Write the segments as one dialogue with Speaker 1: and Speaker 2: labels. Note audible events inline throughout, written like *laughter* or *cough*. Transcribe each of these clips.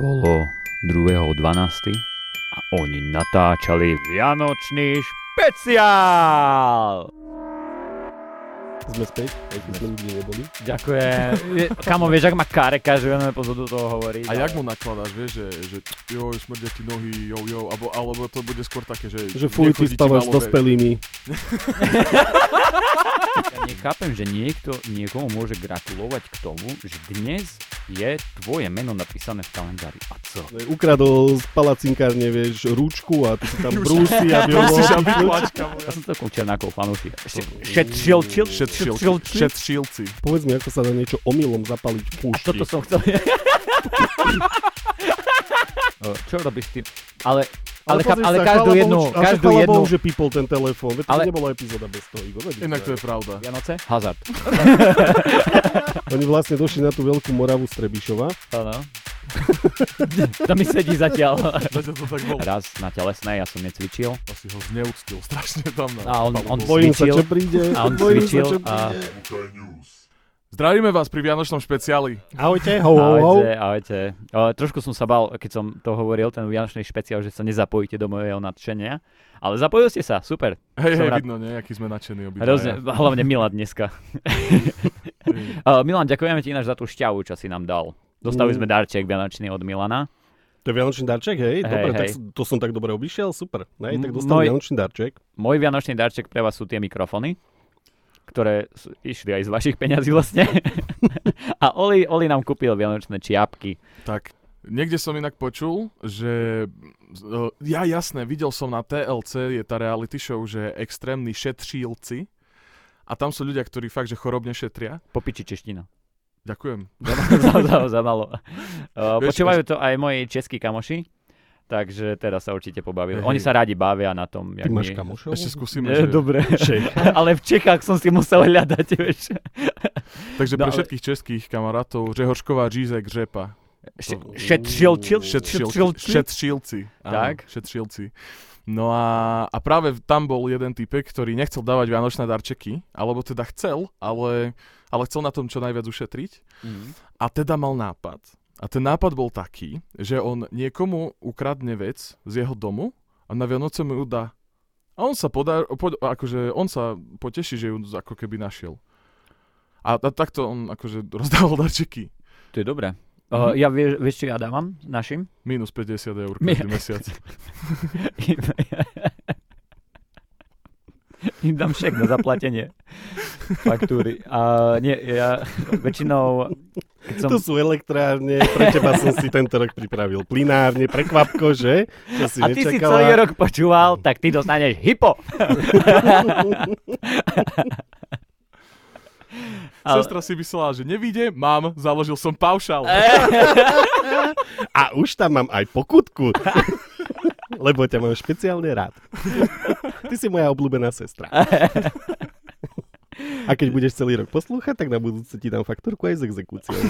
Speaker 1: bolo 2.12. a oni natáčali Vianočný špeciál!
Speaker 2: Sme späť, aj keď sme nikdy neboli.
Speaker 1: Ďakujem. Kamo, vieš, ak má kareka, že vieme pozadu toho hovoriť.
Speaker 3: A jak mu nakladáš, vieš, že, že joj, smrdia ti nohy, jo, jo, alebo, alebo to bude skôr také, že...
Speaker 2: Že fuj, ty
Speaker 3: nechodí ti
Speaker 2: stávaš s
Speaker 3: malo, *laughs* vieš.
Speaker 2: dospelými.
Speaker 1: Ja nechápem, že niekto niekomu môže gratulovať k tomu, že dnes je tvoje meno napísané v kalendári. A co?
Speaker 2: No Ukradol z palacinkárne, vieš, rúčku a ty si *laughs* tam brúsi, aby ho
Speaker 3: Prosíš,
Speaker 2: mohol
Speaker 3: aby
Speaker 2: vypnúť.
Speaker 3: plačka moja.
Speaker 1: Ja som celkom černákov fanúšik. Šetřil, čil,
Speaker 3: Šetřil,
Speaker 1: šetřil, čil.
Speaker 3: šetřilci.
Speaker 2: Povedz mi, ako sa dá niečo omylom zapaliť v
Speaker 1: A
Speaker 2: púšti.
Speaker 1: toto som chcel. O, *laughs* Čo robíš ty? Ale, ale, ale,
Speaker 2: pozri
Speaker 1: ale
Speaker 2: sa,
Speaker 1: každú
Speaker 2: chvála Bohu,
Speaker 1: jednu,
Speaker 2: že- ale
Speaker 1: každú
Speaker 2: chvála
Speaker 1: jednu...
Speaker 2: Bohu, že people ten telefón. Veď to
Speaker 1: Ale-
Speaker 2: nebola epizóda bez toho, Igor. veď
Speaker 3: Inak to je pravda.
Speaker 1: Vianoce? Hazard.
Speaker 2: Oni vlastne došli na tú veľkú Moravu z Trebišova.
Speaker 1: Áno. *laughs* Tam mi sedí zatiaľ.
Speaker 3: Zatiaľ to tak bolo.
Speaker 1: *laughs* Raz na telesnej ja som necvičil
Speaker 3: Asi ho zneuctil strašne tam na...
Speaker 1: A on- on-
Speaker 3: palubou.
Speaker 2: Bojím sa,
Speaker 1: Cvičil.
Speaker 2: čo príde.
Speaker 1: a on
Speaker 2: Bojím sa, čo
Speaker 1: cvičil
Speaker 2: príde.
Speaker 1: a
Speaker 3: Zdravíme vás pri Vianočnom špeciáli.
Speaker 2: Ahojte, ho, ho, ho.
Speaker 1: Ahojte, ahojte. Ale trošku som sa bal, keď som to hovoril, ten vianočný špeciál, že sa nezapojíte do mojeho nadšenia. Ale zapojil ste sa, super.
Speaker 3: Hej,
Speaker 1: Som
Speaker 3: hej,
Speaker 1: rád.
Speaker 3: vidno, nie? Aký sme nadšení obidva.
Speaker 1: Hrozne, hlavne Milan dneska. Uh, Milan, ďakujeme ti ináč za tú šťavu, čo si nám dal. Dostali
Speaker 2: Mm.
Speaker 1: sme darček vianočný od Milana.
Speaker 2: To je vianočný darček, hej?
Speaker 1: Hej,
Speaker 2: Dobre, tak
Speaker 1: hej.
Speaker 2: s- to som tak dobre obišiel, super. Hej, tak
Speaker 1: M-
Speaker 2: dostal
Speaker 1: môj-
Speaker 2: vianočný darček.
Speaker 1: Môj vianočný darček pre vás sú tie mikrofóny, ktoré sú, išli aj z vašich peňazí vlastne. *laughs* A Oli, Oli nám kúpil vianočné čiapky.
Speaker 3: Tak, niekde som inak počul, že... e, Ja jasné, videl som na TLC, je tá reality show, že extrémni šetřílci. A tam sú ľudia, ktorí fakt, že chorobne šetria.
Speaker 1: Popiči čeština. *laughs*
Speaker 3: Ďakujem.
Speaker 1: za, za, za
Speaker 3: *laughs*
Speaker 1: malo. Uh,
Speaker 3: Vieš,
Speaker 1: počúvajú to aj moji českí kamoši, takže teraz sa určite pobavili.
Speaker 3: Hej. eh,
Speaker 1: Oni sa radi bavia na tom.
Speaker 2: Ty
Speaker 1: jak
Speaker 2: máš
Speaker 1: my- *laughs*
Speaker 2: kamošov?
Speaker 3: Ešte skúsime,
Speaker 1: E,
Speaker 3: že...
Speaker 1: Dobre,
Speaker 2: Šejk.
Speaker 1: *laughs* ale v Čechách som si musel hľadať, vieš.
Speaker 3: Takže
Speaker 1: No,
Speaker 3: pre
Speaker 1: ale-
Speaker 3: všetkých českých kamarátov, Žehošková, Žízek, Žepa.
Speaker 1: Še- Šetřil, čil,
Speaker 3: Šetřil,
Speaker 1: čil.
Speaker 3: šetřilci. Áno,
Speaker 1: Tak.
Speaker 3: Šetřilci. No a, a práve tam bol jeden typek, ktorý nechcel dávať vianočné darčeky, alebo teda chcel, ale, ale chcel na tom čo najviac ušetriť. A teda mal nápad. A ten nápad bol taký, že on niekomu ukradne vec z jeho domu a na Vianoce mu ju dá. A on sa podá, pod, akože on sa poteší, že ju ako keby našiel. A, a takto on akože rozdával *laughs* darčeky.
Speaker 1: To je dobré.
Speaker 3: Mhm.
Speaker 1: Uh, ja vieš, vieš, čo ja dávam
Speaker 3: *laughs*
Speaker 1: našim?
Speaker 3: Minus 50 eur
Speaker 1: Mi-
Speaker 3: každý mesiac.
Speaker 1: Im, im dám šek na zaplatenie faktúry. A nie, ja väčšinou... Keď som...
Speaker 2: To sú elektrárne, pre teba som si tento rok pripravil plinárne, prekvapko, že? To si
Speaker 1: A ty si celý
Speaker 2: nečakala.
Speaker 1: rok počúval, tak ty dostaneš hypo. *laughs* Ale-
Speaker 3: Sestra si myslela, že nevíde, mám, založil som paušál.
Speaker 1: Eh?
Speaker 2: A už tam mám aj
Speaker 1: *laughs*
Speaker 2: pokutku. Lebo ťa mám špeciálne rád. Ty si moja obľúbená sestra. A keď budeš celý rok poslúchať, tak na budúce ti dám faktúrku aj s
Speaker 1: *laughs*
Speaker 2: exekúciou.
Speaker 3: *laughs*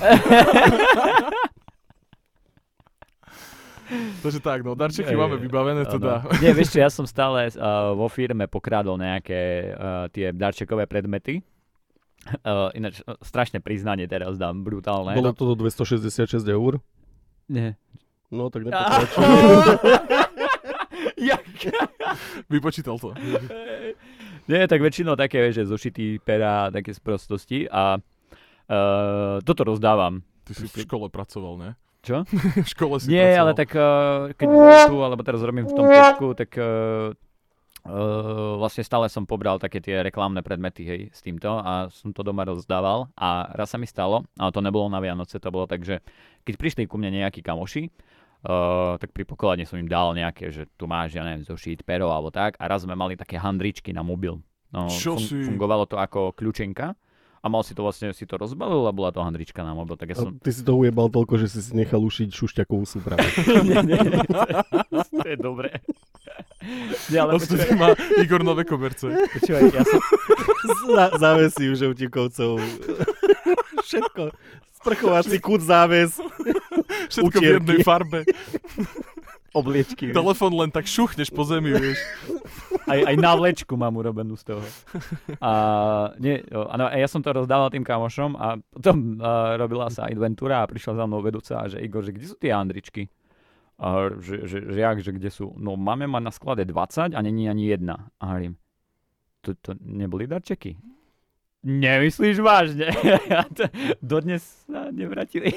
Speaker 3: Takže tak, no, darčeky
Speaker 1: Ej,
Speaker 3: máme vybavené teda. *laughs*
Speaker 1: Áno. no. Nie, vieš čo, ja som stále uh, vo firme pokrádol nejaké uh, tie darčekové predmety. Uh, ináč, uh, strašné priznanie teraz dám, brutálne.
Speaker 2: Bolo to do 266 eur?
Speaker 1: Nie.
Speaker 2: No, tak nepokračuj.
Speaker 1: *laughs* Jak-
Speaker 3: Vypočítal to.
Speaker 1: Nie, tak väčšinou také, vieš, že zošitý pera, také sprostosti a uh, toto rozdávam.
Speaker 3: Ty si v škole pracoval, ne? *laughs*
Speaker 1: Čo?
Speaker 3: v škole si
Speaker 1: Nie,
Speaker 3: pracoval.
Speaker 1: ale tak uh, keď bol tu, alebo teraz robím v tom Tesku, tak uh, uh, vlastne stále som pobral také tie reklamné predmety hej, s týmto a som to doma rozdával a raz sa mi stalo, ale to nebolo na Vianoce, to bolo tak, že keď prišli ku mne nejakí kamoši, Uh, tak pri pokladne som im dal nejaké, že tu máš, ja neviem, zošit, pero alebo tak. A raz sme mali také handričky na mobil. No,
Speaker 3: Čo si?
Speaker 1: Fungovalo to ako kľúčenka a mal si to vlastne, si to rozbalil a bola to handrička na mobil. Tak ja
Speaker 2: A
Speaker 1: som...
Speaker 2: Ty si to ujebal toľko, že si si nechal ušiť šušťakovú súpravu.
Speaker 1: nie, nie, nie, to, to je dobré. Nie, ale počúvaj,
Speaker 3: Odtedy má Igor
Speaker 1: *laughs*
Speaker 3: nové koberce.
Speaker 1: počúvaj, ja som,
Speaker 2: Zá, záves si už utikovcov. Všetko. Sprchovací kút záves.
Speaker 3: Všetko v
Speaker 2: Utierky.
Speaker 1: *laughs*
Speaker 3: jednej farbe.
Speaker 1: obliečky.
Speaker 3: Telefón len tak šuchneš po zemi, vieš.
Speaker 1: Aj, aj návlečku mám urobenú z toho. A, nie, o, áno, a ja som to rozdával tým kamošom a potom a, robila sa inventúra a prišla za mnou vedúca a že Igor, že kde sú tie Andričky? A hovorím, že, že, že, jak, že kde sú? No máme mať na sklade 20 a není ani jedna. A hovorím, to, to neboli darčeky. Nemyslíš vážne? *laughs* A to- Dodnes sa nevratili.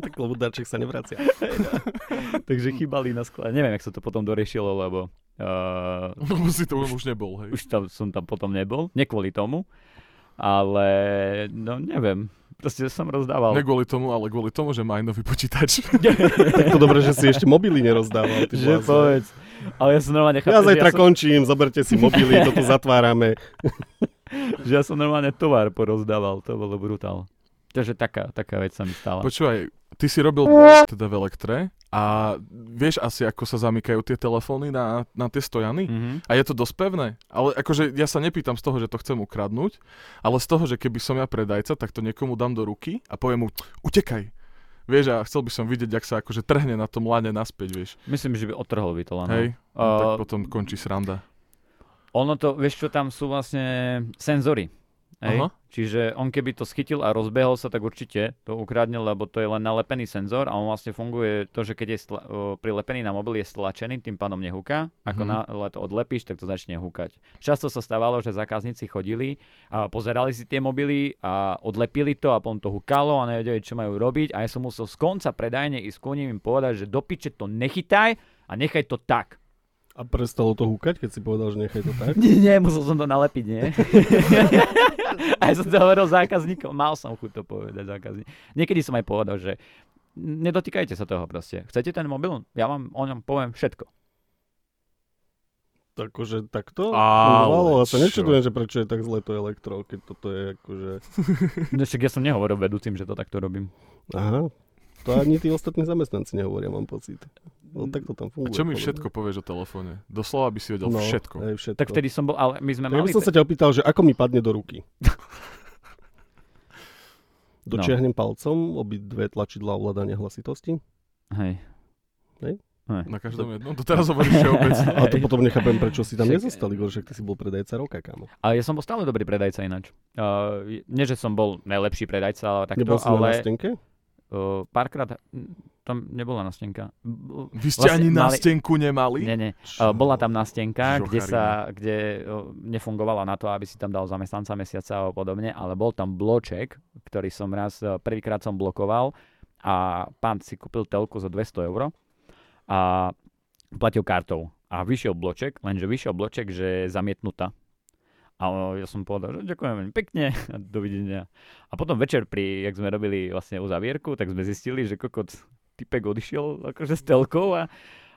Speaker 2: tak lebo darček sa nevracia. no.
Speaker 1: Takže chýbali na sklade. Neviem, jak sa to potom doriešilo, lebo uh,
Speaker 3: Lebo si to už nebol, hej.
Speaker 1: už tam, som tam potom nebol. Nie kvôli tomu. Ale no neviem. Proste som rozdával.
Speaker 3: Ne kvôli tomu, ale kvôli tomu, že má aj nový počítač.
Speaker 2: Tak to dobre, že si ešte mobily nerozdával. Ty
Speaker 1: že
Speaker 2: blázon.
Speaker 1: povedz. vlastne. Ale ja som normálne chápem,
Speaker 2: ja
Speaker 1: že,
Speaker 2: zajtra
Speaker 1: ja som,
Speaker 2: končím, zoberte si mobily, toto zatvárame.
Speaker 1: že ja som normálne tovar porozdával. To bolo brutál. Takže taká, taká vec sa mi stala.
Speaker 3: *laughs* Počúvaj, ty si robil *laughs* teda v elektre a vieš asi, ako sa zamykajú tie telefóny na, na tie stojany?
Speaker 1: Mhm.
Speaker 3: A je to dosť pevné. Ale akože ja sa nepýtam z toho, že to chcem ukradnúť, ale z toho, že keby som ja predajca, tak to niekomu dám do ruky a poviem mu, utekaj. Vieš, a chcel by som vidieť, ak sa akože trhne na tom lane naspäť, vieš.
Speaker 1: Myslím, že by otrhol by to Eh, len.
Speaker 3: Hej, no,
Speaker 1: A-
Speaker 3: tak potom končí sranda.
Speaker 1: Ono to, vieš čo, tam sú vlastne senzory. Hej?
Speaker 3: Aha.
Speaker 1: Čiže on keby to schytil a rozbehol sa, tak určite to ukradne, lebo to je len nalepený senzor a on vlastne funguje to, že keď je stla- o, prilepený na mobil, je stlačený, tým pádom nehúka. Ako
Speaker 3: Mhm.
Speaker 1: náhle to odlepíš, tak to začne húkať. Často sa stávalo, že zákazníci chodili a pozerali si tie mobily a odlepili to a potom to húkalo a nevedeli, čo majú robiť a ja som musel z konca predajne ísť ku nim im povedať, že do piče to nechytaj a nechaj to tak.
Speaker 2: A prestalo to húkať, keď si povedal, že nechaj to tak?
Speaker 1: Nie, nie, musel som to nalepiť, *laughs* nie? aj som to hovoril zákazníkom, mal som chuť to povedať zákazníkom. Niekedy som aj povedal, že nedotýkajte sa toho proste. Chcete ten mobil? Ja vám o ňom poviem všetko.
Speaker 2: Akože takto?
Speaker 3: Ale
Speaker 2: Fungovalo? ja sa
Speaker 3: čo?
Speaker 2: nečudujem, že prečo je tak zle to elektro, keď toto je akože...
Speaker 1: No však ja som nehovoril vedúcim, že to takto robím.
Speaker 2: Aha. To ani tí ostatní zamestnanci nehovoria, mám pocit. No tak to tam
Speaker 3: A
Speaker 2: funguje.
Speaker 3: čo mi
Speaker 2: podľa
Speaker 3: všetko povieš o telefóne? Doslova by si vedel
Speaker 1: No.
Speaker 2: mňa.
Speaker 3: No, všetko.
Speaker 1: E,
Speaker 2: Aj No, všetko.
Speaker 1: Tak vtedy som bol, ale my sme
Speaker 2: tak ja by
Speaker 1: mali...
Speaker 2: som sa ťa opýtal, že ako mi padne do
Speaker 1: *laughs*
Speaker 2: ruky.
Speaker 1: No.
Speaker 2: Dočiahnem palcom obidve tlačidla ovládania hlasitosti.
Speaker 1: Hej.
Speaker 3: Na každom jednom? To teraz hovoríš
Speaker 1: *laughs*
Speaker 3: všeobecne.
Speaker 2: A to potom nechápem, prečo si tam
Speaker 1: Však-
Speaker 2: nezostal, Igor, však ty si bol predajca roka, kámo.
Speaker 1: A ja som bol stále dobrý predajca ináč. Uh, nie, že som bol najlepší predajca, ale takto,
Speaker 2: Nebol si na
Speaker 1: ale uh,
Speaker 2: stenke?
Speaker 1: párkrát mm, tam nebola nastenka. B-
Speaker 3: Vy ste
Speaker 1: Vlastne
Speaker 3: ani
Speaker 1: mali-
Speaker 3: nástenku nemali?
Speaker 1: Nie, nie. Uh, bola tam nástenka, kde, sa,
Speaker 3: Žocharina.
Speaker 1: kde uh, nefungovala na to, aby si tam dal zamestnanca mesiaca a podobne, ale bol tam bloček, ktorý som raz, uh, prvýkrát som blokoval a pán si kúpil telku za 200 euro a platil kartou. A vyšiel bloček, lenže vyšiel bloček, že je zamietnutá. A uh, ja som povedal, že ďakujem veľmi pekne, *laughs* a dovidenia. A potom večer, pri, jak sme robili vlastne uzavierku, tak sme zistili, že kokot typek odišiel akože s telkou a,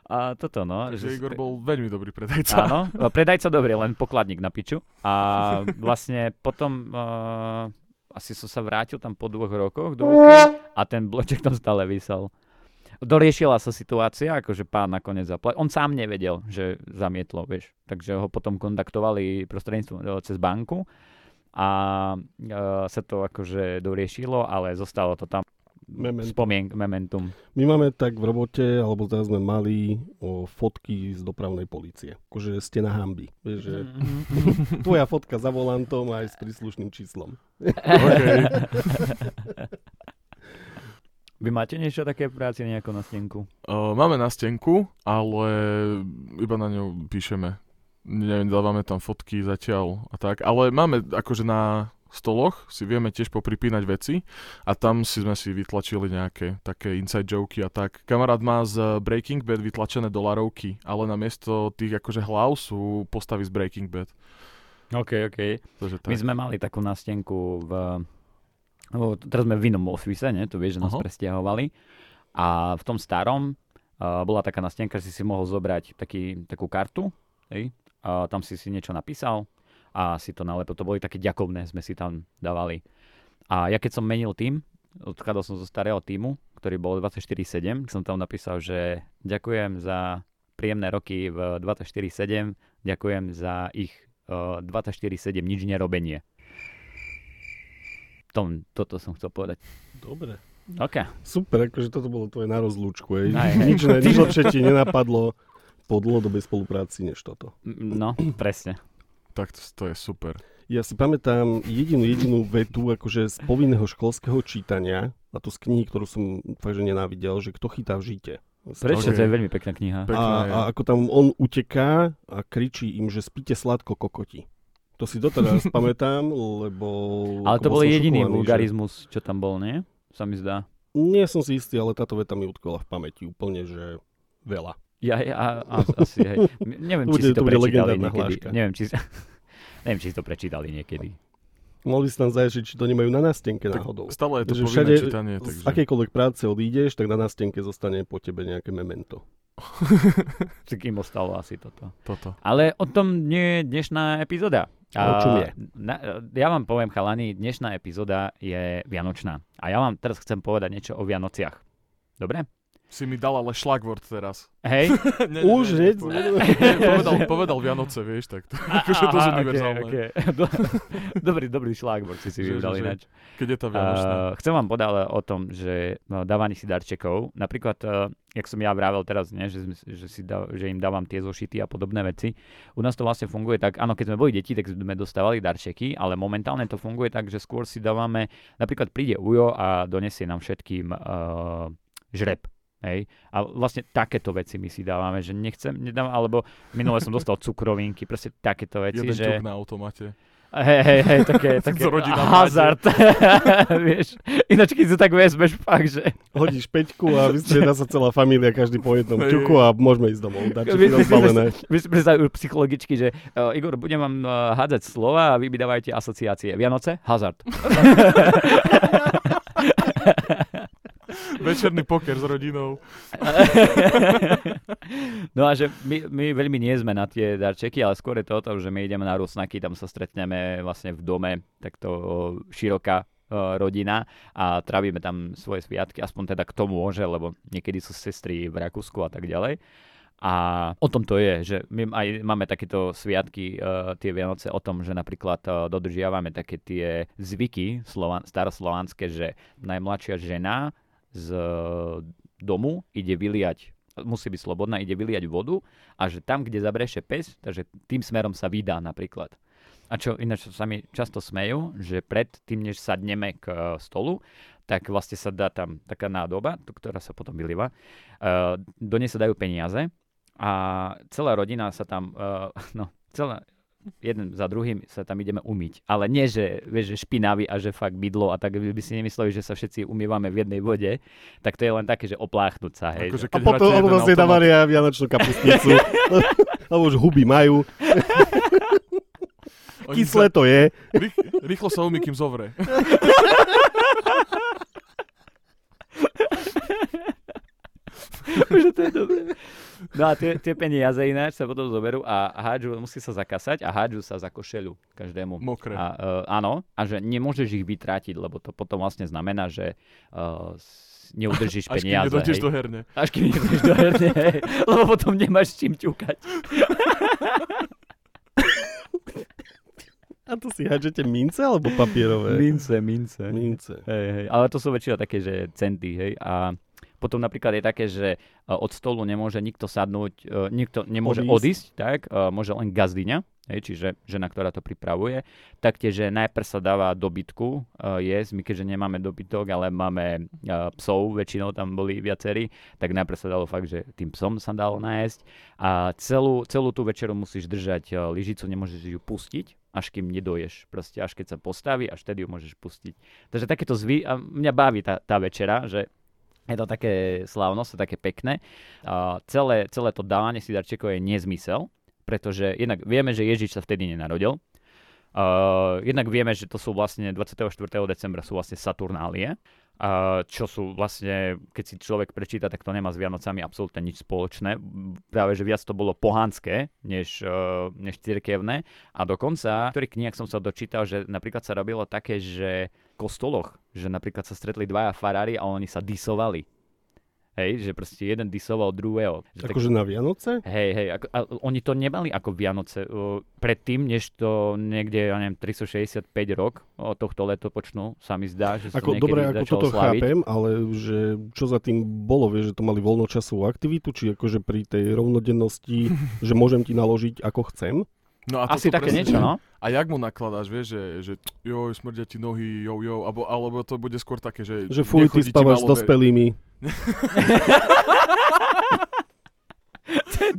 Speaker 1: a toto no.
Speaker 3: Takže
Speaker 1: že-
Speaker 3: Igor bol veľmi dobrý predajca. *laughs*
Speaker 1: Áno, e, predajca dobrý, len pokladník na piču. A vlastne potom uh, asi som sa vrátil tam po dvoch rokoch do UK a ten bloček tam stále vysel. Doriešila sa situácia, akože pán nakoniec zaplatil. On sám nevedel, že zamietlo, vieš. Takže ho potom kontaktovali prostredníctvom e, cez banku a e, sa to akože doriešilo, ale zostalo to tam.
Speaker 2: Memento.
Speaker 1: Spomienk, mementum.
Speaker 2: My máme tak v robote, alebo teraz sme mali o, fotky z dopravnej policie. Akože ste na hamby. Vieš, že
Speaker 1: Mm.
Speaker 2: tvoja fotka za volantom aj s príslušným číslom.
Speaker 3: Okej.
Speaker 1: Vy máte niečo také v práci nejako na stenku?
Speaker 3: Uh, máme na stenku, ale iba na ňu píšeme. Neviem, dávame tam fotky zatiaľ a tak. Ale máme akože na stoloch si vieme tiež popripínať veci a tam si sme si vytlačili nejaké také inside joky a tak. Kamarát má z Breaking Bad vytlačené dolarovky, ale namiesto tých akože hlav sú postavy z Breaking Bad.
Speaker 1: OK, OK.
Speaker 3: Takže tak.
Speaker 1: My sme mali takú nástenku v... Lebo teraz sme v inom office, ne? Tu vieš, že nás
Speaker 3: Aha.
Speaker 1: presťahovali. A v tom starom uh, bola taká nástenka, že si si mohol zobrať taký, takú kartu, hej? A tam si si niečo napísal a si to nalepil. To boli také ďakovné, sme si tam dávali. A ja keď som menil tým, odchádzal som zo starého týmu, ktorý bol 24-7, som tam napísal, že ďakujem za príjemné roky v 24-7, ďakujem za ich eh, 24-7 nič nerobenie. Tom, toto som chcel povedať.
Speaker 2: Dobre.
Speaker 1: OK.
Speaker 2: Super, akože toto bolo tvoje na rozlúčku. Ej.
Speaker 1: Aj, hej.
Speaker 2: Nič, ne, nič lepšie ti nenapadlo. po dlhodobej spolupráci než toto.
Speaker 1: No,
Speaker 2: *clears throat*
Speaker 1: presne.
Speaker 3: Tak to, to je super.
Speaker 2: Ja si pamätám jedinú jedinú vetu akože z povinného školského čítania, a to z knihy, ktorú som fakt, že nenávidel, že kto chytá v žite.
Speaker 1: Prečo?
Speaker 3: Ok.
Speaker 1: To je veľmi pekná kniha.
Speaker 2: a,
Speaker 3: Pe- Pekná je.
Speaker 2: a ako tam on uteká a kričí im, že spíte sladko kokoti. To si
Speaker 1: *laughs*
Speaker 2: doteraz pamätám, lebo...
Speaker 1: Ale
Speaker 2: ako
Speaker 1: to
Speaker 2: bol
Speaker 1: bol
Speaker 2: som
Speaker 1: jediný
Speaker 2: šokovaný, Že...
Speaker 1: vulgarizmus, čo tam bol, nie? Sa mi zdá.
Speaker 2: Nie som si istý, ale táto veta mi utkala v pamäti úplne, že veľa.
Speaker 1: Ja, ja a, a, asi, hej.
Speaker 2: *laughs*
Speaker 1: M- Neviem,
Speaker 2: To
Speaker 1: či si
Speaker 2: bude-
Speaker 1: to
Speaker 2: to bude
Speaker 1: prečítali
Speaker 2: legendárna
Speaker 1: niekedy.
Speaker 2: hláška.
Speaker 1: Neviem, či si, *laughs* neviem, či si to prečítali
Speaker 2: *laughs*
Speaker 1: niekedy.
Speaker 2: Mohli si tam zajažiť, či to nemajú na nástenke
Speaker 3: Tak
Speaker 2: náhodou.
Speaker 3: stále je to
Speaker 2: Že
Speaker 3: povinné
Speaker 2: všade-
Speaker 3: čítanie,
Speaker 2: Z
Speaker 3: takže...
Speaker 2: akejkoľvek práce odídeš, tak na nástenke zostane po tebe nejaké memento.
Speaker 1: Tak im ostalo asi toto.
Speaker 3: *laughs* Toto.
Speaker 1: Ale o tom nie je dnešná epizóda.
Speaker 2: A o čom je?
Speaker 1: Na, ja vám poviem, chalani, dnešná epizóda je vianočná. A ja vám teraz chcem povedať niečo o Vianociach. Dobre?
Speaker 3: Si mi dal ale šlagvord teraz.
Speaker 1: Hej?
Speaker 3: *laughs* Ne, ne,
Speaker 2: Už hneď?
Speaker 3: ne, ne,
Speaker 2: *laughs*
Speaker 3: ne, povedal, povedal Vianoce, vieš, tak to, *laughs* akože to sú
Speaker 1: Aha,
Speaker 3: univerzálne.
Speaker 1: okej, okej. ah, *laughs* Do- dobrý, dobrý šlágbor si si
Speaker 3: Že, že,
Speaker 1: vybrali
Speaker 3: že.
Speaker 1: ináč.
Speaker 3: Keď je tá Vianočná.
Speaker 1: Eh, chcem vám podať o tom, že no, dávanie si darčekov, napríklad, uh, jak som ja vravel teraz, ne, že, sme, že, si da, že im dávam tie zošity a podobné veci, u nás to vlastne funguje tak, áno, keď sme boli deti, tak sme dostávali darčeky, ale momentálne to funguje tak, že skôr si dávame, napríklad príde Ujo a donesie nám všetkým uh, žreb. Hej. A vlastne takéto veci my si dávame, že nechcem, nedám, alebo minule som dostal cukrovinky, proste takéto veci,
Speaker 3: Jeden
Speaker 1: že...
Speaker 3: ťuk na automate.
Speaker 1: Hej, hej, hej, také,
Speaker 2: *laughs*
Speaker 1: také
Speaker 3: Co rodina máte.
Speaker 1: hazard, *laughs* vieš. Ináč, keď si tak vezmeš, fakt, že
Speaker 2: Hodíš peťku a vystrieda sa celá família, každý po jednom
Speaker 3: Hej.
Speaker 2: ťuku a môžeme ísť domov. Darčeky
Speaker 1: Vy- vy- vy-
Speaker 2: rozbalené.
Speaker 1: my si predstavujú psychologicky, že uh, Igor, budem vám uh, hádzať slova a vy mi dávajte asociácie. Vianoce? Hazard.
Speaker 2: *laughs*
Speaker 1: *laughs*
Speaker 3: Večerný poker s rodinou.
Speaker 1: no a že my, my veľmi nie sme na tie darčeky, ale skôr je to o tom, že my ideme na Rusnaky, tam sa stretneme vlastne v dome, takto o, široká e, rodina a trávime tam svoje sviatky, aspoň teda kto môže, lebo niekedy sú sestry v Rakúsku a tak ďalej. A o tom to je, že my aj máme takéto sviatky, uh, tie Vianoce, o tom, že napríklad uh, dodržiavame také tie zvyky slovan- staroslovanské, že najmladšia žena z domu ide vyliať musí byť slobodná, ide vyliať vodu a že tam, kde zabreše pes, takže tým smerom sa vydá napríklad. A čo ináč sa mi často smejú, že pred tým, než sadneme k e, stolu, tak vlastne sa dá tam taká nádoba, t- ktorá sa potom vylieva, e, do nej sa dajú peniaze a celá rodina sa tam, e, *laughs* no celá, jeden za druhým sa tam ideme umyť. Ale nie, že, vieš, že špinavý a že fakt bydlo a tak by si nemysleli, že sa všetci umývame v jednej vode, tak to je len také, že opláchnuť sa, hej. že-
Speaker 3: Akože
Speaker 2: A
Speaker 3: keď
Speaker 2: potom on
Speaker 3: hráte
Speaker 2: vás
Speaker 3: jeden automat,
Speaker 2: nedávaria vianočnú
Speaker 3: *laughs*
Speaker 2: kapustnicu. Lebo už huby majú,
Speaker 3: oni
Speaker 2: kyslé to je.
Speaker 3: sa- *laughs* Rých, rýchlo sa umí, kým zovre.
Speaker 1: Že Akože to je dobré. No a tie, tie peniaze ináč sa potom zoberú a hádžu, musí sa zakasať a hádžu sa za košelu každému.
Speaker 3: *laughs* Mokré.
Speaker 1: A, uh, áno, a že nemôžeš ich vytrátiť, lebo to potom vlastne znamená, že uh, neudržíš
Speaker 3: *laughs* Až kým
Speaker 1: peniaze.
Speaker 3: nedojdeš
Speaker 1: hej.
Speaker 3: do herne.
Speaker 1: Až kým nedojdeš do herne, hej. lebo potom nemáš s čím ťukať.
Speaker 2: A to si hádžete mince alebo papierové?
Speaker 1: Mince, mince.
Speaker 2: Mince.
Speaker 1: Hej, hej. Ale to sú väčšina také, že centy, hej. A potom napríklad je také, že e, od stolu nemôže nikto sadnúť, e, nikto nemôže odísť,
Speaker 2: Odísť.
Speaker 1: tak, e, môže len gazdyňa, hej, čiže žena, ktorá to pripravuje. Taktiež, že najprv sa dáva dobytku e, jesť, my keďže nemáme dobytok, ale máme e, psov, väčšinou tam boli viacerí, tak najprv sa dalo fakt, že tým psom sa dalo nájsť. A celú, celú tú večeru musíš držať e, lyžicu, nemôžeš ju pustiť, až kým nedoješ. Proste až keď sa postaví, až vtedy ju môžeš pustiť. Takže takéto zvy, a mňa baví tá, tá večera, že je to také slávnosť, také pekné. A celé, celé to dávanie si darčekov je nezmysel, pretože jednak vieme, že Ježiš sa vtedy nenarodil. Uh, jednak vieme, že to sú vlastne 24. decembra sú vlastne Saturnálie, uh, čo sú vlastne, keď si človek prečíta, tak to nemá s Vianocami absolútne nič spoločné. Práve, že viac to bolo pohanské, než, uh, než cirkevné. A dokonca, v ktorých knihách som sa dočítal, že napríklad sa robilo také, že kostoloch, že napríklad sa stretli dvaja farári a oni sa disovali. Hej, že proste jeden disoval druhého. Že tak-
Speaker 2: Akože na Vianoce?
Speaker 1: Hej, hej, ako, a, oni to nemali ako Vianoce. Uh, predtým, než to niekde, ja neviem, 365 rok od tohto letopočnú, sa mi zdá, že sa
Speaker 2: Ako,
Speaker 1: niekedy
Speaker 2: dobre, ako
Speaker 1: začalo
Speaker 2: toto
Speaker 1: slaviť.
Speaker 2: chápem, ale že čo za tým bolo, vieš, že to mali voľnočasovú aktivitu, či akože pri tej
Speaker 1: *laughs*
Speaker 2: rovnodennosti, že môžem ti naložiť ako chcem.
Speaker 3: No a
Speaker 1: Asi
Speaker 3: toto
Speaker 1: také
Speaker 3: presne,
Speaker 1: niečo,
Speaker 3: že-
Speaker 1: no.
Speaker 3: A jak mu nakladáš, vieš, že, že t- joj, smrdia ti nohy, jo, jo, alebo, alebo to bude skôr také, že...
Speaker 2: Že fuj, ty
Speaker 3: nechodí ti
Speaker 2: spávaš s
Speaker 3: malo ve-
Speaker 2: dospelými.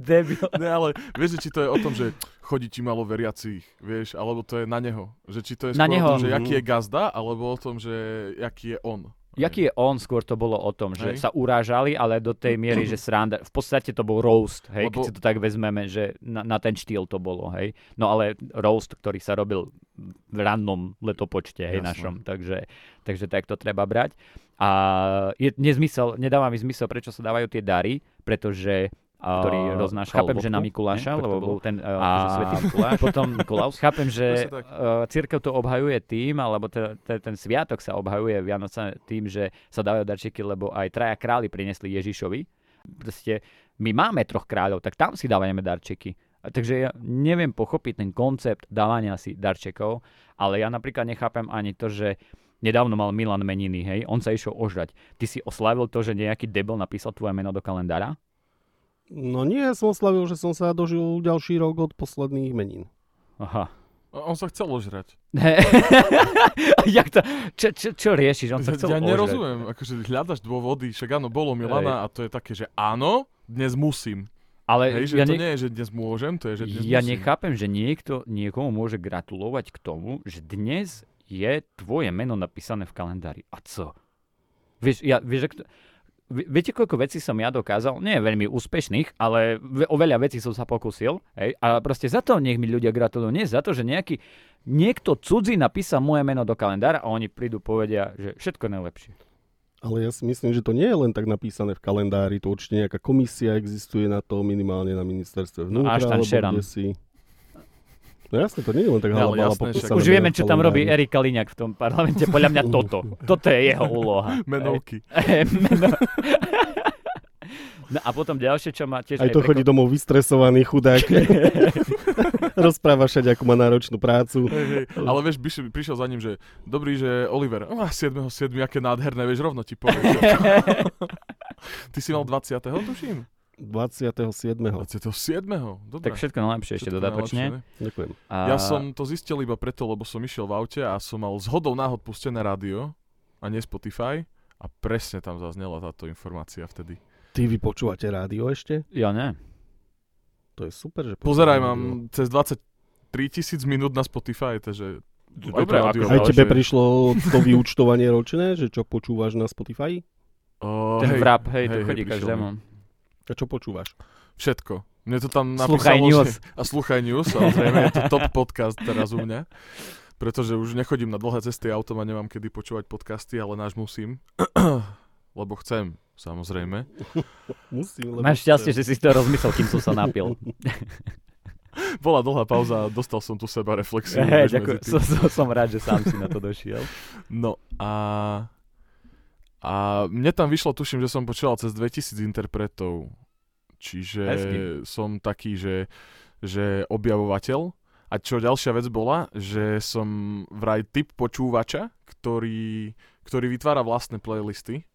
Speaker 1: Debil.
Speaker 3: Ne, ale vieš, že či to je o tom, že chodí ti malo veriacich, vieš, alebo to je na neho. Že či to je
Speaker 1: Na
Speaker 3: skôr
Speaker 1: neho.
Speaker 3: o tom, že jaký je gazda, alebo o tom, že jaký je on.
Speaker 1: Jaký je on, skôr to bolo o tom, že
Speaker 3: Hej.
Speaker 1: sa urážali, ale do tej miery, že sranda. V podstate to bol roast, hej, keď
Speaker 3: Lebo-
Speaker 1: si to tak vezmeme, že na, na ten štýl to bolo, hej. No ale roast, ktorý sa robil v rannom letopočte, hej,
Speaker 3: Jasné.
Speaker 1: našom, takže, takže tak to treba brať. A je nezmysel, nedáva mi zmysel, prečo sa dávajú tie dary, pretože a,
Speaker 4: Ktorý roznášal
Speaker 1: Chápem, že na
Speaker 4: loptu, nie? Tak
Speaker 1: Mikuláša,
Speaker 4: to
Speaker 1: lebo
Speaker 4: bolo.
Speaker 1: bol ten
Speaker 4: A-
Speaker 1: uh, a... svetý Mikuláš. Potom Nikolaus. Chápem, že
Speaker 3: Presne tak.
Speaker 1: uh, církev to obhajuje tým, alebo te, te, ten sviatok sa obhajuje Vianoca tým, že sa dávajú darčeky, lebo aj traja králi prinesli Ježišovi. Proste my máme troch kráľov, tak tam si dávame darčeky. A Takže ja neviem pochopiť ten koncept dávania si darčekov, ale ja napríklad nechápem ani to, že nedávno mal Milan meniny, hej, on sa išiel ožrať. Ty si oslavil to, že nejaký debil napísal tvoje meno do kalendára?
Speaker 2: No nie, ja som oslavil, že som sa dožil ďalší rok od posledných menín.
Speaker 3: *laughs*
Speaker 1: Aha. *laughs*
Speaker 3: A On sa chcel ožrať.
Speaker 1: Jak to, čo, čo, čo riešiš? On sa
Speaker 3: Ja,
Speaker 1: chcel
Speaker 3: ja
Speaker 1: ožrať.
Speaker 3: nerozumiem, akože hľadaš dôvody, však áno, bolo Milana a to je také, že áno, dnes musím.
Speaker 1: Ale
Speaker 3: Hej, že
Speaker 1: ja,
Speaker 3: to
Speaker 1: ne,
Speaker 3: nie je, že dnes môžem, to je, že dnes
Speaker 1: ja
Speaker 3: musím.
Speaker 1: nechápem, že niekto niekomu môže gratulovať k tomu, že dnes je tvoje meno napísané v kalendári. A co? Vieš, ja, vieš, ak to, Vie- Viete, koľko vecí som ja dokázal? Nie veľmi úspešných, ale ve- o veľa vecí som sa pokusil. Hej? A proste za to nech mi ľudia gratulujú. Nie za to, že nejaký, niekto cudzí napísal moje meno do kalendára a oni prídu povedia, že všetko najlepšie.
Speaker 2: Ale ja si myslím, že to nie je len tak napísané v kalendári, to určite nejaká komisia existuje na to, minimálne na ministerstve
Speaker 1: No,
Speaker 2: vnútra,
Speaker 1: až tam
Speaker 2: alebo
Speaker 1: šeram.
Speaker 2: kde si... No jasne, to nie je len tak
Speaker 3: No, ale
Speaker 2: halabala
Speaker 3: jasné,
Speaker 2: popísané
Speaker 3: však-
Speaker 1: Už
Speaker 2: v
Speaker 1: vieme, čo tam robí
Speaker 2: kalendári.
Speaker 1: Erik Kaliňák v tom parlamente. Podľa mňa toto. Toto je jeho úloha.
Speaker 3: Menovky.
Speaker 1: Hej. Meno. No a potom ďalšie, čo má tiež...
Speaker 2: Aj to chodí domov vystresovaný
Speaker 1: *laughs*
Speaker 2: chudák. Rozpráva všade, ako má náročnú prácu.
Speaker 3: Hej, hej. Ale vieš, prišiel, prišiel za ním, že dobrý, že Oliver, a 7.7., aké nádherné, vieš, rovno ti povie.
Speaker 1: *laughs*
Speaker 3: Ty si mal 20. tuším.
Speaker 2: 27.
Speaker 3: 27. Dobre.
Speaker 1: No. Tak všetko najlepšie ešte
Speaker 3: Všetko
Speaker 1: dodatočne.
Speaker 3: najlepšie, ne?
Speaker 2: Ďakujem.
Speaker 1: A...
Speaker 3: Ja som to zistil iba preto, lebo som išiel v aute a som mal zhodou náhod pustené rádio a nie Spotify a presne tam zaznela táto informácia vtedy.
Speaker 2: Ty vy počúvate rádio ešte?
Speaker 1: Ja ne.
Speaker 2: To je super, že... počúvate
Speaker 3: Pozeraj,
Speaker 2: rádio.
Speaker 3: mám cez 23 tisíc minút na Spotify, takže aj
Speaker 1: Dobre,
Speaker 3: rádio.
Speaker 1: akože-
Speaker 2: Aj
Speaker 1: Ale
Speaker 2: tebe
Speaker 3: no, že-
Speaker 2: prišlo to vyúčtovanie ročné, že čo počúvaš na Spotify?
Speaker 3: O,
Speaker 1: Ten
Speaker 3: No, hej,
Speaker 1: vrap, hej, to
Speaker 3: hej,
Speaker 1: chodí
Speaker 3: prišiel
Speaker 1: každému.
Speaker 2: A čo počúvaš?
Speaker 3: Všetko. Mne to tam napísalo,
Speaker 1: Sluchaj
Speaker 3: že-
Speaker 1: news.
Speaker 3: A sluchaj news, samozrejme, je to top podcast teraz u mňa. Pretože už nechodím na dlhé cesty autom a nemám kedy počúvať podcasty, ale náš musím. Lebo chcem, samozrejme.
Speaker 2: Musím, lebo...
Speaker 1: Máš šťastie, že si to rozmyslel, kým som sa
Speaker 3: *laughs*
Speaker 1: napil.
Speaker 3: Bola dlhá pauza a dostal som tu seba reflexiu.
Speaker 1: Hej,
Speaker 3: vieš, medzi
Speaker 1: ďakujem.
Speaker 3: tým.
Speaker 1: Som, som, som rád, že sám si na to došiel.
Speaker 3: No a... A mne tam vyšlo, tuším, že som počúval cez 2000 interpretov. Čiže
Speaker 1: Hezky.
Speaker 3: som taký, že, že objavovateľ. A čo ďalšia vec bola, že som vraj typ počúvača, ktorý, ktorý vytvára vlastné playlisty.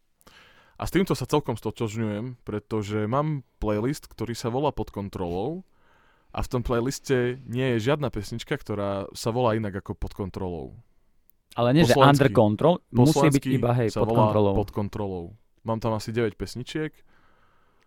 Speaker 3: A s týmto sa celkom stotožňujem, pretože mám playlist, ktorý sa volá Pod kontrolou a v tom playliste nie je žiadna pesnička, ktorá sa volá inak ako Pod kontrolou.
Speaker 1: Ale nie, že
Speaker 3: Poslanský.
Speaker 1: under control, musí byť
Speaker 3: Poslanský
Speaker 1: iba, hej,
Speaker 3: sa
Speaker 1: pod
Speaker 3: volá
Speaker 1: kontrolou.
Speaker 3: pod kontrolou. Mám tam asi 9 pesničiek,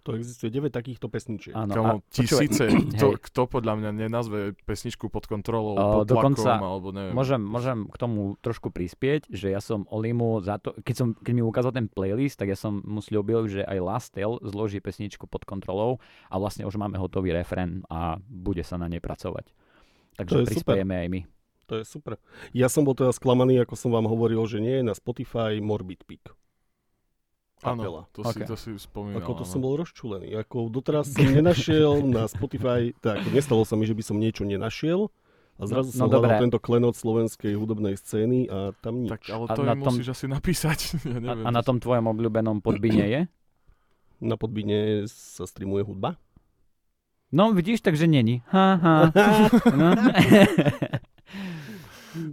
Speaker 2: To existuje 9 takýchto pesničiek.
Speaker 1: Áno,
Speaker 3: kamo,
Speaker 1: No počúvaj, *clears throat*
Speaker 3: tisíce. Kto,
Speaker 1: hej.
Speaker 3: kto podľa mňa nenazve pesničku pod kontrolou,
Speaker 1: A
Speaker 3: pod tlakom,
Speaker 1: dokonca
Speaker 3: alebo neviem.
Speaker 1: Môžem, môžem k tomu trošku prispieť, že ja som Olimu za to, keď, som, keď mi ukázal ten playlist, tak ja som mu slúbil, že aj Lastel zloží pesničku pod kontrolou a vlastne už máme hotový refrén a bude sa na nej pracovať.
Speaker 2: To
Speaker 1: Takže
Speaker 2: je
Speaker 1: prispiejeme aj my.
Speaker 2: To je super. Ja som bol teda sklamaný, ako som vám hovoril, že nie je na Spotify Morbid Peak. Kapela.
Speaker 3: Áno, to, si,
Speaker 1: Ok.
Speaker 3: to si spomínal.
Speaker 2: Ako to
Speaker 3: No, áno.
Speaker 2: som bol rozčúlený. Ako doteraz
Speaker 3: *laughs*
Speaker 2: som nenašiel na Spotify, tak nestalo sa mi, že by som niečo nenašiel. A
Speaker 1: No-
Speaker 2: zrazu
Speaker 1: no
Speaker 2: som hľadal
Speaker 1: dobré.
Speaker 2: tento klenot slovenskej hudobnej scény a tam nič.
Speaker 3: Tak ale
Speaker 1: A
Speaker 3: to
Speaker 1: na
Speaker 3: im
Speaker 1: tom-
Speaker 3: musíš asi napísať. *laughs* Ja
Speaker 1: A,
Speaker 3: neviem.
Speaker 1: a na tom tvojom obľúbenom podbine je?
Speaker 2: Na podbíne sa streamuje
Speaker 3: *laughs*
Speaker 2: hudba?
Speaker 1: No vidíš, takže není. Ha,
Speaker 2: *laughs*
Speaker 1: ha. No. *laughs*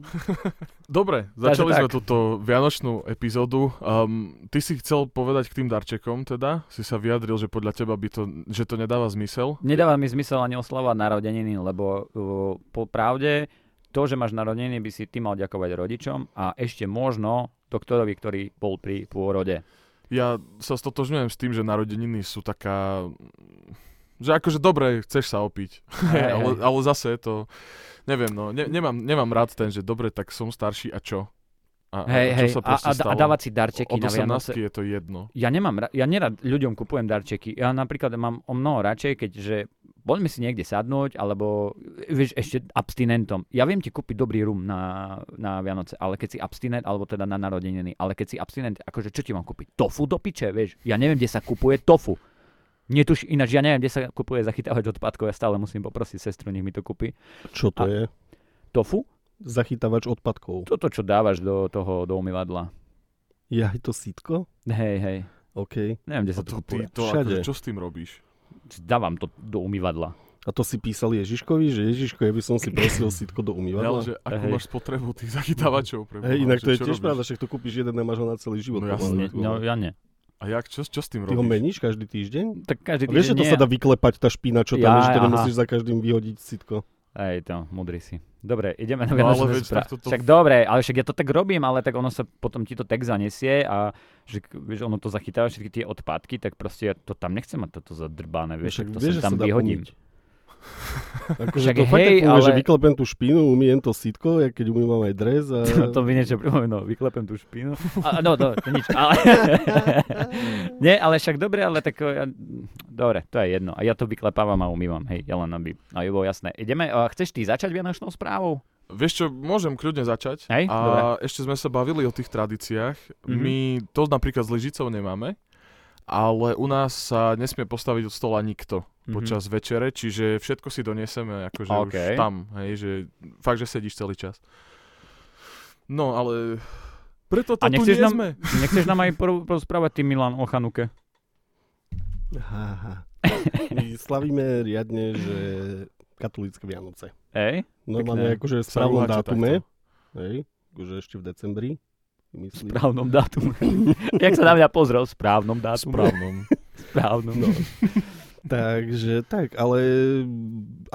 Speaker 3: Dobre,
Speaker 1: Takže
Speaker 3: začali sme
Speaker 1: tak.
Speaker 3: túto vianočnú epizódu. Um, ty si chcel povedať k tým darčekom teda, si sa vyjadril, že podľa teba by to, že to nedáva zmysel.
Speaker 1: Nedáva mi zmysel ani oslavovať narodeniny, lebo uh, po pravde to, že máš narodeniny, by si ty mal ďakovať rodičom a ešte možno doktorovi, ktorý bol pri pôrode.
Speaker 3: Ja sa stotožňujem s tým, že narodeniny sú taká... Že akože dobre, chceš sa opiť,
Speaker 1: Hej,
Speaker 3: *laughs* ale,
Speaker 1: hej.
Speaker 3: ale zase je to... Neviem, no, ne, nemám, nemám rád ten, že dobre, tak som starší a čo? A,
Speaker 1: Hej,
Speaker 3: a,
Speaker 1: hej,
Speaker 3: čo sa
Speaker 1: a,
Speaker 3: proste
Speaker 1: a, a
Speaker 3: stalo?
Speaker 1: dávať si darčeky
Speaker 3: Od
Speaker 1: na
Speaker 3: 18
Speaker 1: Vianoce.
Speaker 3: je to jedno.
Speaker 1: Ja nemám, ra- ja nerad ľuďom kupujem darčeky. Ja napríklad mám o mnoho radšej, keďže poďme si niekde sadnúť, alebo vieš, ešte abstinentom. Ja viem ti kúpiť dobrý rum na, na Vianoce, ale keď si abstinent, alebo teda na narodeniny, ale keď si abstinent, akože čo ti mám kúpiť? Tofu do piče, vieš? Ja neviem, kde sa kupuje tofu. Netuš, ináč ja neviem, kde sa kupuje zachytávať odpadkov, ja stále musím poprosiť sestru, nech mi to kúpi.
Speaker 2: Čo
Speaker 1: A-
Speaker 2: to je?
Speaker 1: Tofu?
Speaker 2: Zachytávač odpadkov.
Speaker 1: Toto, čo dávaš do toho, do umývadla.
Speaker 2: Je aj to sítko?
Speaker 1: Hej, hej.
Speaker 2: OK.
Speaker 1: Neviem, kde
Speaker 3: A
Speaker 1: sa to
Speaker 3: to, ty,
Speaker 1: kupuje.
Speaker 3: to
Speaker 2: Všade.
Speaker 3: akože, čo s tým robíš?
Speaker 1: Dávam to do umývadla.
Speaker 2: A to si písal Ježiškovi, že Ježiško, ja by som si prosil sítko do
Speaker 3: Ja, ale
Speaker 2: umývadla.
Speaker 3: že akú
Speaker 1: Hej.
Speaker 3: máš spotrebu tých zachytávačov? pre Boha,
Speaker 2: Hej, inak
Speaker 3: že
Speaker 2: to je
Speaker 3: čo
Speaker 2: tiež
Speaker 3: robíš?
Speaker 2: pravda, však to kúpiš jeden a máš ho na celý život.
Speaker 3: No
Speaker 2: pomaly.
Speaker 1: Ne, no ja nie.
Speaker 3: A jak, čo, čo s tým
Speaker 2: Ty ho
Speaker 3: robíš?
Speaker 2: meníš každý týždeň?
Speaker 1: Tak každý
Speaker 2: A vieš, že to
Speaker 1: nie.
Speaker 2: sa dá vyklepať tá špína, čo tam
Speaker 1: Ja,
Speaker 2: je, že to
Speaker 1: aha.
Speaker 2: nemusíš za každým vyhodiť sitko.
Speaker 1: Ej, to, mudrý si. Dobre, ideme na
Speaker 3: No,
Speaker 1: Vianočnú
Speaker 3: ale veď
Speaker 1: správu.
Speaker 3: takto to-
Speaker 1: Však dobre, ale však ja to tak robím, ale tak ono sa potom ti to tak zanesie a že, k- vieš, ono to zachytáva všetky tie odpadky, tak proste ja to tam nechcem mať toto zadrbané, vieš,
Speaker 2: No Však
Speaker 1: tak to
Speaker 2: vieš,
Speaker 1: sem
Speaker 2: že
Speaker 1: tam
Speaker 2: sa dá
Speaker 1: vyhodím. *laughs*
Speaker 2: umyť. Akože
Speaker 1: Však
Speaker 2: to fakt
Speaker 1: hej,
Speaker 2: tak funguje, že
Speaker 1: ale-
Speaker 2: vyklepem tú špínu, umiem to sitko, ja keď umývam aj dres a...
Speaker 1: *laughs* No to mi niečo pripomenulo, vyklepem tú špínu.
Speaker 2: *laughs*
Speaker 1: A, no, no, to nič, ale... *laughs* Nie, ale však dobre, ale tak... e, Ja, dobre, to je jedno. A ja to vyklepávam a umývam, hej, ja len aby... A je bolo jasné. Ideme, a chceš ty začať Vianočnou správou?
Speaker 3: Vieš čo, môžem kľudne začať.
Speaker 1: Hej,
Speaker 3: a
Speaker 1: dobre.
Speaker 3: ešte sme sa bavili o tých tradíciách.
Speaker 1: Mhm.
Speaker 3: My to napríklad s lyžicou nemáme, ale u nás sa nesmie postaviť od stola nikto
Speaker 1: Mhm.
Speaker 2: Mhm.
Speaker 3: počas večere, čiže všetko si donieseme akože
Speaker 1: Okej.
Speaker 3: už tam, hej, že fakt, že sedíš celý čas. No, ale preto to
Speaker 1: A
Speaker 3: tu
Speaker 1: nechceš
Speaker 3: nie
Speaker 1: nám-
Speaker 3: sme.
Speaker 1: *laughs* Nechceš nám aj por- porozprávať ty, Milan, o Chanuke?
Speaker 2: Aha, aha. My slavíme riadne, že katolícke Vianoce.
Speaker 1: Hej?
Speaker 2: Normálne
Speaker 1: Pekné.
Speaker 2: akože v
Speaker 3: Sa
Speaker 2: správnom
Speaker 3: rúhate
Speaker 2: dátume, hej, akože ešte v decembri. Myslím.
Speaker 1: správnom dátume. *laughs* Jak sa na mňa pozrel, v správnom dátume.
Speaker 3: takto. Správnom.
Speaker 1: *laughs* správnom.
Speaker 2: No. *laughs* Takže tak, ale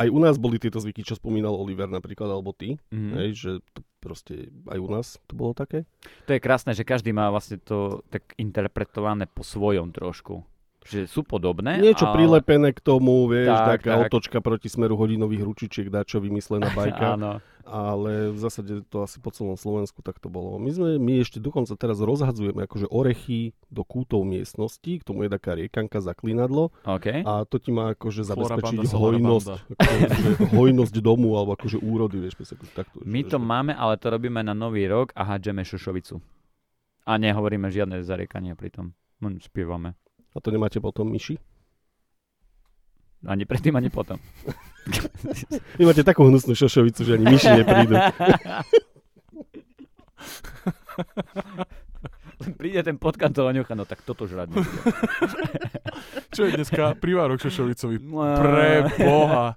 Speaker 2: aj u nás boli tieto zvyky, čo spomínal Oliver napríklad, alebo ty,
Speaker 1: Mhm.
Speaker 2: hej, že to proste aj u nás to bolo také.
Speaker 1: To je krásne, že každý má vlastne to tak interpretované po svojom trošku. Že sú podobné,
Speaker 2: Niečo
Speaker 1: ale...
Speaker 2: prilepené k tomu, vieš,
Speaker 1: Tak,
Speaker 2: taká
Speaker 1: tak.
Speaker 2: otočka proti smeru hodinových ručičiek, dačo
Speaker 1: *laughs*
Speaker 2: vymyslená bajka.
Speaker 1: Áno.
Speaker 2: ale v zásade to asi po celom Slovensku tak to bolo. My sme, my ešte dokonca teraz rozhadzujeme akože orechy do kútov miestnosti, k tomu je taká riekanka, zaklinadlo
Speaker 1: OK.
Speaker 2: a to ti má akože
Speaker 3: Flora
Speaker 2: zabezpečiť
Speaker 3: banda, solera
Speaker 2: hojnosť, akože hojnosť domu alebo akože úrody, vieš, proste akože takto.
Speaker 1: My
Speaker 2: že-
Speaker 1: to
Speaker 2: že-
Speaker 1: máme, ale to robíme na nový rok a hádžeme šošovicu. A nehovoríme žiadne zariekania pri tom. Len spievame.
Speaker 2: A to nemáte potom myši?
Speaker 1: Ani predtým, ani potom.
Speaker 2: Vy máte takú hnusnú šošovicu, že ani
Speaker 1: *laughs*
Speaker 2: myši neprídu.
Speaker 1: Len príde ten potkan toho ňucha, no tak toto žrať nebudem.
Speaker 3: Čo je dneska privárok Šošovicovi?
Speaker 1: No.
Speaker 3: Pre Boha.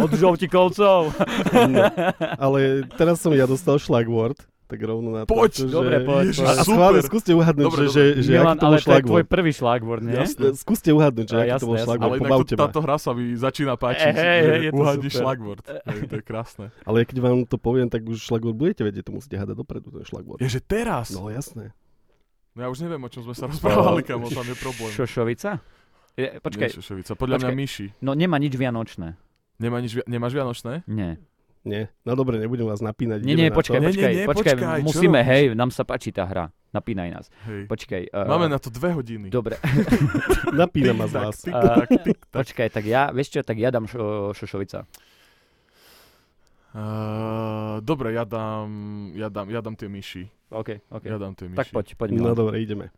Speaker 1: Od žovtikovcov.
Speaker 2: No. *laughs* Ale teraz som ja dostal šlagword, tak rovno na to. že-
Speaker 3: Poď!
Speaker 1: Dobre, poď,
Speaker 3: Ježiš,
Speaker 1: poď.
Speaker 2: A schválne,
Speaker 3: super.
Speaker 2: skúste uhadnúť,
Speaker 3: Dobre,
Speaker 2: že, že, že
Speaker 1: Milan,
Speaker 2: aký to bol
Speaker 1: ale to je tvoj
Speaker 2: šlagword.
Speaker 1: prvý šlagvord, nie?
Speaker 2: Jasné, Skúste uhadnúť, že
Speaker 1: A
Speaker 2: aký
Speaker 1: jasné,
Speaker 2: to bol
Speaker 1: jasné.
Speaker 2: šlagvord,
Speaker 3: Ale inak
Speaker 2: pobavte
Speaker 3: to,
Speaker 2: ma.
Speaker 3: táto hra sa mi začína páčiť.
Speaker 1: Eh, hej,
Speaker 3: že
Speaker 1: hej, je to
Speaker 3: uhádneš
Speaker 1: super.
Speaker 3: šlagvord. Hej, to je krásne.
Speaker 2: Ale keď vám to poviem, tak už šlagvord budete vedieť, to musíte hádať dopredu, ten šlagvord.
Speaker 3: Ježe teraz?
Speaker 2: No
Speaker 3: No.
Speaker 2: jasné.
Speaker 3: ja už neviem, o čom sme sa
Speaker 1: No.
Speaker 3: rozprávali, kamo, tam je problém.
Speaker 1: Šošovica? Je,
Speaker 3: Nie,
Speaker 1: počkaj,
Speaker 3: Šošovica. Podľa mňa
Speaker 1: počkaj.
Speaker 3: myši.
Speaker 1: no nemá nič vianočné.
Speaker 3: Nemá nič, vi- nemáš vianočné?
Speaker 1: Nie.
Speaker 2: Nie, no dobre, nebudem vás napínať.
Speaker 1: Nie,
Speaker 2: ideme
Speaker 1: nie,
Speaker 2: na
Speaker 1: počkaj,
Speaker 2: to.
Speaker 3: Nie, nie,
Speaker 1: počkaj,
Speaker 3: nie,
Speaker 1: počkaj,
Speaker 3: počkaj, čo
Speaker 1: musíme,
Speaker 3: robíš?
Speaker 1: hej, nám sa páči tá hra. Napínaj nás.
Speaker 3: Hej.
Speaker 1: Počkaj. Uh,
Speaker 3: Máme na to dve hodiny. *laughs*
Speaker 1: Dobre,
Speaker 2: Napínam ma z
Speaker 3: Tak,
Speaker 2: vás.
Speaker 3: Tik,
Speaker 1: A-
Speaker 3: tak, tik, tak.
Speaker 1: počkaj, tak ja, vieš čo, tak ja dám šo, Šošovica.
Speaker 3: Uh, dobre, ja dám, ja dám, ja dám tie myši.
Speaker 1: OK, OK.
Speaker 3: Ja dám tie myši.
Speaker 1: tak poď, poď.
Speaker 2: No
Speaker 1: Milan.
Speaker 2: dobre, ideme.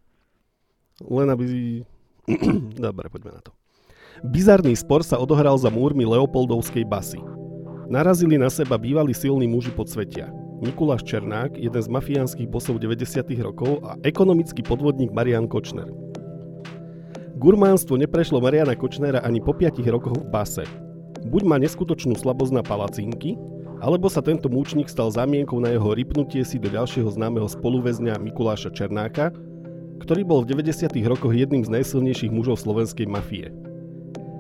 Speaker 2: Len aby... *clears throat* dobre, poďme na to. Bizarný spor sa odohral za múrmi Leopoldovskej basy. Narazili na seba bývalí silní muži podsvetia. Mikuláš Černák, jeden z mafiánskych bosov 90. rokov a ekonomický podvodník Marian Kočner. Gurmánstvo neprešlo Mariana Kočnera ani po 5 rokoch v base. Buď má neskutočnú slabosť na palacinky, alebo sa tento múčnik stal zamienkou na jeho rypnutie si do ďalšieho známeho spoluväzňa Mikuláša Černáka, ktorý bol v 90. rokoch jedným z najsilnejších mužov slovenskej mafie.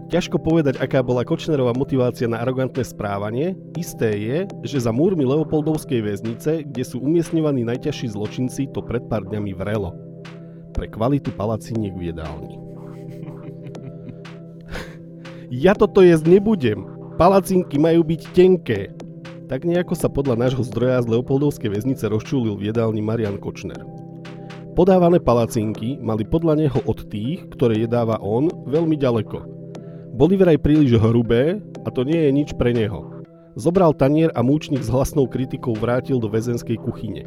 Speaker 2: Ťažko povedať, aká bola Kočnerová motivácia na arogantné správanie, isté je, že za múrmi Leopoldovskej väznice, kde sú umiestňovaní najťažší zločinci, to pred pár dňami vrelo. Pre kvalitu palaciniek v jedálni. *laughs* ja toto jesť nebudem. Palacinky majú byť tenké. Tak nejako sa podľa nášho zdroja z Leopoldovskej väznice rozčúlil v jedálni Marian Kočner. Podávané palacinky mali podľa neho od tých, ktoré jedáva on, veľmi ďaleko. Boli vraj príliš hrubé a to nie je nič pre neho. Zobral tanier a múčnik s hlasnou kritikou vrátil do väzenskej kuchyne.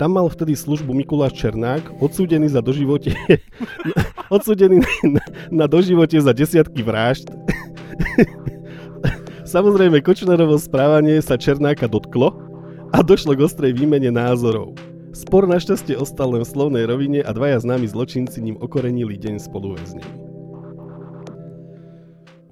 Speaker 2: Tam mal vtedy službu Mikuláš Černák, odsúdený za doživote, *laughs* odsúdený na, na doživote za desiatky vražd. Samozrejme, Kočnerovo správanie sa Černáka dotklo a došlo k ostrej výmene názorov. Spor našťastie ostal len v slovnej rovine a dvaja známi zločinci ním okorenili deň spoluväznení.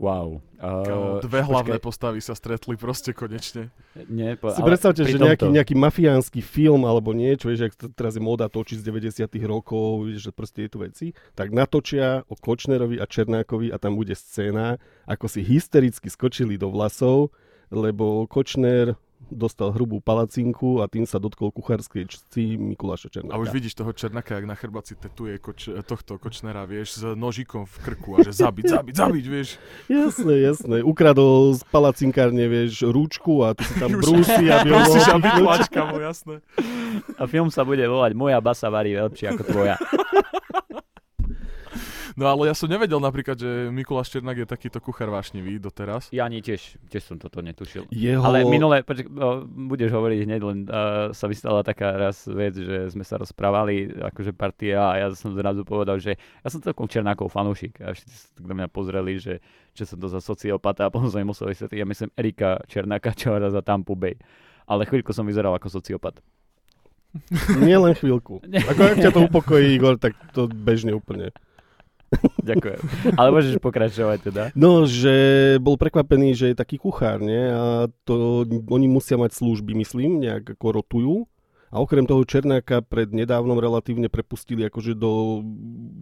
Speaker 1: Wow.
Speaker 3: Kámo,
Speaker 1: Uh,
Speaker 3: Dve hlavné postavy sa stretli proste konečne.
Speaker 1: nie, po,
Speaker 2: Si
Speaker 1: ale
Speaker 2: predstavte,
Speaker 1: pri
Speaker 2: že
Speaker 1: tomto.
Speaker 2: nejaký, nejaký mafiánsky film alebo niečo, vieš, ak t- teraz je móda točiť z 90 rokov, vieš, že proste je tu veci, tak natočia o Kočnerovi a Černákovi a tam bude scéna, ako si hystericky skočili do vlasov, lebo Kočner dostal hrubú palacinku a tým sa dotkol kuchárskej čci Mikuláša Černáka.
Speaker 3: A už vidíš toho Černaka, jak na chrbáci tetuje koč, tohto Kočnera, vieš, s nožikom v krku a že zabiť, zabiť, zabiť, vieš.
Speaker 1: *laughs*
Speaker 2: Jasné, jasné. Ukradol z palacinkárne, vieš, rúčku a ty si tam brúsi, aby ho
Speaker 3: Prosíš,
Speaker 2: mohol
Speaker 3: aby
Speaker 2: pichnúť.
Speaker 3: tlačka mu, jasné.
Speaker 1: A film sa bude volať Moja basa varí lepšie ako tvoja.
Speaker 3: No ale ja som nevedel napríklad, že Mikuláš Černak je takýto kuchár vášnivý doteraz.
Speaker 1: Ja ani tiež, tiež som toto netušil.
Speaker 2: Jeho...
Speaker 1: Ale minule, počk- no, budeš hovoriť hneď, len uh, sa vystala taká raz vec, že sme sa rozprávali, akože partia a ja som zrazu povedal, že ja som celkom Černákov fanúšik a všetci sa tak na mňa pozreli, že čo som to za sociopata a potom som im musel vysvetliť, ja myslím Erika Černáka, čo hra za Tampa Bay. Ale chvíľku som vyzeral ako sociopat.
Speaker 2: *laughs* Nie len chvíľku. Ako ak ťa to upokojí, Igor, tak to bežne úplne.
Speaker 1: Ďakujem. *laughs* Ale môžeš pokračovať teda.
Speaker 2: No, že bol prekvapený, že je taký kuchár, nie? A to, oni musia mať služby, myslím, nejak ako rotujú. A okrem toho Černáka pred nedávnom relatívne prepustili akože do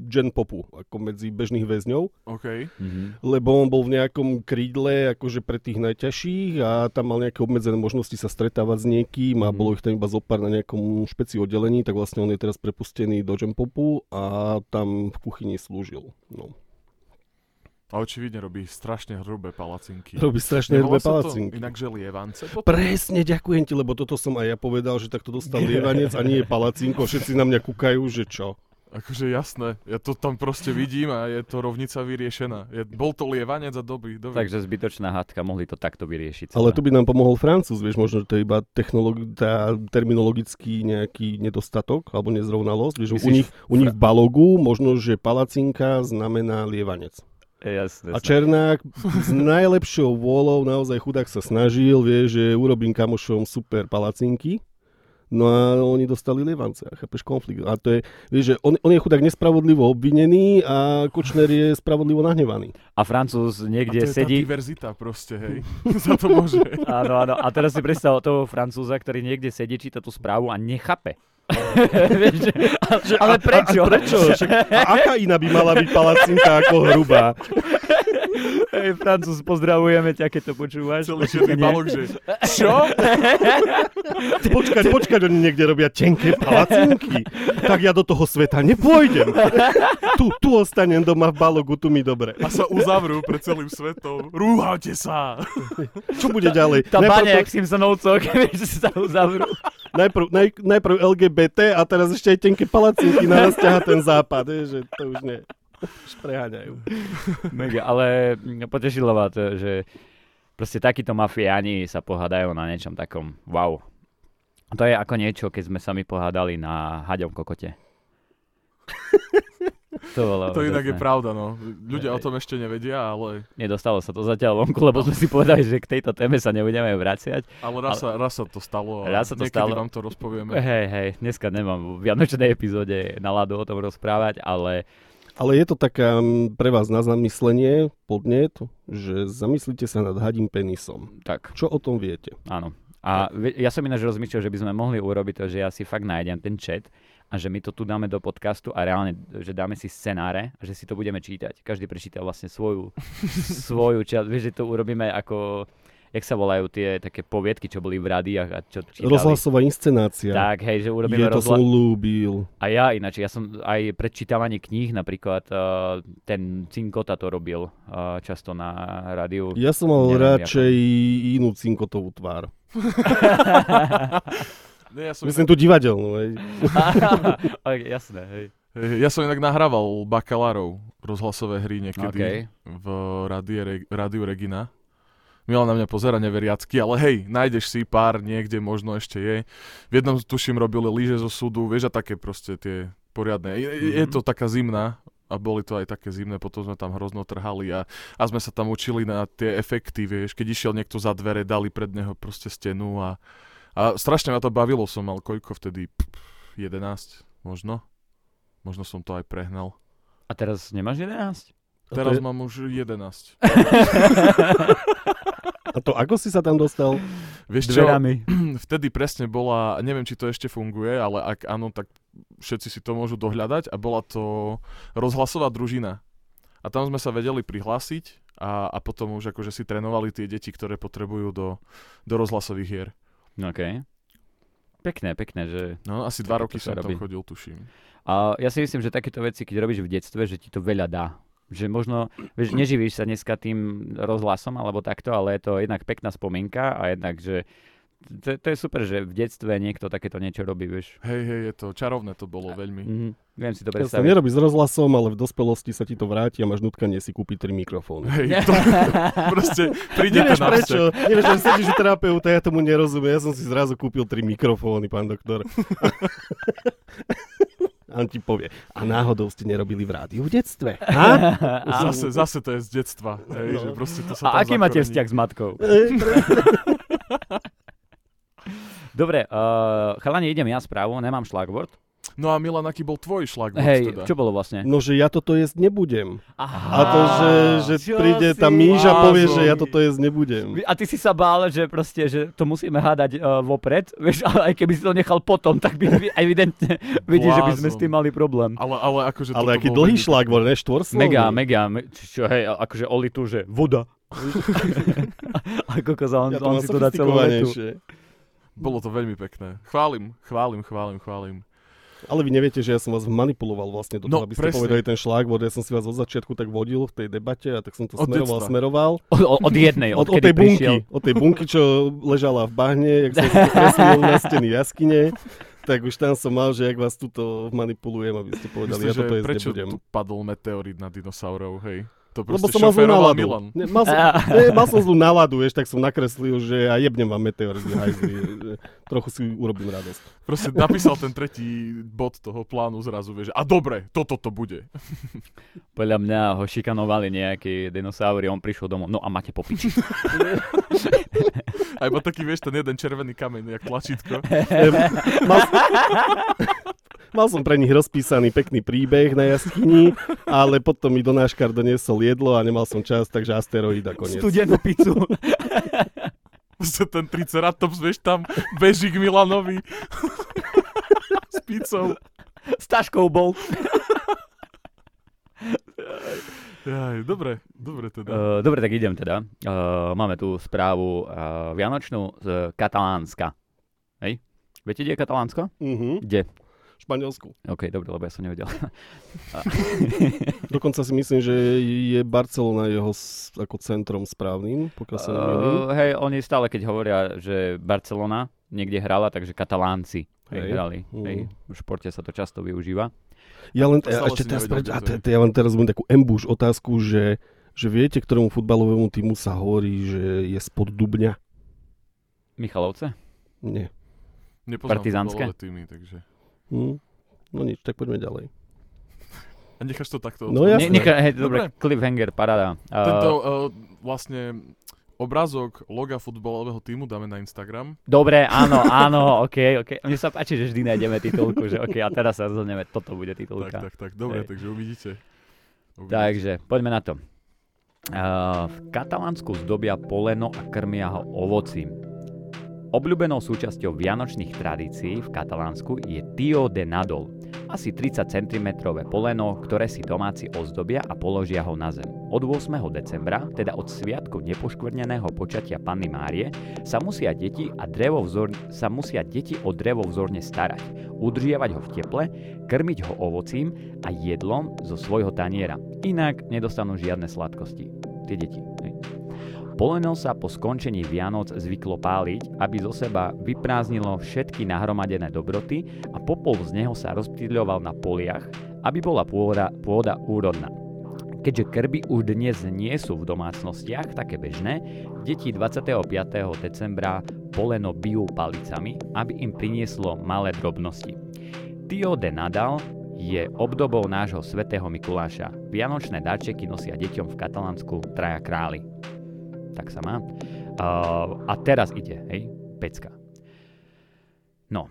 Speaker 2: gen popu, ako medzi bežných väzňov,
Speaker 3: OK.
Speaker 1: Mhm.
Speaker 2: lebo on bol v nejakom krídle akože pre tých najťažších a tam mal nejaké obmedzené možnosti sa stretávať s niekým a
Speaker 1: Mhm.
Speaker 2: bolo ich tam iba zopár na nejakom špeci oddelení, tak vlastne on je teraz prepustený do gen popu a tam v kuchyni slúžil. No.
Speaker 3: A očividne robí strašne hrubé palacinky.
Speaker 2: Robí strašne hrubé
Speaker 3: Nebolo sa
Speaker 2: palacinky.
Speaker 3: To inak, že lievance potom?
Speaker 2: Presne, ďakujem ti, lebo toto som aj ja povedal, že takto
Speaker 3: *laughs*
Speaker 2: dostal lievanec a nie je palacinko. Všetci na mňa kúkajú, že čo.
Speaker 3: Akože jasné, ja to tam proste vidím a je to rovnica vyriešená. Je, bol to lievanec a dobrý, dobrý.
Speaker 1: Takže zbytočná hádka, mohli to takto vyriešiť.
Speaker 2: Ale tu by nám pomohol Francúz, vieš, možno, že to je iba technologi- tá terminologický nejaký nedostatok alebo nezrovnalosť. Vieš, u
Speaker 1: Myslíš
Speaker 2: nich, u nich v balogu možno, že palacinka znamená lievanec.
Speaker 1: Jasne,
Speaker 2: A Černák *laughs* s najlepšou vôľou, naozaj chudák sa snažil, vie, že urobím kamošom super palacinky. No a oni dostali Levance, a chápeš konflikt. A to je, vieš, že on, on je chudák nespravodlivo obvinený a Kočner je spravodlivo nahnevaný.
Speaker 1: a Francúz
Speaker 3: a
Speaker 1: niekde
Speaker 3: to je
Speaker 1: sedí.
Speaker 3: tá diverzita proste, hej. *laughs* Za to
Speaker 1: *laughs*
Speaker 3: môže.
Speaker 1: Áno, áno. A teraz si predstav toho Francúza, ktorý niekde sedí, číta tú správu a nechápe. Vieš, že- a- ale prečo?
Speaker 2: A, a prečo? Však, a aká iná by mala byť palacinka ako hrubá?
Speaker 1: Hej, Francúz, pozdravujeme ťa, keď to počúvaš.
Speaker 3: Celý čierny
Speaker 1: Nie.
Speaker 3: balok, že čo?
Speaker 2: *laughs* Počkať, počkať, oni niekde robia tenké palacinky. Tak ja do toho sveta *laughs* nepôjdem. Tu, tu ostanem doma v balogu, tu mi dobre.
Speaker 3: A sa uzavrú pred celým svetom. Rúhajte sa!
Speaker 2: Čo bude ďalej?
Speaker 1: Tá
Speaker 2: Najprv
Speaker 1: báňa,
Speaker 2: to-
Speaker 1: jak Simpsonovcov, *laughs* keď sa uzavrú.
Speaker 2: Najprv, naj, najprv LGBT a teraz ešte aj tenké palacinky na nás ťaha ten západ, je, že to už nie. Už preháňajú.
Speaker 1: Mega, ale mm, potešilo ma to, že proste takíto mafiáni sa pohádajú na niečom takom. Wow. To je ako niečo, keď sme sami pohádali na Haďom
Speaker 3: *laughs*
Speaker 1: kokote. To bolo
Speaker 3: To inak je
Speaker 1: úžasné.
Speaker 3: pravda, no. Ľudia o tom ešte nevedia, ale,
Speaker 1: Nedostalo sa to zatiaľ vonku, lebo sme si povedali, že k tejto téme sa nebudeme vraciať.
Speaker 3: ale, raz, sa, raz sa to stalo. a
Speaker 1: Raz sa to
Speaker 3: niekedy
Speaker 1: stalo.
Speaker 3: vám to rozpovieme.
Speaker 1: Hej, hej, dneska nemám v vianočnej epizóde náladu o tom rozprávať, ale
Speaker 2: Ale je to taká mm, pre vás na zamyslenie, podnet, že zamyslite sa nad hadím penisom.
Speaker 1: Tak,
Speaker 2: Čo o tom viete?
Speaker 1: áno. A ve- ja som ináč rozmýšľal, že by sme mohli urobiť to, že ja si fakt nájdem ten chat a že my to tu dáme do podcastu a reálne, že dáme si scenáre a že si to budeme čítať. Každý prečíta vlastne
Speaker 2: *laughs*
Speaker 1: svoju, svoju časť. Vieš, že to urobíme ako, jak sa volajú tie také poviedky, čo boli v radiách a čo čítali.
Speaker 2: Rozhlasová inscenácia.
Speaker 1: Tak, hej, že urobíme
Speaker 2: Je to
Speaker 1: rozhlas.
Speaker 2: som ľúbil.
Speaker 1: A ja ináč, ja som aj prečítavanie kníh napríklad, uh, ten Cinkota to robil uh, často na rádiu.
Speaker 2: Ja som mal
Speaker 1: Neviem,
Speaker 2: radšej inú cinkotovú tvár.
Speaker 3: Nie, ja, som
Speaker 2: Myslím
Speaker 3: inak,
Speaker 2: tu divadelnú, hej.
Speaker 1: Ok, Jasné, hej.
Speaker 3: ja som inak nahrával bakalárov rozhlasové hry niekedy
Speaker 1: Okej.
Speaker 3: v Radie Re- Rádiu Regina. Milan na mňa pozera neveriacky, ale hej, nájdeš si pár niekde, možno ešte je. V jednom tuším robili lyže zo súdu, vieš, a také proste tie poriadne. Je, je- je
Speaker 1: Mhm.
Speaker 3: to taká zimná a boli to aj také zimné, potom sme tam hrozno trhali a, a sme sa tam učili na tie efekty, vieš, keď išiel niekto za dvere, dali pred neho proste stenu a, a strašne ma to bavilo, som mal koľko vtedy, P- p- 11 možno, možno som to aj prehnal.
Speaker 1: A teraz nemáš 11?
Speaker 2: A to,
Speaker 3: Teraz
Speaker 2: je,
Speaker 3: mám už
Speaker 2: *laughs*
Speaker 3: 11.
Speaker 2: a to ako si sa tam dostal?
Speaker 3: *laughs* Vieš čo,
Speaker 1: Dverami.
Speaker 3: *clears throat* vtedy presne bola, neviem či to ešte funguje, ale ak áno, tak všetci si to môžu dohľadať a bola to rozhlasová družina. A tam sme sa vedeli prihlásiť a, a potom už akože si trénovali tie deti, ktoré potrebujú do, do rozhlasových hier.
Speaker 1: OK. Pekné, pekné, že...
Speaker 3: No asi
Speaker 1: Tak
Speaker 3: dva
Speaker 1: to
Speaker 3: roky
Speaker 1: sa
Speaker 3: som tam
Speaker 1: robí.
Speaker 3: chodil, tuším.
Speaker 1: A ja si myslím, že takéto veci, keď robíš v detstve, že ti to veľa dá. Že možno, vieš, neživíš sa dneska tým rozhlasom alebo takto, ale je to jednak pekná spomienka a jednak, že to, to je super, že v detstve niekto takéto niečo robí, vieš.
Speaker 3: Hej, hej, je to čarovné, to bolo
Speaker 1: *laughs*
Speaker 3: veľmi.
Speaker 1: Mhm, viem si to
Speaker 2: Ja sa
Speaker 1: predstaviť.
Speaker 2: nerobí s rozhlasom, ale v dospelosti sa ti to vráti a máš nutkanie si kúpiť tri mikrofóny.
Speaker 3: Hej, to *laughs* proste príde
Speaker 2: Nevieš
Speaker 3: ten
Speaker 2: prečo,
Speaker 3: prečo.
Speaker 2: nevieš, len sedíš u terapeuta, ja tomu nerozumiem, ja som si zrazu kúpil tri mikrofóny, pán doktor. A on ti povie, a náhodou ste nerobili v rádiu v detstve? Ha?
Speaker 3: Zase, zase to je z detstva. Hej,
Speaker 2: No.
Speaker 3: že proste to sa
Speaker 1: A
Speaker 3: tam
Speaker 1: aký máte
Speaker 3: zakorení.
Speaker 1: vzťah s matkou? Dobre, uh, chalani, idem ja správu, nemám šlagvord.
Speaker 3: No a Milan, aký bol tvoj šlak?
Speaker 1: Hej,
Speaker 3: teda?
Speaker 1: čo bolo vlastne?
Speaker 2: No, že ja toto jesť nebudem.
Speaker 1: Aha,
Speaker 2: A to, že, že
Speaker 1: čo
Speaker 2: príde tá
Speaker 1: si-
Speaker 2: míža a povie,
Speaker 3: blázon.
Speaker 2: že ja toto jesť nebudem.
Speaker 1: A ty si sa bál, že proste, že to musíme hádať uh, vopred, *laughs* vieš, ale aj keby si to nechal potom, tak by by- evidentne *laughs* vidíš, že by sme s tým mali problém.
Speaker 3: Ale, ale akože
Speaker 2: Ale
Speaker 3: toto
Speaker 2: aký
Speaker 3: bol
Speaker 2: dlhý
Speaker 3: veľmi-
Speaker 2: šlak bol, ne? Štvorslovný.
Speaker 1: Mega, mega, me- čo hej, a- akože Oli tu, *laughs* že voda. a kokos, a on,
Speaker 2: Ja to
Speaker 1: on
Speaker 2: mám
Speaker 1: si to dá celú vetu.
Speaker 2: sofistikovanejšie.
Speaker 3: Bolo to veľmi pekné. Chválim, chválim, chválim, chválim.
Speaker 2: Ale vy neviete, že ja som vás manipuloval vlastne do
Speaker 3: No,
Speaker 2: toho, aby ste
Speaker 3: presne.
Speaker 2: povedali ten šlágvord. Ja som si vás od začiatku tak vodil v tej debate a tak som to
Speaker 3: Od
Speaker 2: smeroval,
Speaker 3: detstva.
Speaker 2: smeroval.
Speaker 1: Od, *laughs* od- od jednej,
Speaker 2: Od,
Speaker 1: od,
Speaker 2: od
Speaker 1: kedy
Speaker 2: tej bunky,
Speaker 1: prišiel.
Speaker 2: od tej bunky, čo ležala v bahne, jak som
Speaker 3: *laughs*
Speaker 2: si kreslil na steny jaskyne, tak už tam som mal, že ak vás tuto manipulujem, aby ste povedali,
Speaker 3: Myslím,
Speaker 2: ja toto
Speaker 3: že
Speaker 2: jesť
Speaker 3: prečo
Speaker 2: nebudem.
Speaker 3: tu padol meteorit na dinosaurov, hej? To
Speaker 2: Lebo
Speaker 3: proste
Speaker 2: som mal zlú
Speaker 3: šoferoval
Speaker 2: náladu.
Speaker 3: Milan.
Speaker 2: Ne, mal,
Speaker 3: *laughs*
Speaker 2: som, ne, mal som zlú náladu, vieš, tak som nakreslil, že ja jebnem vám meteor z hajzli. Trochu si urobím radosť.
Speaker 3: Proste napísal ten tretí bod toho plánu zrazu, vieš, a dobre, toto to bude.
Speaker 1: Podľa mňa ho šikanovali nejakí dinosaury, on prišiel domov, no a máte po *laughs* piči.
Speaker 3: A iba taký, vieš, ten jeden červený kameň, jak tlačítko.
Speaker 2: Ne, mal, mal som pre nich rozpísaný pekný príbeh na jaskyni, ale potom mi donáškar doniesol jedlo a nemal som čas, takže asteroida koniec.
Speaker 1: Studenú pizzu. *laughs*
Speaker 3: Proste ten triceratops, vieš, tam beží k Milanovi. *laughs* S pizzou.
Speaker 1: S taškou bol.
Speaker 3: Jaj, dobre, dobre teda.
Speaker 1: Uh, dobre, tak idem teda. Uh, máme tu správu uh, Vianočnú z Katalánska. Hej? Viete, kde je Katalánsko?
Speaker 2: Mhm,
Speaker 1: Kde?
Speaker 2: v Španielsku.
Speaker 1: OK, dobre, lebo ja som nevedel.
Speaker 2: Dokonca si myslím, že je Barcelona jeho s, ako centrom správnym, pokiaľ sa nemýlim.
Speaker 3: Eh,
Speaker 1: Uh, hej, oni stále keď hovoria, že Barcelona niekde hrala, takže Katalánci hej,
Speaker 2: Hej.
Speaker 1: hrali.
Speaker 2: Mhm.
Speaker 1: Hej, v športe sa to často využíva.
Speaker 2: Ja len,
Speaker 3: To
Speaker 2: ja,
Speaker 3: stále
Speaker 2: ešte
Speaker 3: si
Speaker 2: teraz,
Speaker 3: nevedel,
Speaker 2: preč,
Speaker 3: kde
Speaker 2: a
Speaker 3: to je.
Speaker 2: te, te, ja vám teraz budem takú embúš otázku, že, že viete, ktorému futbalovému týmu sa hovorí, že je spod Dubňa?
Speaker 1: Michalovce?
Speaker 2: Nie.
Speaker 3: Nepoznám
Speaker 1: partizánske?
Speaker 3: futbalové týmy, takže...
Speaker 2: Hm? No nič, tak poďme ďalej.
Speaker 3: A necháš to takto?
Speaker 2: No
Speaker 3: otvorené?
Speaker 2: jasné.
Speaker 1: Ne, neka, hej, dobre,
Speaker 3: Dobre.
Speaker 1: cliffhanger, paráda.
Speaker 3: Tento
Speaker 1: Uh,
Speaker 3: uh, vlastne obrázok loga futbalového týmu dáme na Instagram.
Speaker 1: Dobre, áno, áno, *laughs* OK, OK. Mne sa páči, že vždy nájdeme titulku, že OK, a teraz sa rozhodneme, toto bude
Speaker 3: Tak,
Speaker 1: titulka.
Speaker 3: tak, tak, dobre,
Speaker 1: Hej.
Speaker 3: takže uvidíte. Uvidíte.
Speaker 1: Takže poďme na to. Uh, v Katalánsku zdobia poleno a krmia ho ovocím. Obľúbenou súčasťou vianočných tradícií v Katalánsku je Tio de Nadol, asi 30 cm poleno, ktoré si domáci ozdobia a položia ho na zem. Od 8. decembra, teda od sviatku nepoškvrneného počatia Panny Márie, sa musia deti, a drevo vzor... sa musia deti o drevo vzorne starať, udržiavať ho v teple, krmiť ho ovocím a jedlom zo svojho taniera. Inak nedostanú žiadne sladkosti. Tie deti. Hej. Poleno sa po skončení Vianoc zvyklo páliť, aby zo seba vyprázdnilo všetky nahromadené dobroty a popol z neho sa rozptýľoval na poliach, aby bola pôda, pôda úrodná. Keďže krby už dnes nie sú v domácnostiach také bežné, deti 25. decembra poleno bijú palicami, aby im prinieslo malé drobnosti. Tio de Nadal je obdobou nášho svätého Mikuláša. Vianočné darčeky nosia deťom v Katalánsku traja králi. Tak sa má. Uh, a teraz ide, hej, pecka. No,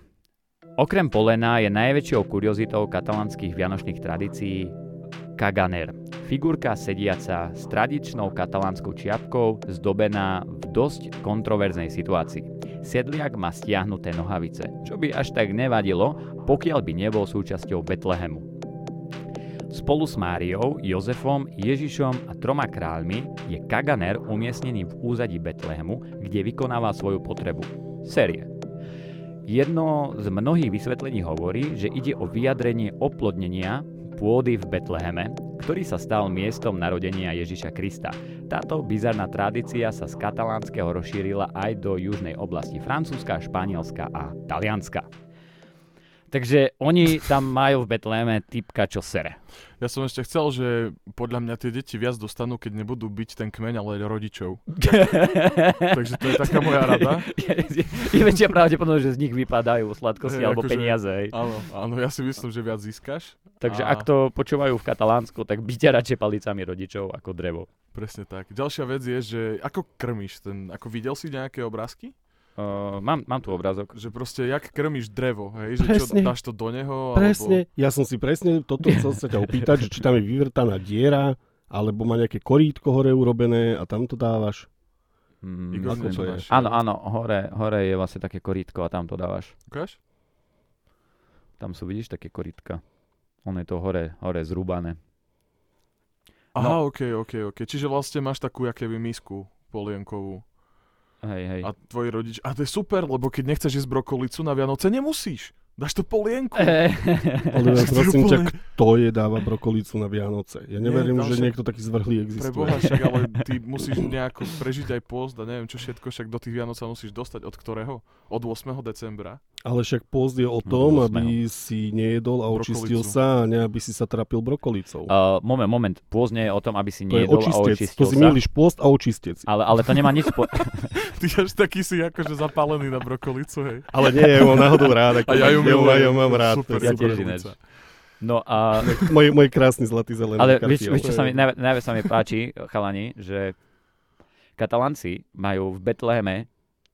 Speaker 1: okrem polena je najväčšou kuriozitou katalánskych vianočných tradícií kaganer. Figurka sediaca s tradičnou katalánskou čiapkou, zdobená v dosť kontroverznej situácii. Sedliak má stiahnuté nohavice, čo by až tak nevadilo, pokiaľ by nebol súčasťou Betlehemu. Spolu s Máriou, Jozefom, Ježišom a troma kráľmi je Kaganer umiestnený v úzadí Betlehemu, kde vykonáva svoju potrebu. Série. Jedno z mnohých vysvetlení hovorí, že ide o vyjadrenie oplodnenia pôdy v Betleheme, ktorý sa stal miestom narodenia Ježiša Krista. Táto bizarná tradícia sa z katalánskeho rozšírila aj do južnej oblasti Francúzska, Španielska a Talianska. Takže oni tam majú v Betleheme typka, čo sere.
Speaker 3: Ja som ešte chcel, že podľa mňa tie deti viac dostanú, keď nebudú byť ten kmeň,
Speaker 1: *laughs*
Speaker 3: ale rodičov. Takže to je taká moja rada.
Speaker 1: Je, *laughs* je, je väčšia pravdepodobnosť, že z nich vypadajú sladkosti
Speaker 3: Hej,
Speaker 1: alebo
Speaker 3: akože-
Speaker 1: peniaze. hej.
Speaker 3: Áno, áno, ja si myslím, že viac získaš.
Speaker 1: Takže
Speaker 3: a-
Speaker 1: ak to počúvajú v Katalánsku, tak byte radšej palicami rodičov ako drevo.
Speaker 3: Presne tak. Ďalšia vec je, že ako krmiš ten, ako videl si nejaké obrázky?
Speaker 1: Uh, mám, mám tu obrázok.
Speaker 3: Že proste, jak krmiš drevo, hej? Že
Speaker 2: Presne.
Speaker 3: čo, dáš to do neho?
Speaker 2: Presne, ja som si presne toto chcel sa ťa opýtať, že či tam je vyvrtaná diera, alebo má nejaké korítko hore urobené a tam to dávaš.
Speaker 1: Mm,
Speaker 3: Igor,
Speaker 1: myslím,
Speaker 3: čo
Speaker 1: že-
Speaker 3: dáš?
Speaker 1: áno, áno, hore, hore je vlastne také korítko a tam to dávaš.
Speaker 3: Alebo, ukáž?
Speaker 1: Tam sú, vidíš, také korítka. On je to hore, hore zrúbané.
Speaker 3: Aha, no. okej, okej, okej. Čiže vlastne máš takú, ja keby misku polienkovú.
Speaker 1: Hej, hej. *laughs*
Speaker 3: A tvoji rodič... A to je super, lebo keď nechceš jesť brokolicu na Vianoce, nemusíš. Dáš to polienku.
Speaker 1: Eh,
Speaker 2: Ale ja
Speaker 3: Ty
Speaker 2: prosím ťa,
Speaker 3: úplne-
Speaker 2: kto je dáva brokolicu na Vianoce? Ja neverím,
Speaker 3: Nie, tam
Speaker 2: že
Speaker 3: však-
Speaker 2: niekto taký zvrhlý
Speaker 3: Pre
Speaker 2: existuje.
Speaker 3: Boha však, ale ty musíš nejako prežiť aj post a neviem čo všetko, však do tých Vianoc sa musíš dostať od ktorého? Od 8. decembra.
Speaker 2: Ale však post je o tom,
Speaker 1: Hm,
Speaker 2: aby si nejedol a očistil
Speaker 3: Brokolicu.
Speaker 2: sa, a ne aby si sa trápil brokolicou.
Speaker 1: Uh, moment, moment. Pôzne je o tom, aby si
Speaker 2: To je
Speaker 1: nejedol a
Speaker 2: očistec.
Speaker 1: očistil
Speaker 2: To si
Speaker 1: sa.
Speaker 2: milíš post a očistec.
Speaker 1: Ale, ale to nemá nič spo...
Speaker 3: Ty až taký si akože zapálený na brokolicu, hej.
Speaker 2: Ale nie, ja ju mám náhodou
Speaker 3: *laughs*
Speaker 2: rád. Ako
Speaker 3: A ja ju milujem.
Speaker 2: Ja ju mám rád.
Speaker 3: Super,
Speaker 1: Ja
Speaker 3: super
Speaker 1: tiež ináč.
Speaker 3: ulica.
Speaker 1: No a...
Speaker 2: *laughs* Môj, môj krásny zlatý zelený
Speaker 1: Ale vieš,
Speaker 2: kartiel.
Speaker 1: vieš čo sa mi, najvi- najviac sa mi páči, chalani, že Katalanci majú v Betleheme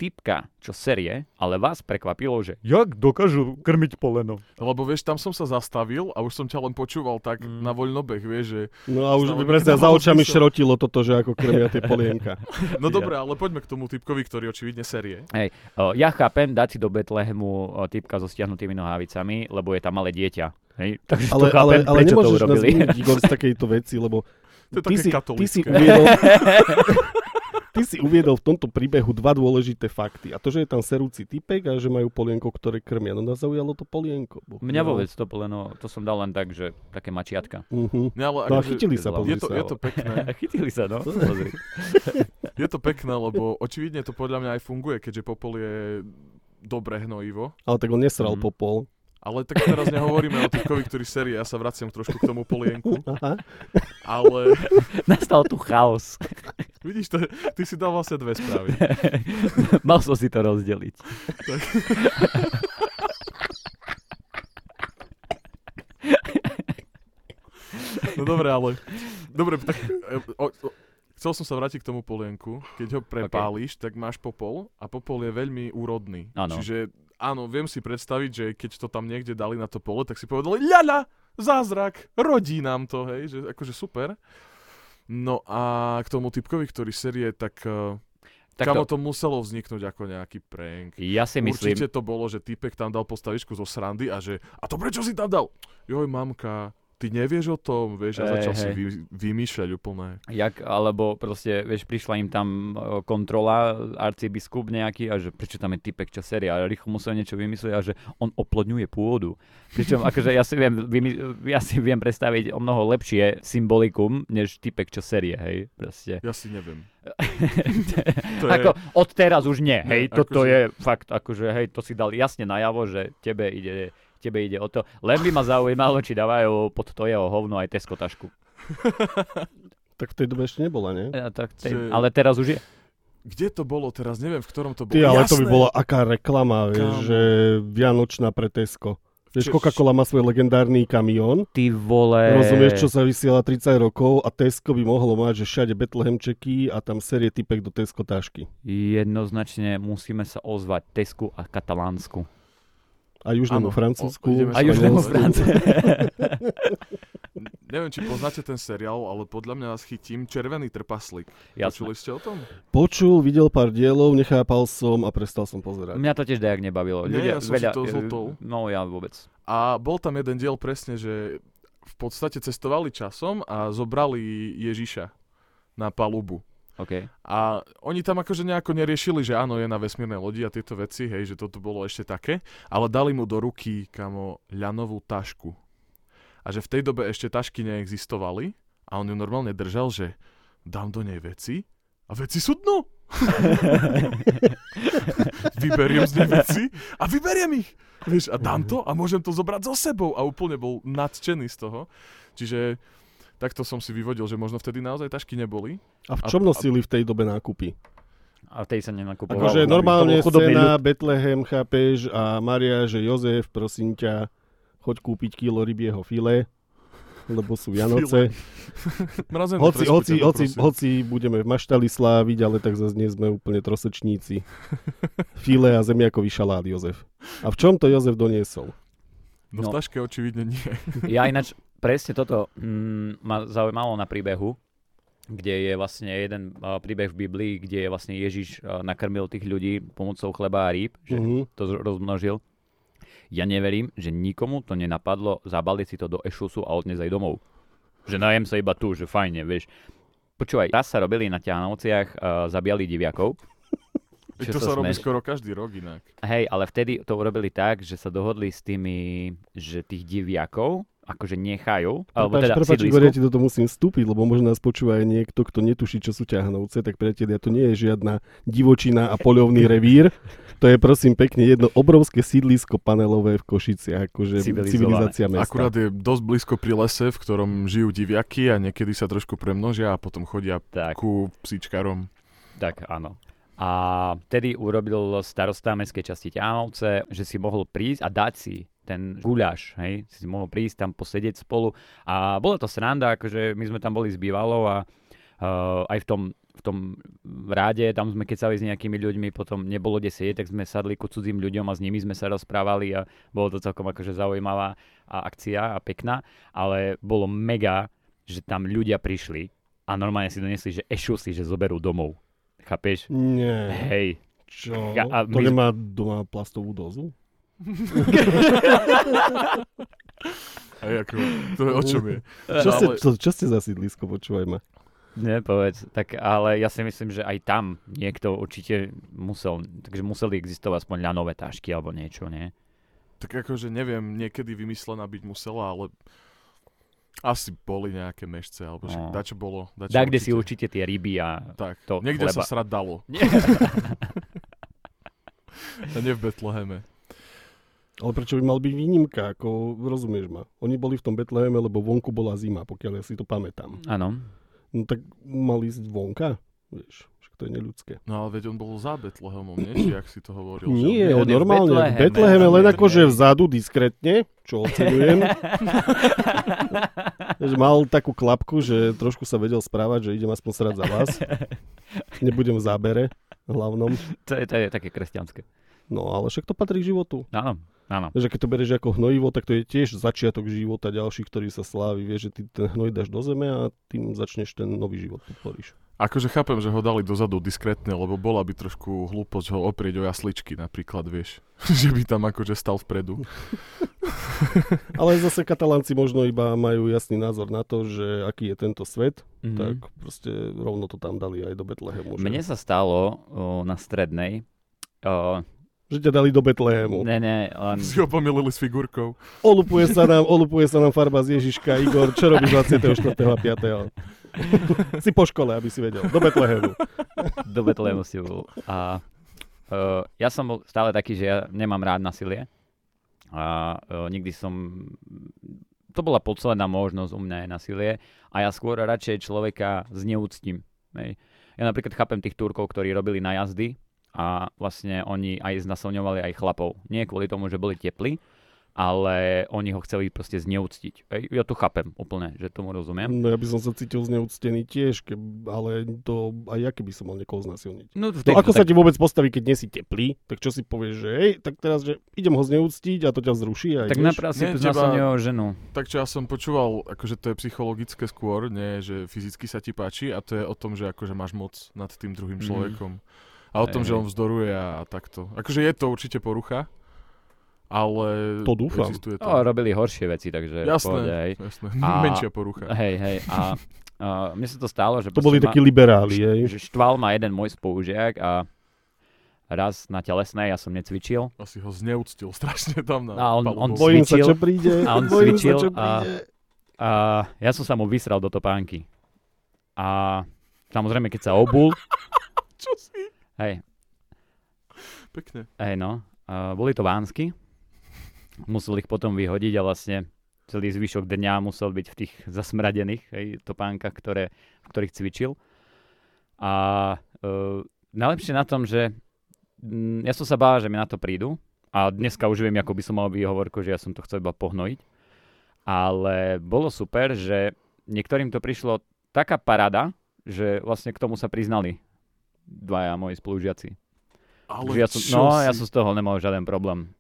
Speaker 1: typka, čo serie, ale vás prekvapilo, že jak dokážu krmiť poleno.
Speaker 3: Lebo vieš, tam som sa zastavil a už som ťa len počúval tak
Speaker 1: Mm.
Speaker 3: na voľnobeh, vieš, že...
Speaker 2: No a už
Speaker 3: Stále
Speaker 2: by presne
Speaker 3: nedávalo
Speaker 2: za očami
Speaker 3: zmysel.
Speaker 2: šrotilo toto, že ako krmia
Speaker 1: *laughs*
Speaker 2: tie polienka.
Speaker 3: No
Speaker 1: Ja.
Speaker 3: dobre, ale poďme k tomu typkovi, ktorý očividne serie.
Speaker 1: O, ja chápem dať si do Betlehemu o, typka so stiahnutými nohavicami, lebo je tam malé dieťa. Hej? *laughs* Takže
Speaker 2: Ale,
Speaker 1: to chápem,
Speaker 2: ale, ale
Speaker 1: prečo to
Speaker 2: nemôžeš nás
Speaker 1: urobili.
Speaker 2: viniť, Igor, z takejto veci, lebo
Speaker 3: *laughs*
Speaker 2: ty,
Speaker 3: To je také
Speaker 2: si, ty,
Speaker 3: katolické.
Speaker 2: si uviedol,
Speaker 1: *laughs*
Speaker 2: ty si uviedol v tomto príbehu dva dôležité fakty. A to, že je tam serúci typek a že majú polienko, ktoré krmia. No nás zaujalo to polienko.
Speaker 1: *laughs*
Speaker 2: Boh.
Speaker 1: Mňa
Speaker 2: No.
Speaker 1: vôbec to poleno, to som dal len tak, že také mačiatka.
Speaker 2: Mhm.
Speaker 3: Ne, ale
Speaker 2: No a
Speaker 3: akože-
Speaker 2: chytili sa,
Speaker 1: Je
Speaker 2: pozri
Speaker 3: je to,
Speaker 2: sa.
Speaker 3: je to pekné.
Speaker 1: Chytili sa, no. *laughs* Pozri.
Speaker 3: Je to pekné, lebo očividne to podľa mňa aj funguje, keďže popol je dobré hnojivo.
Speaker 2: Ale tak on
Speaker 1: Mhm.
Speaker 2: nesral popol.
Speaker 3: Ale tak teraz nehovoríme o typkovi, ktorý série, ja sa vraciam trošku k tomu polienku,
Speaker 2: Aha.
Speaker 3: ale
Speaker 1: Nastal tu chaos. *laughs*
Speaker 3: vidíš, to, ty si dal vlastne dve správy.
Speaker 1: Mal som si to rozdeliť.
Speaker 3: No dobre, ale... Dobre, tak... e, O, o, chcel som sa vrátiť k tomu polienku. Keď ho prepáliš, tak máš popol a popol je veľmi úrodný.
Speaker 1: Áno.
Speaker 3: Čiže áno, viem si predstaviť, že keď to tam niekde dali na to pole, tak si povedali ľaľa, zázrak, rodí nám to, hej, že akože super. No a k tomu typkovi, ktorý série, tak, e, tak kamo to... to muselo vzniknúť ako nejaký prank.
Speaker 1: Ja si myslím,
Speaker 3: Určite to bolo, že typek tam dal postavičku zo srandy a že a to prečo si tam dal? Joj, mamka, ty nevieš o tom, vieš,
Speaker 1: Hej,
Speaker 3: a začal si
Speaker 1: hej.
Speaker 3: vy, vymýšľať úplne.
Speaker 1: jak, alebo proste, vieš, prišla im tam e, kontrola, arcibiskup nejaký a že prečo tam je typek, čo séria, a rýchlo musel niečo vymyslieť a že on oplodňuje pôdu. Pričom akože ja si viem, vymy- ja si viem predstaviť o mnoho lepšie symbolikum, než typek, čo série, hej, proste.
Speaker 3: Ja si neviem.
Speaker 1: to
Speaker 3: To
Speaker 1: je...
Speaker 3: je-
Speaker 1: Ako od teraz už nie, hej,
Speaker 3: Ne,
Speaker 1: toto
Speaker 3: akože-
Speaker 1: je fakt, akože hej, to si dal jasne najavo, že tebe ide, tebe ide o to. Len by ma zaujímalo, či dávajú pod to jeho hovno aj Tesco tašku.
Speaker 2: Tak v tej dobe ešte nebola, nie?
Speaker 1: E, tak tej,
Speaker 3: Že-
Speaker 1: ale teraz už je.
Speaker 3: Kde to bolo teraz, neviem, v ktorom to bolo.
Speaker 2: Ty, ale
Speaker 3: Jasné,
Speaker 2: to by bola aká reklama, vieš,
Speaker 3: Kámo.
Speaker 2: že Vianočná pre Tesco. Vieš,
Speaker 3: Čo-
Speaker 2: Coca-Cola má svoj legendárny kamión,
Speaker 1: Ty vole.
Speaker 2: rozumieš, čo sa vysiela 30 rokov a Tesco by mohlo mať, že všade Betlehemčeky a tam série typek do Tesco tášky.
Speaker 1: Jednoznačne musíme sa ozvať Tesku a Katalánsku.
Speaker 2: A Južnému
Speaker 3: Áno,
Speaker 2: Francúzsku.
Speaker 3: o- ideme
Speaker 1: A Južnému
Speaker 3: Španielsku.
Speaker 1: Francúzsku.
Speaker 3: *laughs* Neviem, či poznáte ten seriál, ale podľa mňa vás chytím. Červený trpaslík.
Speaker 1: Jasné.
Speaker 3: Počuli ste o tom?
Speaker 2: Počul, videl pár dielov, nechápal som a prestal som pozerať.
Speaker 1: Mňa to tiež dajak nebavilo.
Speaker 3: Nie,
Speaker 1: Ľudia
Speaker 3: ja som si to zhotol.
Speaker 1: No ja vôbec.
Speaker 3: A bol tam jeden diel presne, že v podstate cestovali časom a zobrali Ježiša na palubu.
Speaker 1: OK.
Speaker 3: A oni tam akože nejako neriešili, že áno, je na vesmírnej lodi a tieto veci, hej, že toto bolo ešte také, ale dali mu do ruky, kamo, ľanovú tašku. A že v tej dobe ešte tašky neexistovali a on ju normálne držal, že dám do nej veci a veci sú dno. vyberiem z nej veci a vyberiem ich. Vieš, a dám to a môžem to zobrať so sebou. A úplne bol nadšený z toho. Čiže takto som si vyvodil, že možno vtedy naozaj tašky neboli.
Speaker 2: A v čom nosili v tej dobe nákupy?
Speaker 1: A v tej sa nenakupoval.
Speaker 2: Akože
Speaker 1: To bol
Speaker 2: normálne
Speaker 1: chudobný ľud.
Speaker 2: scéna, Betlehem, chápeš, a Maria, že Jozef, prosím ťa, choď kúpiť kilo rybieho file, lebo sú Vianoce.
Speaker 3: Mrazené *laughs*
Speaker 2: Hoci,
Speaker 3: tresky
Speaker 2: hoci,
Speaker 3: ťa
Speaker 2: hoci,
Speaker 3: poprosím.
Speaker 2: hoci budeme v Maštali sláviť, ale tak zase nie sme úplne
Speaker 3: *laughs*
Speaker 2: trosečníci. File a zemiakový šalát, Jozef. A v čom to Jozef doniesol?
Speaker 3: No,
Speaker 1: No.
Speaker 3: v taške očividne nie.
Speaker 1: Ja ináč presne toto mm, ma zaujímalo na príbehu, kde je vlastne jeden a, príbeh v Biblii, kde je vlastne Ježiš a, nakrmil tých ľudí pomocou chleba a rýb, že
Speaker 2: Mhm.
Speaker 1: to zro- rozmnožil. Ja neverím, že nikomu to nenapadlo zabaliť si to do ešusu a odniesť aj domov. Že najem sa iba tu, že fajne, vieš. Počúvaj, raz sa robili na Ťahanovciach, uh, zabíjali diviakov.
Speaker 3: *laughs* Čo to sa robí skoro každý rok inak.
Speaker 1: Hej, ale vtedy to urobili tak, že sa dohodli s tými, že tých diviakov akože nechajú, alebo
Speaker 2: Prepáč,
Speaker 1: teda v
Speaker 2: prepáč,
Speaker 1: sídlisku.
Speaker 2: Igor, ja ti do toho musím vstúpiť, lebo možno nás počúva aj niekto, kto netuší, čo sú ťahnovce, tak priatelia, to nie je žiadna divočina a poľovný revír. To je prosím pekne jedno obrovské sídlisko panelové v Košiciach, akože
Speaker 1: Civilizované.
Speaker 2: civilizácia mesta.
Speaker 3: Akurát je dosť blízko pri lese, v ktorom žijú diviaky a niekedy sa trošku premnožia a potom chodia
Speaker 1: Tak,
Speaker 3: ku psíčkarom.
Speaker 1: tak áno. A vtedy urobil starosta mestskej časti Ťahanovce, že si mohol prísť a dať si ten guľaš, hej, si mohol prísť tam posedieť spolu a bola to sranda, akože my sme tam boli s bývalou a uh, aj v tom, v tom ráde, tam sme kecali s nejakými ľuďmi, potom nebolo kde sedieť, tak sme sadli ku cudzím ľuďom a s nimi sme sa rozprávali a bolo to celkom akože zaujímavá a akcia a pekná, ale bolo mega, že tam ľudia prišli a normálne si donesli, že ešusy, že zoberú domov. Chápeš?
Speaker 2: Nie,
Speaker 1: Hej.
Speaker 2: čo?
Speaker 1: Ja- a
Speaker 2: to
Speaker 1: my-
Speaker 2: nemá doma plastovú dozu?
Speaker 3: A ako, to je o čom je.
Speaker 1: E,
Speaker 2: Čo, ste,
Speaker 3: ale-
Speaker 2: čo, čo ste za sídlisko, počúvaj ma.
Speaker 1: Nepovedz. Tak ale ja si myslím, že aj tam niekto určite musel, takže museli existovať aspoň ľanové tašky alebo niečo, nie?
Speaker 3: Tak akože neviem, niekedy vymyslená byť musela, ale asi boli nejaké mešce, alebo že
Speaker 1: No.
Speaker 3: dačo bolo. Dačo
Speaker 1: Da, kde si určite tie ryby a...
Speaker 3: Tak,
Speaker 1: to
Speaker 3: niekde
Speaker 1: chleba.
Speaker 3: sa srad
Speaker 1: *laughs*
Speaker 3: dalo.
Speaker 1: Nie.
Speaker 3: A nie v Betleheme.
Speaker 2: Ale prečo by mal byť výnimka, ako rozumieš ma? Oni boli v tom Betleheme, lebo vonku bola zima, pokiaľ ja si to pamätám.
Speaker 1: *laughs* Áno.
Speaker 2: No tak mali ísť vonka, vieš, však to je neľudské.
Speaker 3: No ale veď on bol za Betlehemom, nie? Či jak si to hovoril. že no. on-
Speaker 2: Nie,
Speaker 1: on
Speaker 2: on
Speaker 1: je v
Speaker 2: normálne v
Speaker 1: Betleheme.
Speaker 2: Betleheme, len
Speaker 3: Betleheme.
Speaker 2: akože vzadu diskrétne, čo
Speaker 1: *laughs*
Speaker 2: ocenujem. Že mal takú klapku, že trošku sa vedel správať, že idem aspoň srať
Speaker 1: *laughs*
Speaker 2: za vás. Nebudem v zábere hlavnom.
Speaker 1: To je, to je také kresťanské. No,
Speaker 2: No ale však to patrí k životu.
Speaker 1: Áno, áno.
Speaker 2: Že keď to bereš ako hnojivo, tak to je tiež začiatok života ďalší, ktorý sa slávi. Vieš, že ty ten hnoj dáš do zeme a tým začneš ten nový život podporíš.
Speaker 3: Akože chápem, že ho dali dozadu diskrétne, lebo bola by trošku hlúposť ho oprieť o jasličky napríklad, vieš. *laughs* že by tam akože stal vpredu.
Speaker 2: Ale zase katalánci možno iba majú jasný názor na to, že aký je tento svet,
Speaker 1: Mhm.
Speaker 2: tak proste rovno to tam dali aj do Betlehemu. Že,
Speaker 1: Mne sa stalo o, na strednej, o,
Speaker 2: že ťa dali do Betlehemu.
Speaker 1: ne, ne, len,
Speaker 3: *laughs* Si ho pomýlili s figurkou.
Speaker 2: Olupuje sa nám, olupuje sa nám farba z Ježiška, Igor, čo robíš
Speaker 1: *laughs*
Speaker 2: 24.5. si po škole, aby si vedel. Do Betlehemu.
Speaker 1: do Betlehemu si bol. A uh, ja som bol stále taký, že ja nemám rád nasilie. A uh, nikdy som... To bola posledná možnosť u mňa je nasilie. A ja skôr radšej človeka zneúctim. Hej. Ja napríklad chápem tých Turkov, ktorí robili najazdy a vlastne oni aj znasilňovali aj chlapov. Nie kvôli tomu, že boli teplí, ale oni ho chceli proste zneúctiť. Hej. Ja to chápem úplne, že tomu rozumiem.
Speaker 2: No ja by som sa cítil zneúctený tiež, keb, ale to aj ja keby som mal niekoho znasilniť.
Speaker 1: No,
Speaker 2: To, ako sa ti vôbec postaví, keď nie si teplý, tak čo si povieš, že hej, tak teraz, že idem ho zneúctiť a to ťa vzruší a
Speaker 1: tak
Speaker 2: ideš?
Speaker 1: napríklad si
Speaker 3: Nie, teba-
Speaker 1: znasilňoval ženu.
Speaker 3: Tak čo ja som počúval, akože to je psychologické skôr, nie, že fyzicky sa ti páči a to je o tom, že akože máš moc nad tým druhým
Speaker 1: Mhm.
Speaker 3: človekom. A o tom,
Speaker 1: Hej, hej.
Speaker 3: že on vzdoruje a, a takto. Akože je to určite porucha, ale
Speaker 2: To dúfam.
Speaker 3: existuje to.
Speaker 1: No, robili horšie veci, takže
Speaker 3: Jasné.
Speaker 1: Jasné. Pohode, hej.
Speaker 3: Jasné, *laughs*
Speaker 1: A-
Speaker 3: menšia porucha.
Speaker 1: hej, hej. A, a mne sa to stalo, že...
Speaker 2: To boli
Speaker 1: proste
Speaker 2: takí
Speaker 1: ma,
Speaker 2: liberáli, hej.
Speaker 1: že štval ma jeden môj spolužiak a raz na telesnej ja som necvičil
Speaker 3: Asi ho zneúctil *laughs* strašne tam na
Speaker 1: A No, on-
Speaker 3: palubu.
Speaker 1: on
Speaker 2: Bojím sa,
Speaker 1: cvičil
Speaker 2: čo príde.
Speaker 1: *laughs* a on
Speaker 2: Bojím
Speaker 1: cvičil
Speaker 2: sa, čo
Speaker 1: a-
Speaker 2: príde.
Speaker 1: a ja som sa mu vysral do topánky. A samozrejme, keď sa obul,
Speaker 3: Čo si?
Speaker 1: hej,
Speaker 3: Pekne.
Speaker 1: hej no, a boli to vánsky, musel ich potom vyhodiť a vlastne celý zvyšok dňa musel byť v tých zasmradených hej, topánkach, ktoré, v ktorých cvičil. A e, najlepšie na tom, že mm, ja som sa bál, že mi na to prídu a dneska už viem, ako by som mal výhovorku, že ja som to chcel iba pohnojiť. Ale bolo super, že niektorým to prišlo taká parada, že vlastne k tomu sa priznali dvaja moji spolužiaci.
Speaker 3: Ale
Speaker 1: Že ja som,
Speaker 3: čo
Speaker 1: no, ja
Speaker 3: si?
Speaker 1: som z toho nemal žiaden problém.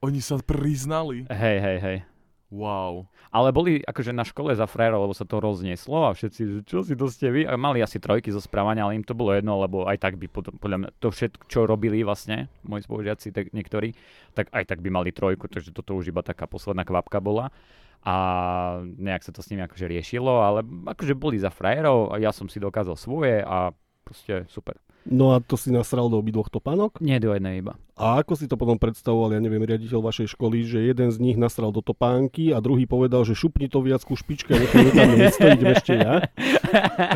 Speaker 3: Oni sa priznali.
Speaker 1: Hej, hej, hej. *laughs*
Speaker 3: Wow.
Speaker 1: Ale boli akože na škole za frajerov, lebo sa to roznieslo a všetci, že čo si to ste vy? A mali asi trojky zo správania, ale im to bolo jedno, lebo aj tak by potom, podľa mňa, to všetko, čo robili vlastne, moji spolužiaci, tak niektorí, tak aj tak by mali trojku, takže toto už iba taká posledná kvapka bola. A nejak sa to s nimi akože riešilo, ale akože boli za frajerov a ja som si dokázal svoje a proste super.
Speaker 2: No a to si nasral do obidvoch topánok?
Speaker 1: Nie do jednej iba.
Speaker 2: A ako si to potom predstavoval, ja neviem, riaditeľ vašej školy, že jeden z nich nasral do topánky a druhý povedal, že šupni to viac ku špičke, nechaj mi tam miesto, idem ešte ja.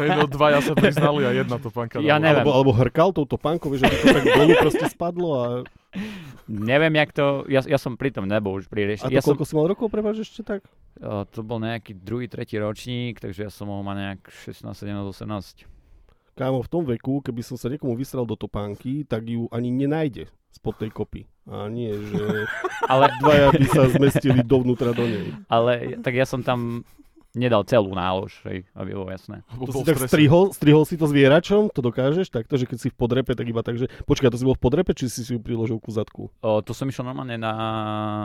Speaker 3: Hej, no dvaja sa priznali a jedna to panka
Speaker 1: Ja
Speaker 3: dala.
Speaker 1: neviem.
Speaker 2: Alebo, alebo hrkal tou topánkou, vieš, že to tak dolu proste spadlo a,
Speaker 1: Neviem, jak to, ja, ja som pri tom nebol už pri
Speaker 2: a
Speaker 1: riešení.
Speaker 2: to
Speaker 1: Ja
Speaker 2: ja
Speaker 1: som,
Speaker 2: koľko som... si mal rokov, prepáč, ešte tak?
Speaker 1: O, to bol nejaký druhý, tretí ročník, takže ja som mohol mať nejak 16, 17, 18.
Speaker 2: Kámo, v tom veku, keby som sa niekomu vysral do topánky, tak ju ani nenájde spod tej kopy. A nie, že
Speaker 1: *laughs* Ale,
Speaker 2: dvaja by sa zmestili dovnútra do nej.
Speaker 1: ale tak ja som tam nedal celú nálož, hej, aby bolo jasné.
Speaker 3: Lebo
Speaker 2: To
Speaker 3: bol
Speaker 2: si
Speaker 3: v
Speaker 2: tak
Speaker 3: strese.
Speaker 2: strihol, strihol si to zvieračom, to dokážeš takto, že keď si v podrepe, tak iba tak, že počkaj, to si bol v podrepe, či si si ju priložil ku zadku?
Speaker 1: O, to som išiel normálne na,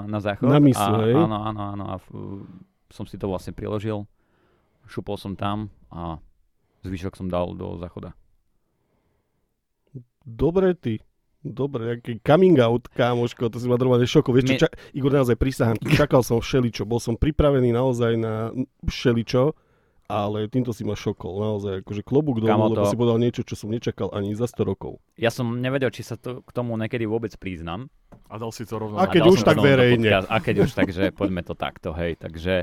Speaker 1: na záchod.
Speaker 2: Na misu,
Speaker 1: a,
Speaker 2: hej?
Speaker 1: Áno, áno, áno. A uh, som si to vlastne priložil, šupol som tam a zvyšok som dal do záchoda.
Speaker 2: Dobre ty. Dobre, aký coming out, kámoško, to si ma normálne šoko. Vieš čo,
Speaker 1: My-
Speaker 2: ča- Igor, naozaj prisahám, ti, čakal som všeličo, bol som pripravený naozaj na všeličo, ale týmto si ma šokol, naozaj, akože klobúk dolu,
Speaker 1: Kamo,
Speaker 2: lebo
Speaker 1: to-
Speaker 2: si povedal niečo, čo som nečakal ani za 100 rokov.
Speaker 1: Ja som nevedel, či sa to, k tomu niekedy vôbec priznam,
Speaker 3: A dal si to rovno. No.
Speaker 1: A
Speaker 2: A keď
Speaker 1: dal
Speaker 2: už
Speaker 1: som
Speaker 2: tak
Speaker 1: to do
Speaker 2: verejne.
Speaker 1: podcast- A keď už, takže poďme to takto, hej. Takže,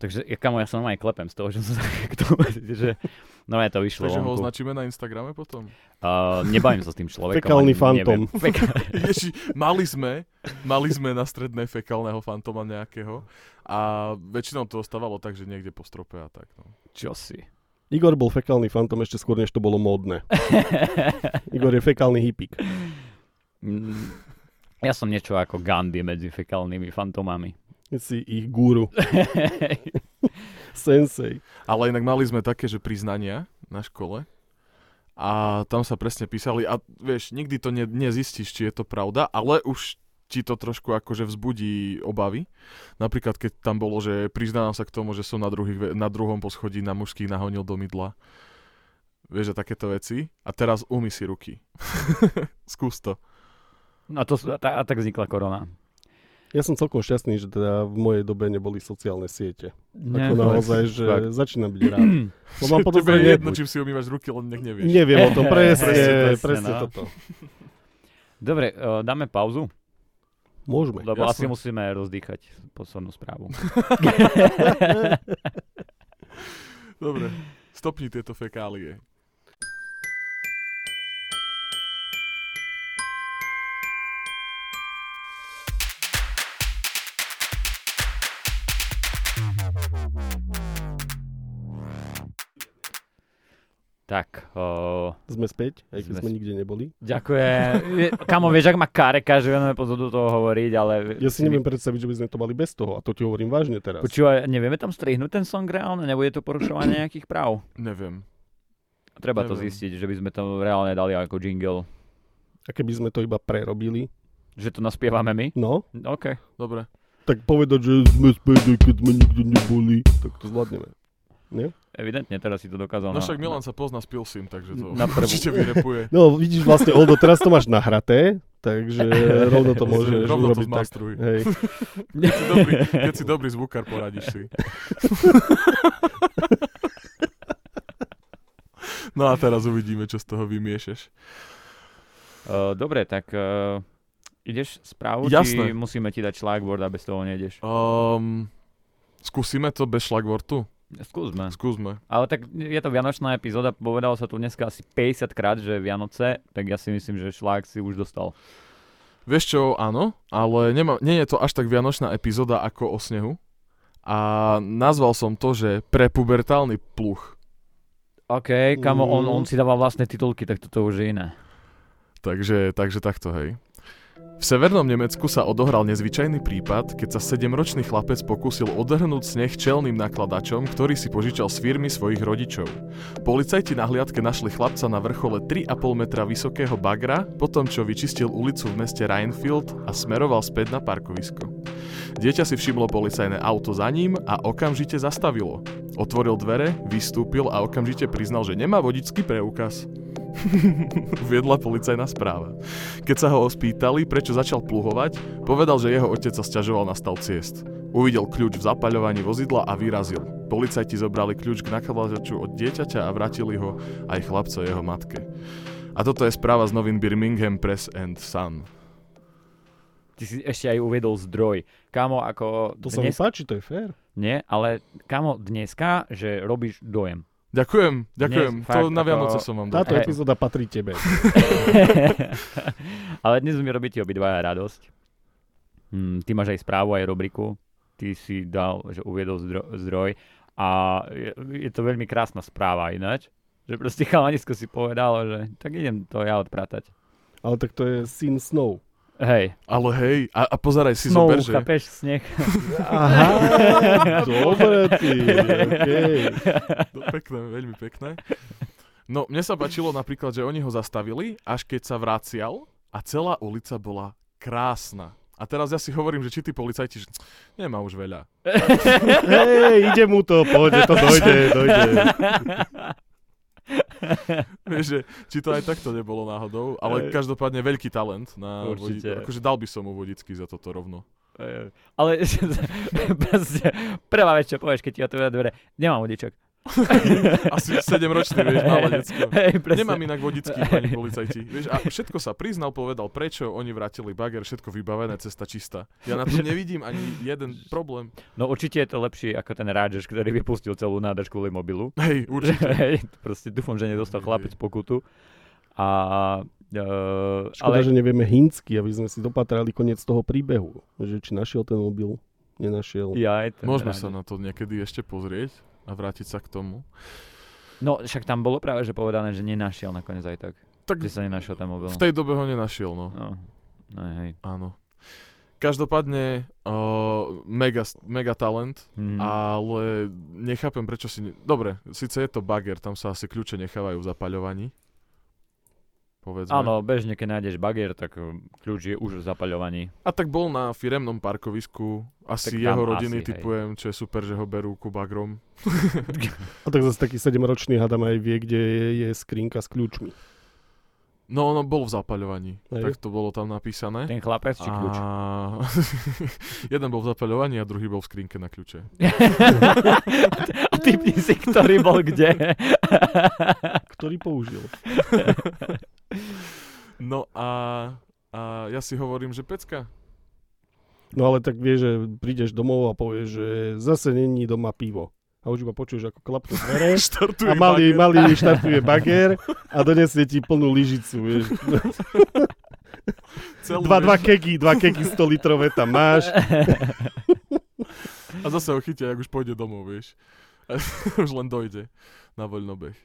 Speaker 1: takže ja, kamo, ja sa normálne klepem z toho, že som sa *laughs* k tomu, že no ja to vyšlo
Speaker 3: Takže ho
Speaker 1: vonku.
Speaker 3: označíme na Instagrame potom. *laughs*
Speaker 1: Uh, nebavím sa s tým človekom.
Speaker 2: Fekálny
Speaker 1: ani
Speaker 2: fantom.
Speaker 1: neviem. *laughs* Feka-
Speaker 3: Ježi, mali sme, mali sme na strednej fekálneho fantoma nejakého a väčšinou to ostávalo tak, že niekde po strope a tak. No.
Speaker 1: Čo si? *laughs*
Speaker 2: Igor bol fekálny fantom ešte skôr, než to bolo módne. Igor je fekálny hippík.
Speaker 1: Mm, ja som niečo ako Gandhi medzi fekálnymi fantomami. *laughs*
Speaker 2: Si ich guru, sensei.
Speaker 3: Ale inak mali sme také, že priznania na škole A tam sa presne písali a vieš, nikdy to ne, nezistíš, či je to pravda, ale už ti to trošku akože vzbudí obavy. Napríklad, keď tam bolo, že priznávam sa k tomu, že som na, druhých, ve- na druhom poschodí na mužských nahonil do mydla. Vieš, že takéto veci. A teraz umy si ruky. *laughs* Skús to.
Speaker 1: No a, to, a, ta- a tak vznikla korona.
Speaker 2: Ja som celkom šťastný, že teda v mojej dobe neboli sociálne siete.
Speaker 1: Ne,
Speaker 2: Ako naozaj, že
Speaker 3: fakt.
Speaker 2: začínam byť rád. Lebo
Speaker 3: *laughs*
Speaker 2: mám
Speaker 3: Tebe
Speaker 2: podozrenie,
Speaker 3: je jedno,
Speaker 2: nebuď.
Speaker 3: čím si umývaš ruky, len nech nevieš.
Speaker 2: Neviem o tom,
Speaker 1: *laughs* Presne,
Speaker 2: presne,
Speaker 1: presne,
Speaker 2: presne
Speaker 1: no.
Speaker 2: toto.
Speaker 1: Dobre, eh, dáme pauzu,
Speaker 2: Môžeme.
Speaker 1: lebo asi
Speaker 3: Jasné.
Speaker 1: musíme rozdýchať poslednú správu.
Speaker 3: Dobre, stopni tieto fekálie.
Speaker 1: tak, eh,
Speaker 2: Sme späť, aj keď
Speaker 1: Sme
Speaker 2: sme
Speaker 1: sp-
Speaker 2: nikde neboli.
Speaker 1: ďakujem. Je- Kamo, vieš, ak má kareka, že vieme pozadu toho hovoriť, ale...
Speaker 2: Ja si neviem predstaviť, že by sme to mali bez toho. A to ti hovorím vážne teraz.
Speaker 1: Počúvaj, nevieme tam strihnúť ten song reálne? Nebude to
Speaker 2: *clears throat*
Speaker 1: porušovanie nejakých práv?
Speaker 3: Neviem.
Speaker 1: Treba to
Speaker 3: Neviem.
Speaker 1: zistiť, že by sme to reálne dali ako jingle.
Speaker 2: A keby sme to iba prerobili,
Speaker 1: Že to naspievame my?
Speaker 2: no,
Speaker 1: OK.
Speaker 3: Dobre.
Speaker 2: tak povedať, že sme späť, aj keď sme nikde neboli, tak to zvládneme.
Speaker 1: Evidentne teraz si to dokázal.
Speaker 3: No
Speaker 1: na-
Speaker 3: však Milan sa pozná s Pilsim, takže to
Speaker 1: Na prvú.
Speaker 3: určite vyrepuje.
Speaker 2: No, vidíš vlastne, Oldo, teraz to máš nahraté,
Speaker 1: *laughs*
Speaker 2: takže rovno *laughs* to môžeš
Speaker 3: Rovno to
Speaker 2: urobiť tak.
Speaker 3: zmastruj.
Speaker 2: Hej.
Speaker 3: Keď si dobrý, keď si dobrý zvukár, poradíš
Speaker 2: *laughs*
Speaker 3: si. No a teraz uvidíme, čo z toho vymiešeš.
Speaker 1: Eh, dobre, tak eh, ideš správu? Či
Speaker 3: Jasné.
Speaker 1: musíme ti dať šlagboard a bez toho nejdeš?
Speaker 3: Um, skúsime to bez šlagvortu?
Speaker 1: Skúsme.
Speaker 3: Skúsme.
Speaker 1: Ale tak je to vianočná epizóda, povedalo sa tu dneska asi 50 krát, že Vianoce, tak ja si myslím, že šlák si už dostal.
Speaker 3: Vieš čo, áno, ale nemá, nie je to až tak vianočná epizóda ako o snehu. A nazval som to, že prepubertálny pluch.
Speaker 1: OK, kamo, on,
Speaker 2: Mm.
Speaker 1: on si dáva vlastné titulky, tak toto už je iné.
Speaker 3: Takže, takže takto, hej. V severnom Nemecku sa odohral nezvyčajný prípad, keď sa sedemročný chlapec pokúsil odhrnúť sneh čelným nakladačom, ktorý si požičal z firmy svojich rodičov. Policajti na hliadke našli chlapca na vrchole 3,5 metra vysokého bagra, potom čo vyčistil ulicu v meste Rheinfield a smeroval späť na parkovisko. Dieťa si všimlo policajné auto za ním a okamžite zastavilo. Otvoril dvere, vystúpil a okamžite priznal, že nemá vodičský preukaz. Viedla policajná správa. Keď sa ho spýtali, prečo začal pluhovať, povedal, že jeho otec sa sťažoval na stav ciest. Uvidel kľúč v zapaľovaní vozidla a vyrazil. Policajti zobrali kľúč k nakladaču od dieťaťa a vrátili ho aj chlapco jeho matke. A toto je správa z novín Birmingham Press and Sun.
Speaker 1: Ty si ešte aj uviedol zdroj. Kamo, ako
Speaker 2: To sa mi
Speaker 1: dnes...
Speaker 2: páči, to je fér.
Speaker 1: Nie, ale kamo, dneska, že robíš dojem.
Speaker 3: Ďakujem, ďakujem.
Speaker 1: Nie,
Speaker 3: to
Speaker 1: fakt,
Speaker 3: na
Speaker 1: ako-
Speaker 3: Vianoce som vám dal.
Speaker 1: No,
Speaker 2: Táto
Speaker 1: Hej.
Speaker 2: epizóda patrí tebe.
Speaker 1: ale dnes mi robíte obidvaja radosť. Mm, ty máš aj správu, aj rubriku. Ty si dal, že uviedol zdro- zdroj. A je, je to veľmi krásna správa ináč. Že proste chalanisko si povedalo, že tak idem to ja odpratať.
Speaker 2: Ale tak to je Sin
Speaker 1: *laughs*
Speaker 2: Snow.
Speaker 1: Hej,
Speaker 3: Ale hej, a, a pozeraj si,
Speaker 1: snow,
Speaker 3: zober, že...
Speaker 1: chápeš, sneh. *laughs*
Speaker 2: Aha, dobre ty, okej.
Speaker 3: No, pekné, veľmi pekné. No, mne sa páčilo napríklad, že oni ho zastavili, až keď sa vracial a celá ulica bola krásna. A teraz ja si hovorím, že či tí policajti, že nemá už veľa. *laughs*
Speaker 2: Hej, ide mu to, pohode, to dojde, dojde.
Speaker 3: Vieš, že, či to aj takto nebolo náhodou, ale
Speaker 1: Hej.
Speaker 3: každopádne veľký talent. Na
Speaker 1: Určite.
Speaker 3: Vodi- akože dal by som mu vodický za toto rovno.
Speaker 1: Eh, Ale *laughs* proste, prvá vec, čo povieš, keď ti otvoria dvere, nemám vodičok.
Speaker 3: *laughs* Asi 7-ročný, vieš,
Speaker 1: *laughs*
Speaker 3: malé decko.
Speaker 1: Hej, presne.
Speaker 3: Nemám inak vodický,
Speaker 1: *laughs*
Speaker 3: pani policajti. Vieš, a všetko sa priznal, povedal, prečo oni vrátili bager, všetko vybavené, cesta čistá. Ja
Speaker 1: *laughs*
Speaker 3: na tom nevidím ani jeden problém.
Speaker 1: No určite je to lepšie ako ten Rádžeš, ktorý vypustil celú nádrž kvôli mobilu.
Speaker 3: Hej, určite.
Speaker 1: *laughs* Hej, Proste dúfam, že nedostal chlapec pokutu. A, uh,
Speaker 2: Škoda, že nevieme hinsky, aby sme si dopatrali koniec toho príbehu. Že či našiel ten mobil, nenašiel.
Speaker 1: Ja, aj ten
Speaker 3: Môžeme
Speaker 1: Rádžeš.
Speaker 3: sa no- na to niekedy ešte pozrieť a vrátiť sa k tomu.
Speaker 1: No však tam bolo práve, že povedané, že nenašiel nakoniec aj tak.
Speaker 3: Tak
Speaker 1: Že sa nenašiel ten mobil.
Speaker 3: v tej dobe ho nenašiel, no.
Speaker 1: No. No, hej.
Speaker 3: Áno. Každopádne uh, mega, mega talent,
Speaker 1: Mm.
Speaker 3: ale nechápem, prečo si... Ne... Dobre, síce je to bager, tam sa asi kľúče nechávajú v zapaľovaní. povedzme.
Speaker 1: Áno, bežne keď nájdeš bagier, tak eh, kľúč je už v zapaľovaní.
Speaker 3: A tak bol na firemnom parkovisku,
Speaker 1: Tak
Speaker 3: asi
Speaker 1: tam
Speaker 3: jeho rodiny
Speaker 1: asi, hej.
Speaker 3: typujem, čo je super, že ho berú ku bagrom.
Speaker 2: A tak zase taký 7-ročný hadam aj vie, kde je, je skrinka s kľúčmi.
Speaker 3: No, ono bol v zapaľovaní,
Speaker 2: Hej.
Speaker 3: tak to bolo tam napísané.
Speaker 1: Ten chlapec či kľúč? *laughs*
Speaker 3: A... *laughs* Jeden bol v zapaľovaní a druhý bol v skrinke na kľúče.
Speaker 1: *laughs* A typni si, ktorý bol kde. *laughs*
Speaker 2: Ktorý použil.
Speaker 3: No a, a ja si hovorím, že pecka.
Speaker 2: No ale tak vieš, že prídeš domov a povieš, že zase není doma pivo. A už iba počuješ, ako klapnú dvere
Speaker 3: Štartuj
Speaker 2: Eh, a malý, malý štartuje bager a donesie ti plnú lyžicu, vieš. Dva, dva keky, dva keky 100 litrové tam máš.
Speaker 3: A zase ho chytia, ak už pôjde domov, vieš. A *laughs* už len dojde na voľnobeh.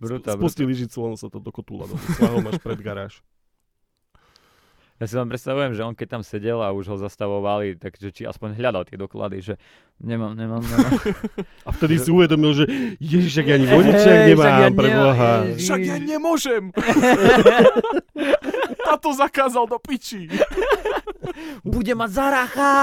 Speaker 1: Brutál,
Speaker 2: Spustí lyžicu, on sa to do kotúla *laughs* do ho máš pred garáž.
Speaker 1: Ja si len predstavujem, že on keď tam sedel a už ho zastavovali, takže či aspoň hľadal tie doklady, že nemám, nemám, nemám.
Speaker 2: A vtedy si uvedomil, že ježiš, ak ja ani vodičák
Speaker 1: Hej, však ja
Speaker 2: nemám,
Speaker 1: nemám,
Speaker 2: preboha.
Speaker 1: ježiš.
Speaker 3: Však ja
Speaker 2: *laughs*
Speaker 3: nemôžem! Tato zakázal do piči!
Speaker 1: *laughs* Bude mať zaracha!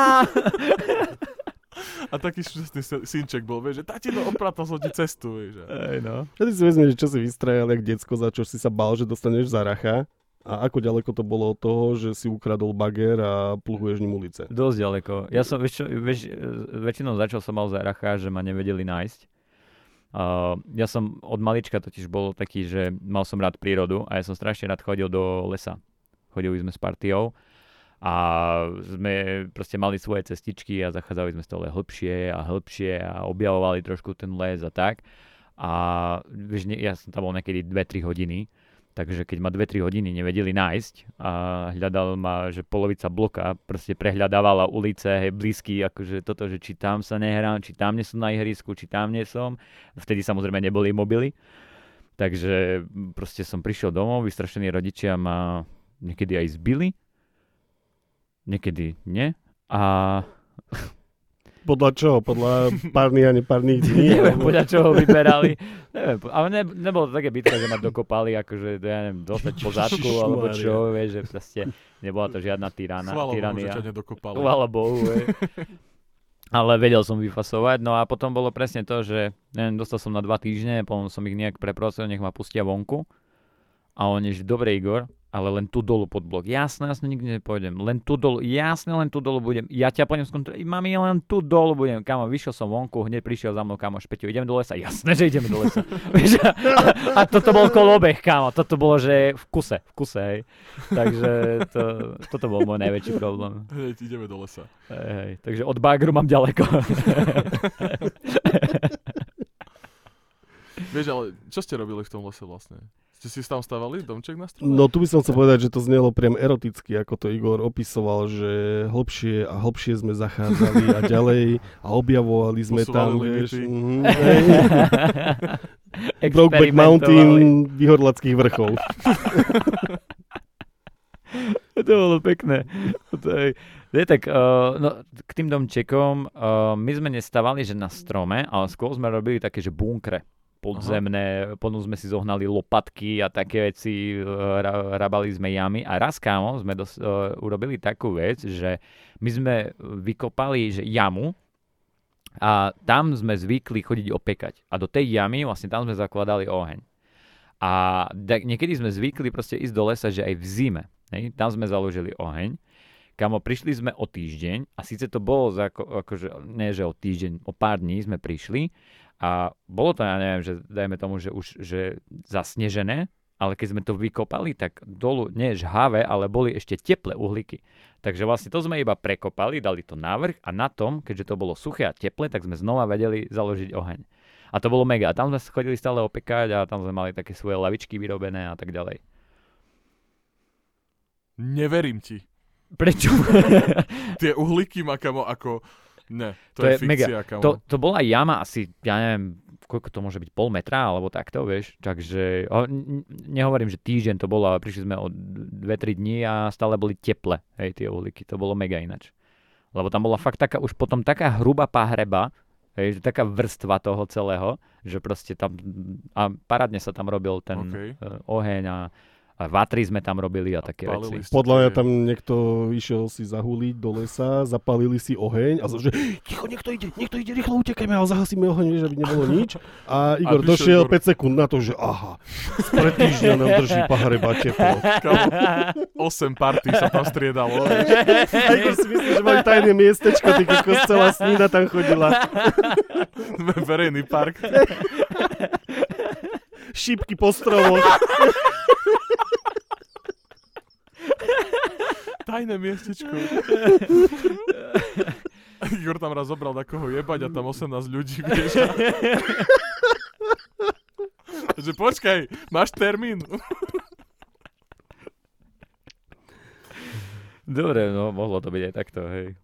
Speaker 3: A taký šťastný se- synček bol, vieš, že tatino opratal som ti cestu, vieš.
Speaker 1: Ej,
Speaker 3: A-
Speaker 1: no.
Speaker 2: Vtedy si vezme, že čo si vystrajal, jak decko, za čo si sa bal, že dostaneš zaracha. A ako ďaleko to bolo od toho, že si ukradol bager a pluhuješ ním ulice.
Speaker 1: Dosť ďaleko. Ja som, vieš, čo, vieš, e, väčšinou začal som mal zaracha, že ma nevedeli nájsť. Uh, ja som od malička totiž bol taký, že mal som rád prírodu a ja som strašne rád chodil do lesa. Chodili sme s partiou a sme proste mali svoje cestičky a zachádzali sme stále hĺbšie a hĺbšie a objavovali trošku ten les a tak. A vieš, ne- ja som tam bol niekedy 2-3 hodiny, takže keď ma 2-3 hodiny nevedeli nájsť a hľadal ma, že polovica bloka proste prehľadávala ulice, hej, blízky, akože toto, že či tam sa nehrám, či tam nie som na ihrisku, či tam nie som. Vtedy samozrejme neboli mobily. Takže proste som prišiel domov, vystrašení rodičia ma niekedy aj zbili, niekedy nie. A
Speaker 2: Podľa čoho? Podľa párnych a nepárnych *laughs* dní?
Speaker 1: *laughs* neviem, podľa čoho
Speaker 3: *laughs*
Speaker 1: vyberali. neviem, po- ale ne, nebolo to také bitka, že ma dokopali, akože, ja neviem, dostať po zadku, alebo čo, vieš, že proste nebola to žiadna tyrana,
Speaker 3: Chvála Bohu, že
Speaker 1: tyrania.
Speaker 3: ťa nedokopali.
Speaker 1: Chvála Bohu, hej. Ale vedel som vyfasovať, no a potom bolo presne to, že neviem, dostal som na dva týždne, potom som ich nejak preprosil, nech ma pustia vonku. A oni, že dobre Igor, ale len tu dolu pod blok. Jasné, jasné, nikde nepôjdem. Len tu dolu, jasné, len tu dolu budem. Ja ťa pôjdem skontrolovať. Mami, len tu dolu budem. Kamo, vyšiel som vonku, hneď prišiel za mnou kamo Špeťo, idem do lesa. Jasné, že idem do lesa. Vieš, a, a, toto bol kolobeh, kamo. Toto bolo, že v kuse, v kuse, hej. Takže to, toto bol môj najväčší problém.
Speaker 3: Hneď ideme do lesa.
Speaker 1: Hej, hej, takže od bagru mám ďaleko.
Speaker 3: Vieš, ale čo ste robili v tom lese vlastne? Ste si tam stavali domček na strome?
Speaker 2: No tu by som chcel povedať, že to znelo priam eroticky, ako to Igor opisoval, že hlbšie a hlbšie sme zachádzali *laughs* a ďalej a objavovali sme
Speaker 3: Posúvali
Speaker 2: tam,
Speaker 3: limity.
Speaker 2: vieš, mhm, hej, *laughs* Brokeback Mountain výhorlackých
Speaker 3: *laughs*
Speaker 2: vrchov.
Speaker 1: *laughs* To bolo pekné. To je, je tak, uh, no, k tým domčekom, uh, my sme nestávali, že na strome, ale skôr sme robili také, že bunkre podzemné, potom sme si zohnali lopatky a také veci, eh, ra- rabali sme jamy a raz kámo sme dos- eh, urobili takú vec, že my sme vykopali že jamu a tam sme zvykli chodiť opekať a do tej jamy vlastne tam sme zakladali oheň. A tak niekedy sme zvykli proste ísť do lesa, že aj v zime. Hej? Tam sme založili oheň. Kamo, prišli sme o týždeň a síce to bolo, za, ako, akože, nie že o týždeň, o pár dní sme prišli a bolo to, ja neviem, že dajme tomu, že už že zasnežené, ale keď sme to vykopali, tak dolu nie žhavé, ale boli ešte teplé uhlíky. Takže vlastne to sme iba prekopali, dali to navrh a na tom, keďže to bolo suché a teplé, tak sme znova vedeli založiť oheň. A to bolo mega. A tam sme chodili stále opekať a tam sme mali také svoje lavičky vyrobené a tak ďalej.
Speaker 3: Neverím ti.
Speaker 1: Prečo? *laughs*
Speaker 3: Tie uhlíky má kamo ako... Ne, to,
Speaker 1: To je
Speaker 3: je,
Speaker 1: mega.
Speaker 3: fikcia, kamo.
Speaker 1: to, to bola jama asi, ja neviem, koľko to môže byť, pol metra alebo takto, vieš. Takže o, n- nehovorím, že týždeň to bolo, ale prišli sme o 2-3 dní a stále boli teple, hej, tie uhlíky. To bolo mega inač. Lebo tam bola fakt taká, už potom taká hrubá pahreba, Hej, že taká vrstva toho celého, že proste tam, a parádne sa tam robil ten
Speaker 3: Okej.
Speaker 1: okay. oheň a, a vatry sme tam robili a také
Speaker 3: Palili
Speaker 1: veci.
Speaker 3: ste
Speaker 2: Podľa
Speaker 3: to,
Speaker 2: mňa
Speaker 3: že-
Speaker 2: tam niekto išiel si zahúliť do lesa, zapalili si oheň a že ticho, niekto ide, niekto ide, rýchlo utekajme, ale zahasíme oheň, vieš, aby nebolo nič. A Igor
Speaker 3: prišiel
Speaker 2: došiel
Speaker 3: Igor.
Speaker 2: 5 sekúnd na to, že aha, pred týždňa nám drží pahreba teplo.
Speaker 3: Kámo, 8 partí sa tam
Speaker 1: *laughs*
Speaker 3: striedalo. vieš.
Speaker 2: A Igor si myslí, že majú tajné miestečko, ty kokos, celá snína tam chodila.
Speaker 3: Verejný park.
Speaker 2: Šípky po stromoch.
Speaker 3: Tajné miestečko. Igor tam raz zobral na koho jebať a tam 18 ľudí, vieš. a- Že počkaj, máš termín.
Speaker 1: Dobre, no mohlo to byť aj takto, hej.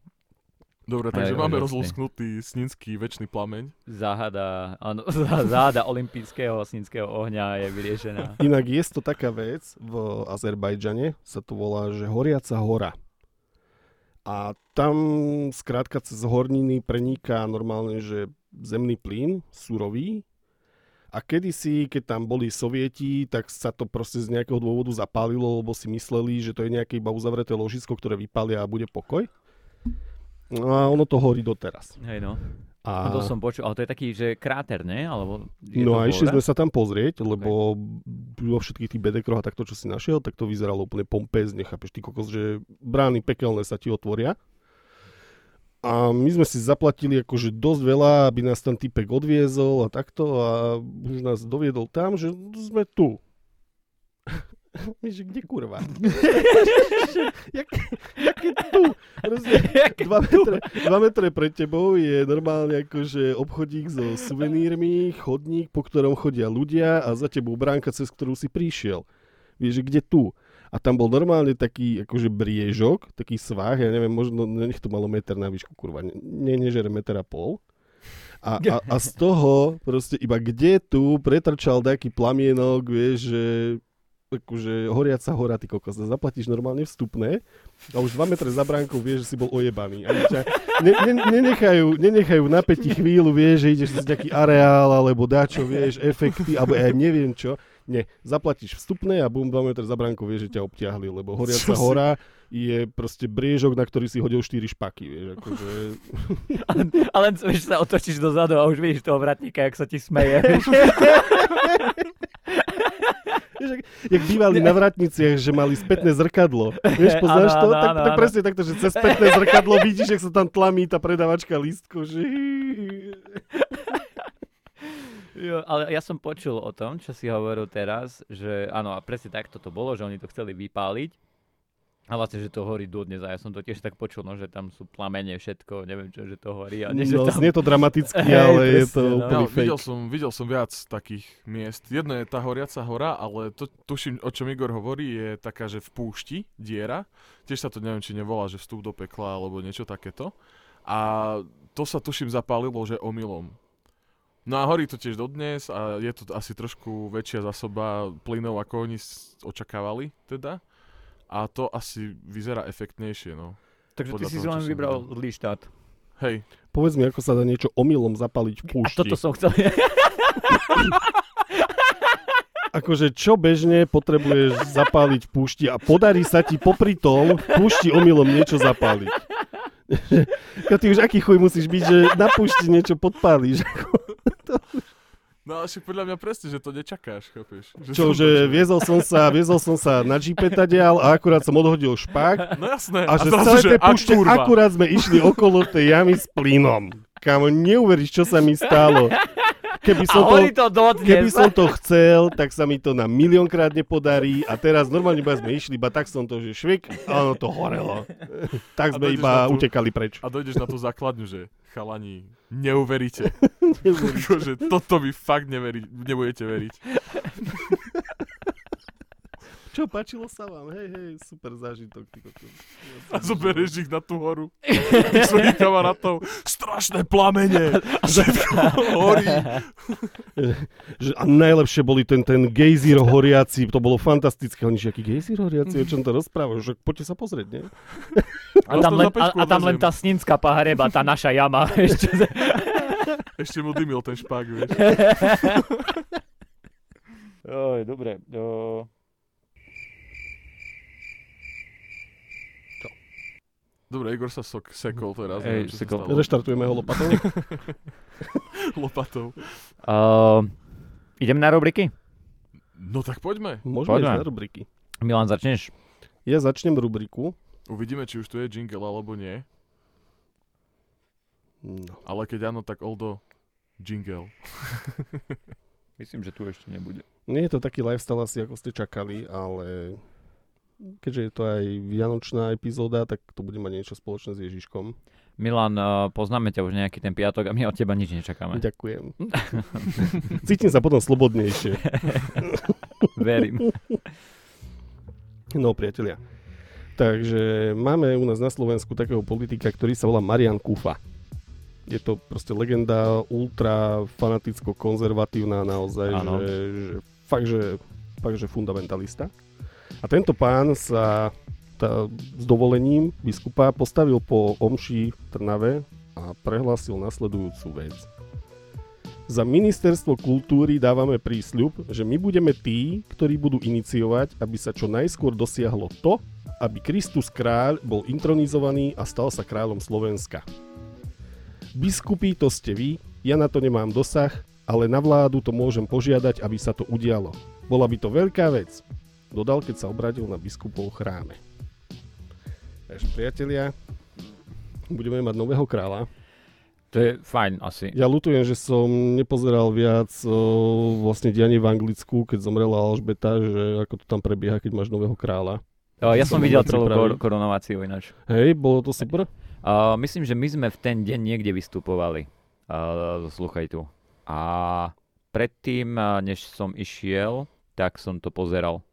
Speaker 3: Dobre, takže
Speaker 1: Aj,
Speaker 3: máme
Speaker 1: jasne.
Speaker 3: rozlúsknutý sninský väčší plameň.
Speaker 1: Záhada, áno, *laughs* záhada olimpijského snínskeho ohňa je vyriešená.
Speaker 2: Inak je to taká vec v Azerbajdžane, sa to volá, že Horiaca hora. A tam skrátka cez horniny preniká normálne, že zemný plyn, surový. A kedysi, keď tam boli sovieti, tak sa to proste z nejakého dôvodu zapálilo, lebo si mysleli, že to je nejaké iba uzavreté ložisko, ktoré vypália a bude pokoj. No a ono to horí doteraz.
Speaker 1: Hej no,
Speaker 2: A...
Speaker 1: a... to som počul, ale to je taký, že kráter, ne? Alebo je
Speaker 2: No
Speaker 1: to
Speaker 2: a išli
Speaker 1: hora?
Speaker 2: sme sa tam pozrieť, lebo vo všetkých tých bedekroch a takto, čo si našiel, tak to vyzeralo úplne pompézne, chápeš, ty kokos, že brány pekelné sa ti otvoria. A my sme si zaplatili akože dosť veľa, aby nás tam typek odviezol a takto a už nás doviedol tam, že sme tu. *laughs* My, že kde kurva? *laughs* jak, jak je tu? Rozumiem, 2 metre, dva metre pred tebou je normálne akože obchodík so suvenírmi, chodník, po ktorom chodia ľudia a za tebou bránka, cez ktorú si prišiel. Vieš, že kde tu? A tam bol normálne taký akože briežok, taký svah, ja neviem, možno, nech to malo meter na výšku, kurva, ne, ne, nežere meter a pol. A, a, a z toho proste iba kde tu pretrčal taký plamienok, vieš, že akože horiaca hora, ty kokos, zaplatíš normálne vstupné a už 2 metre za bránkou vieš, že si bol ojebaný. Ani ťa ne, ne, nenechajú, nenechajú na peti chvíľu, vieš, že ideš cez nejaký areál, alebo dačo, vieš, efekty, alebo ja neviem čo. Nie, zaplatíš vstupné a bum, 2 metre za bránkou vieš, že ťa obťahli, lebo horiaca
Speaker 3: Čo si-
Speaker 2: hora je proste briežok, na ktorý si hodil 4 špaky, vieš, akože...
Speaker 1: A len vieš, sa otočíš dozadu a už vidíš toho vratníka, jak sa ti
Speaker 2: *laughs*
Speaker 1: smeje. vieš.
Speaker 2: Vieš, jak, jak bývali na vratniciach, že mali spätné zrkadlo. Vieš, poznáš
Speaker 1: Áno,
Speaker 2: to?
Speaker 1: áno,
Speaker 2: tak,
Speaker 1: áno,
Speaker 2: tak
Speaker 1: áno.
Speaker 2: presne takto, že cez spätné zrkadlo vidíš, jak sa tam tlamí tá predavačka lístku, že...
Speaker 1: jo, ale ja som počul o tom, čo si hovoril teraz, že áno, a presne takto to bolo, že oni to chceli vypáliť. A vlastne, že to horí dodnes. A ja som to tiež tak počul, no, že tam sú plamene, všetko, neviem čo, že to horí. A nie, že
Speaker 2: No,
Speaker 1: tam...
Speaker 2: znie to dramaticky,
Speaker 1: Hej,
Speaker 2: ale je
Speaker 1: presne,
Speaker 2: to
Speaker 1: no.
Speaker 2: úplný
Speaker 3: No,
Speaker 2: fake.
Speaker 3: videl, som, videl som viac takých miest. Jedno je tá horiaca hora, ale to, tuším, o čom Igor hovorí, je taká, že v púšti diera. Tiež sa to neviem, či nevolá, že vstup do pekla alebo niečo takéto. A to sa tuším zapálilo, že omylom. No a horí to tiež dodnes a je to asi trošku väčšia zásoba plynov, ako oni s- očakávali teda. A to asi vyzerá efektnejšie, no.
Speaker 1: Takže ty
Speaker 3: podľa
Speaker 1: si
Speaker 3: toho, čo
Speaker 1: zrovna
Speaker 3: som
Speaker 1: vybral zlý štát.
Speaker 3: Hej,
Speaker 2: Povedz mi, ako sa dá niečo omylom zapaliť v
Speaker 1: A
Speaker 2: púšti.
Speaker 1: toto som chcel...
Speaker 2: Akože čo bežne potrebuješ zapáliť v púšti a podarí sa ti popri tom v púšti omylom niečo *laughs* zapáliť. Ja ty už aký chuj musíš byť, že na púšti niečo podpálíš.
Speaker 3: no ale však podľa mňa presne, že to nečakáš, chápeš? Že
Speaker 2: Čo,
Speaker 3: som
Speaker 2: že viezol som sa, viezol som sa na džipe tadiaľ a akurát som odhodil špák
Speaker 3: No jasné.
Speaker 2: a že z
Speaker 3: teraz
Speaker 2: celej
Speaker 3: už,
Speaker 2: tej
Speaker 3: a
Speaker 2: púšte
Speaker 3: kurva.
Speaker 2: akurát sme išli okolo tej jamy s plynom. Kámo, neuveríš, čo sa mi stalo. Keby
Speaker 1: A
Speaker 2: som to...
Speaker 1: horí to dodnes.
Speaker 2: Keby som to chcel, tak sa mi to na miliónkrát nepodarí a teraz normálne iba sme išli, iba tak som to, že švik a ono to horelo.
Speaker 3: A
Speaker 2: Tak sme
Speaker 3: dojdeš na
Speaker 2: iba
Speaker 3: tú-
Speaker 2: utekali preč.
Speaker 3: A dojdeš na tú základňu, že chalani,
Speaker 2: *laughs*
Speaker 3: neuveríte. Akože toto vy fakt neveri, nebudete veriť.
Speaker 2: Čo, páčilo sa vám? Hej, hej, super zážitok. Ty kokos.
Speaker 3: A zoberieš ich na tú horu. Tých svojich kamarátov. Strašné plamene. A všetko horí.
Speaker 2: Že- A najlepšie boli ten, ten gejzír horiaci, to bolo fantastické. Oni, že aký gejzír horiaci, o čom to rozprávajú? Že poďte sa pozrieť, nie?
Speaker 1: *laughs* A tam, len, a, a tam len tá snínská pahreba, tá naša jama. ešte.
Speaker 3: Ešte mu dymil ten špák, vieš.
Speaker 1: Oj, dobre. O...
Speaker 3: Dobre, Igor sa sok, sekol teraz.
Speaker 1: Ej,
Speaker 3: neviem, čo sa
Speaker 1: sekol.
Speaker 3: stalo.
Speaker 2: Reštartujeme ho lopatou.
Speaker 3: *laughs* Lopatou.
Speaker 1: Uh, idem na rubriky?
Speaker 3: No tak poďme.
Speaker 2: Môžeme
Speaker 1: Poďme.
Speaker 2: ísť na rubriky.
Speaker 1: Milan, začneš?
Speaker 2: Ja začnem rubriku.
Speaker 3: Uvidíme, či už tu je jingle alebo nie.
Speaker 2: No.
Speaker 3: Ale keď áno, tak Oldo, jingle.
Speaker 1: Myslím, že tu ešte nebude.
Speaker 2: Nie je to taký lifestyle asi, ako ste čakali, ale keďže je to aj vianočná epizóda, tak to bude mať niečo spoločné s Ježiškom.
Speaker 1: Milan, eh, poznáme ťa už nejaký ten piatok a my od teba nič nečakáme.
Speaker 2: Ďakujem. Cítim sa potom slobodnejšie.
Speaker 1: *laughs* Verím.
Speaker 2: No, priatelia. Takže máme u nás na Slovensku takého politika, ktorý sa volá Marian Kufa. Je to proste legenda, ultra fanaticko-konzervatívna naozaj,
Speaker 1: Áno.
Speaker 2: že, že, fakt, že, fakt, že fundamentalista. A tento pán sa tá, s dovolením biskupa postavil po omši v Trnave a prehlásil nasledujúcu vec. Za ministerstvo kultúry dávame prísľub, že my budeme tí, ktorí budú iniciovať, aby sa čo najskôr dosiahlo to, aby Kristus kráľ bol intronizovaný a stal sa kráľom Slovenska. Biskupy to ste vy, ja na to nemám dosah, ale na vládu to môžem požiadať, aby sa to udialo. Bola by to veľká vec, dodal, keď sa obradil na biskupov v chráme. Takže priatelia, budeme mať nového kráľa.
Speaker 1: To je fajn asi.
Speaker 2: Ja ľutujem, že som nepozeral viac o, vlastne dianie v Anglicku, keď zomrela Alžbeta, že ako to tam prebieha, keď máš nového kráľa.
Speaker 1: Eh, Ja
Speaker 2: To
Speaker 1: som videl
Speaker 2: bolo
Speaker 1: celú
Speaker 2: pripravené.
Speaker 1: kor- koronováciu ináč.
Speaker 2: Hej, bolo to super?
Speaker 1: Uh, myslím, že my sme v ten deň niekde vystupovali. Uh, sluchaj tu. A predtým, eh, než som išiel, tak som to pozeral.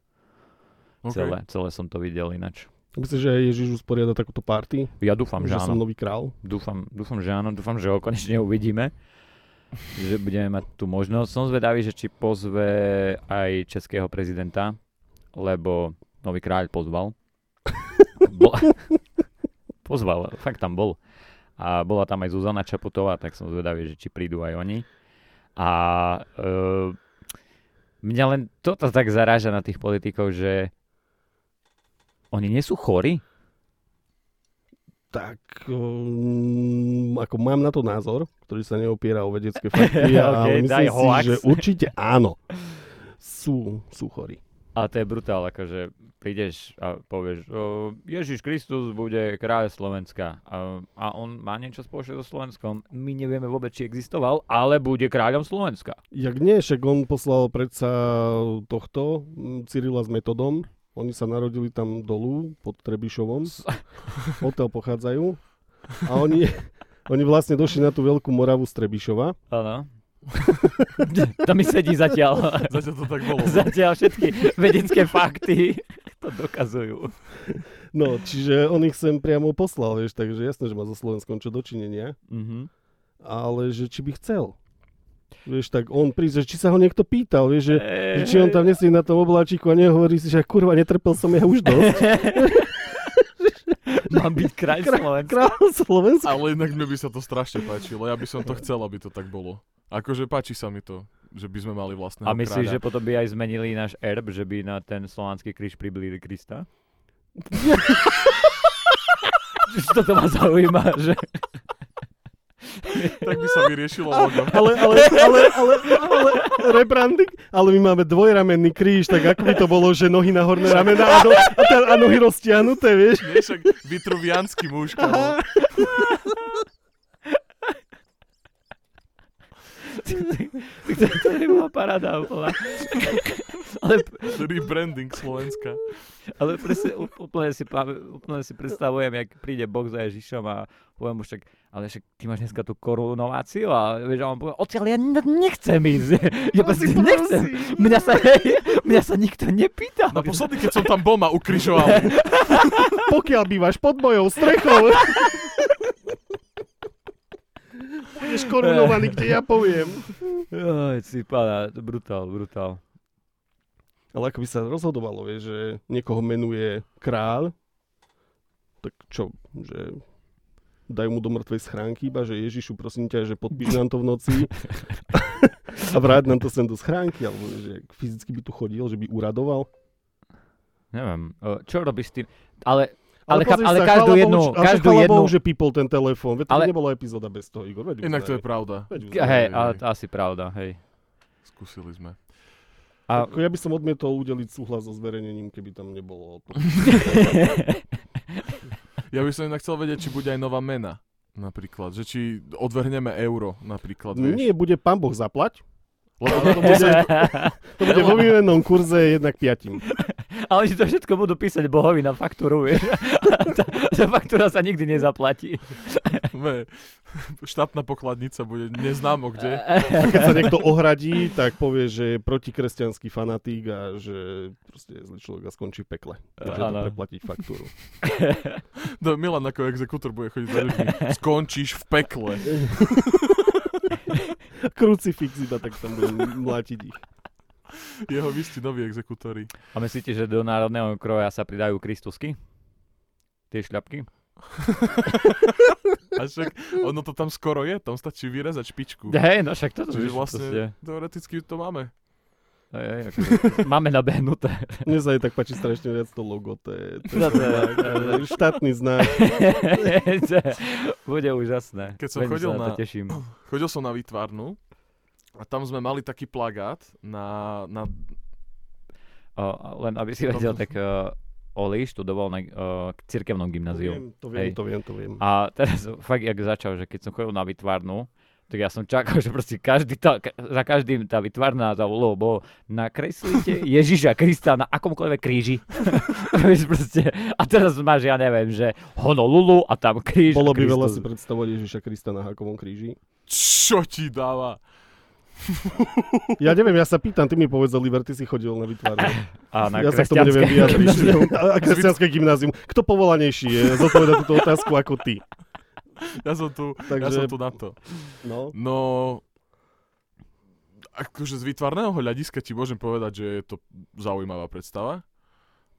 Speaker 3: OK.
Speaker 1: Okay. Celé, celé som to videl ináč.
Speaker 2: Myslíš, že aj Ježiš usporiada takúto party?
Speaker 1: Ja dúfam, že
Speaker 2: že som
Speaker 1: áno.
Speaker 2: nový král?
Speaker 1: Dúfam, dúfam, že áno. Dúfam, že ho konečne uvidíme. Že budeme mať tú možnosť. Som zvedavý, že či pozve aj českého prezidenta, lebo nový kráľ pozval. Bo- *laughs* pozval, fakt tam bol. A bola tam aj Zuzana Čaputová, tak som zvedavý, že či prídu aj oni. A e, mňa len toto tak zaráža na tých politikov, že oni nie sú chorí.
Speaker 2: *laughs* Tak, um, ako mám na to názor, ktorý sa neopiera o vedecké fakty,
Speaker 1: *laughs* Okej,
Speaker 2: ale
Speaker 1: daj
Speaker 2: myslím si,
Speaker 1: hoax.
Speaker 2: že určite áno. Sú, sú chorí.
Speaker 1: A to je brutál, akože prídeš a povieš, o, Ježiš Kristus bude kráľ Slovenska a, a on má niečo spoločné so Slovenskom. My nevieme vôbec, či existoval, ale bude kráľom Slovenska.
Speaker 2: Jak nie, však on poslal predsa tohto, mm, Cyrila s Metodom. Oni sa narodili tam dolu, pod Trebišovom.
Speaker 1: S-
Speaker 2: Odtiaľ pochádzajú. A oni, *laughs* oni vlastne došli na tú veľkú Moravu z Trebišova.
Speaker 1: Áno. *laughs* to mi sedí zatiaľ. *laughs*
Speaker 3: Zatiaľ to tak bolo.
Speaker 1: zatiaľ všetky vedecké fakty to dokazujú.
Speaker 2: No, čiže on ich sem priamo poslal, vieš, takže jasné, že má so Slovenskom čo dočinenia.
Speaker 1: Mhm.
Speaker 2: Ale že či by chcel. Vieš, tak on prísť, že či sa ho niekto pýtal, vieš, že, že či on tam nesie na tom obláčiku a nehovorí si, že kurva, netrpel som ja už dosť. *laughs*
Speaker 1: Mám byť kráľ Slovenska.
Speaker 2: Král Slovenska.
Speaker 3: Ale inak mne by sa to strašne páčilo. Ja by som to chcel, aby to tak bolo. Akože páči sa mi to, že by sme mali vlastného
Speaker 1: A myslíš, že
Speaker 3: kráľa.
Speaker 1: potom by aj zmenili náš erb, že by na ten slovanský kríž priblíli Krista? *laughs* Čo to ma zaujíma, že...
Speaker 3: Tak by sa vyriešilo
Speaker 1: *laughs*
Speaker 3: logo.
Speaker 2: Ale, ale, ale, ale, ale, rebranding, ale my máme dvojramenný kríž, tak ako by to bolo, že nohy na horné ramena a, do, a, tá, a nohy roztiahnuté, vieš?
Speaker 3: Nie, však vitruviansky muž. kámo.
Speaker 1: to, *laughs* to by bola paráda úplná. *laughs* Ale,
Speaker 3: Rebranding Slovenska.
Speaker 1: ale presne, ú- úplne, si, pam- úplne si predstavujem, jak príde Boh za Ježišom a poviem mu však, ale však ty máš dneska tú korunováciu a vieš, a on povie, odtiaľ ja n- nechcem ísť. *laughs* Ja proste nechcem. Mňa sa, *laughs* mňa sa nikto nepýtal.
Speaker 3: Naposledy, keď som tam bol, ma ukrižoval.
Speaker 1: *laughs*
Speaker 2: Pokiaľ bývaš pod mojou strechou. Budeš korunovaný, kde ja poviem.
Speaker 1: Joj, si pána, brutál, brutál.
Speaker 2: Ale ako by sa rozhodovalo, vieš, že niekoho menuje kráľ, tak čo, že dajú mu do mŕtvej schránky, iba že Ježišu, prosím ťa, že podpíš nám to v
Speaker 1: *laughs*
Speaker 2: noci a vráť nám to sem do schránky, alebo že fyzicky by tu chodil, že by uradoval.
Speaker 1: Neviem, e, čo robíš s tým? Ale, ale, cháp-
Speaker 2: pozri
Speaker 1: ale
Speaker 2: sa,
Speaker 1: každú
Speaker 2: chvála
Speaker 1: jednu,
Speaker 2: Bohu, že- ale
Speaker 1: každú
Speaker 2: chvála
Speaker 1: jednu,
Speaker 2: Bohu, že people ten telefón, veď to
Speaker 1: Ale-
Speaker 2: ale... nebola epizóda bez toho, Igor, veď
Speaker 3: Inak to je
Speaker 2: uznaj.
Speaker 3: pravda.
Speaker 2: Veď uznaj.
Speaker 1: hej,
Speaker 3: Hej,
Speaker 1: a,
Speaker 3: hej.
Speaker 1: asi pravda, hej.
Speaker 3: Skúsili sme.
Speaker 1: A,
Speaker 2: Ako ja by som odmietol udeliť súhlas so zverejnením, keby tam nebolo
Speaker 1: *laughs*
Speaker 2: o tom.
Speaker 3: Ja by som inak chcel vedieť, či bude aj nová mena. Napríklad, že či odvrhneme euro, napríklad, vieš.
Speaker 2: Nie, bude pán Boh zaplať.
Speaker 3: Lebo
Speaker 2: To
Speaker 3: *laughs*
Speaker 2: bude, to bude vo výmennom kurze 1 k 5.
Speaker 1: *laughs* ale že to všetko budú písať bohovi na faktúru, vieš. *laughs* tá, tá faktúra sa nikdy nezaplatí.
Speaker 3: me- štátna pokladnica bude neznámo
Speaker 1: *laughs*
Speaker 3: kde.
Speaker 2: A keď sa niekto ohradí, tak povie, že je protikresťanský fanatík a že proste zlý človek a skončí v pekle. Môže to
Speaker 1: Áno.
Speaker 2: preplatiť faktúru.
Speaker 3: No, Milan ako exekútor bude chodiť za ľuďmi. Skončíš v pekle.
Speaker 2: *laughs* Krucifix iba tak tam bude mlátiť ich.
Speaker 3: Jeho vy ste noví exekútori.
Speaker 1: A myslíte, že do národného kroja sa pridajú kristusky? Tie šľapky?
Speaker 3: A však ono to tam skoro je, tam stačí vyrezať špičku.
Speaker 1: Hej, no však toto
Speaker 3: Čiže
Speaker 1: už proste,
Speaker 3: vlastne teoreticky to máme.
Speaker 1: hej, hej, akože, *laughs* máme nabehnuté.
Speaker 2: Mne sa aj tak páči strašne viac to logo. To je, to je,
Speaker 1: No to je-
Speaker 2: znak, ale štátny znak.
Speaker 1: *laughs* Bude úžasné.
Speaker 3: Keď som
Speaker 1: Veľmi
Speaker 3: chodil
Speaker 1: sa na... to
Speaker 3: na-
Speaker 1: teším.
Speaker 3: Chodil som na výtvarnu a tam sme mali taký plagát na, na
Speaker 1: O, len aby si vedel, tak uh, Oli študoval na uh, cirkevnom gymnáziu.
Speaker 2: To
Speaker 1: Hej.
Speaker 2: viem, to viem, to viem.
Speaker 1: A teraz *laughs* fakt, jak začal, že keď som chodil na vytvárnu, tak ja som čakal, že proste každý tá, ka, za každým tá vytvárna za úlohou bolo
Speaker 3: *laughs*
Speaker 1: nakreslite Ježiša Krista na akomkoľvek kríži. *laughs* Vieš, proste, a teraz máš, ja neviem, že Honolulu a tam kríž. a
Speaker 2: Bolo by veľa
Speaker 1: Kristus.
Speaker 2: si predstavovať Ježiša Krista na Hákovom kríži.
Speaker 3: Čo ti dáva?
Speaker 2: Ja neviem, ja sa pýtam, ty mi povedz, Oliver, ty si chodil na vytvárne.
Speaker 1: A na
Speaker 2: Ja sa k tomu neviem
Speaker 1: kresťanské-
Speaker 2: *laughs* vyjadriť. A kresťanské gymnázium. Kto povolanejší je zodpovedať túto otázku ako ty?
Speaker 3: Ja som tu, ja
Speaker 2: Takže,
Speaker 3: som tu na to.
Speaker 2: no,
Speaker 3: No, akože z výtvarného hľadiska ti môžem povedať, že je to zaujímavá predstava.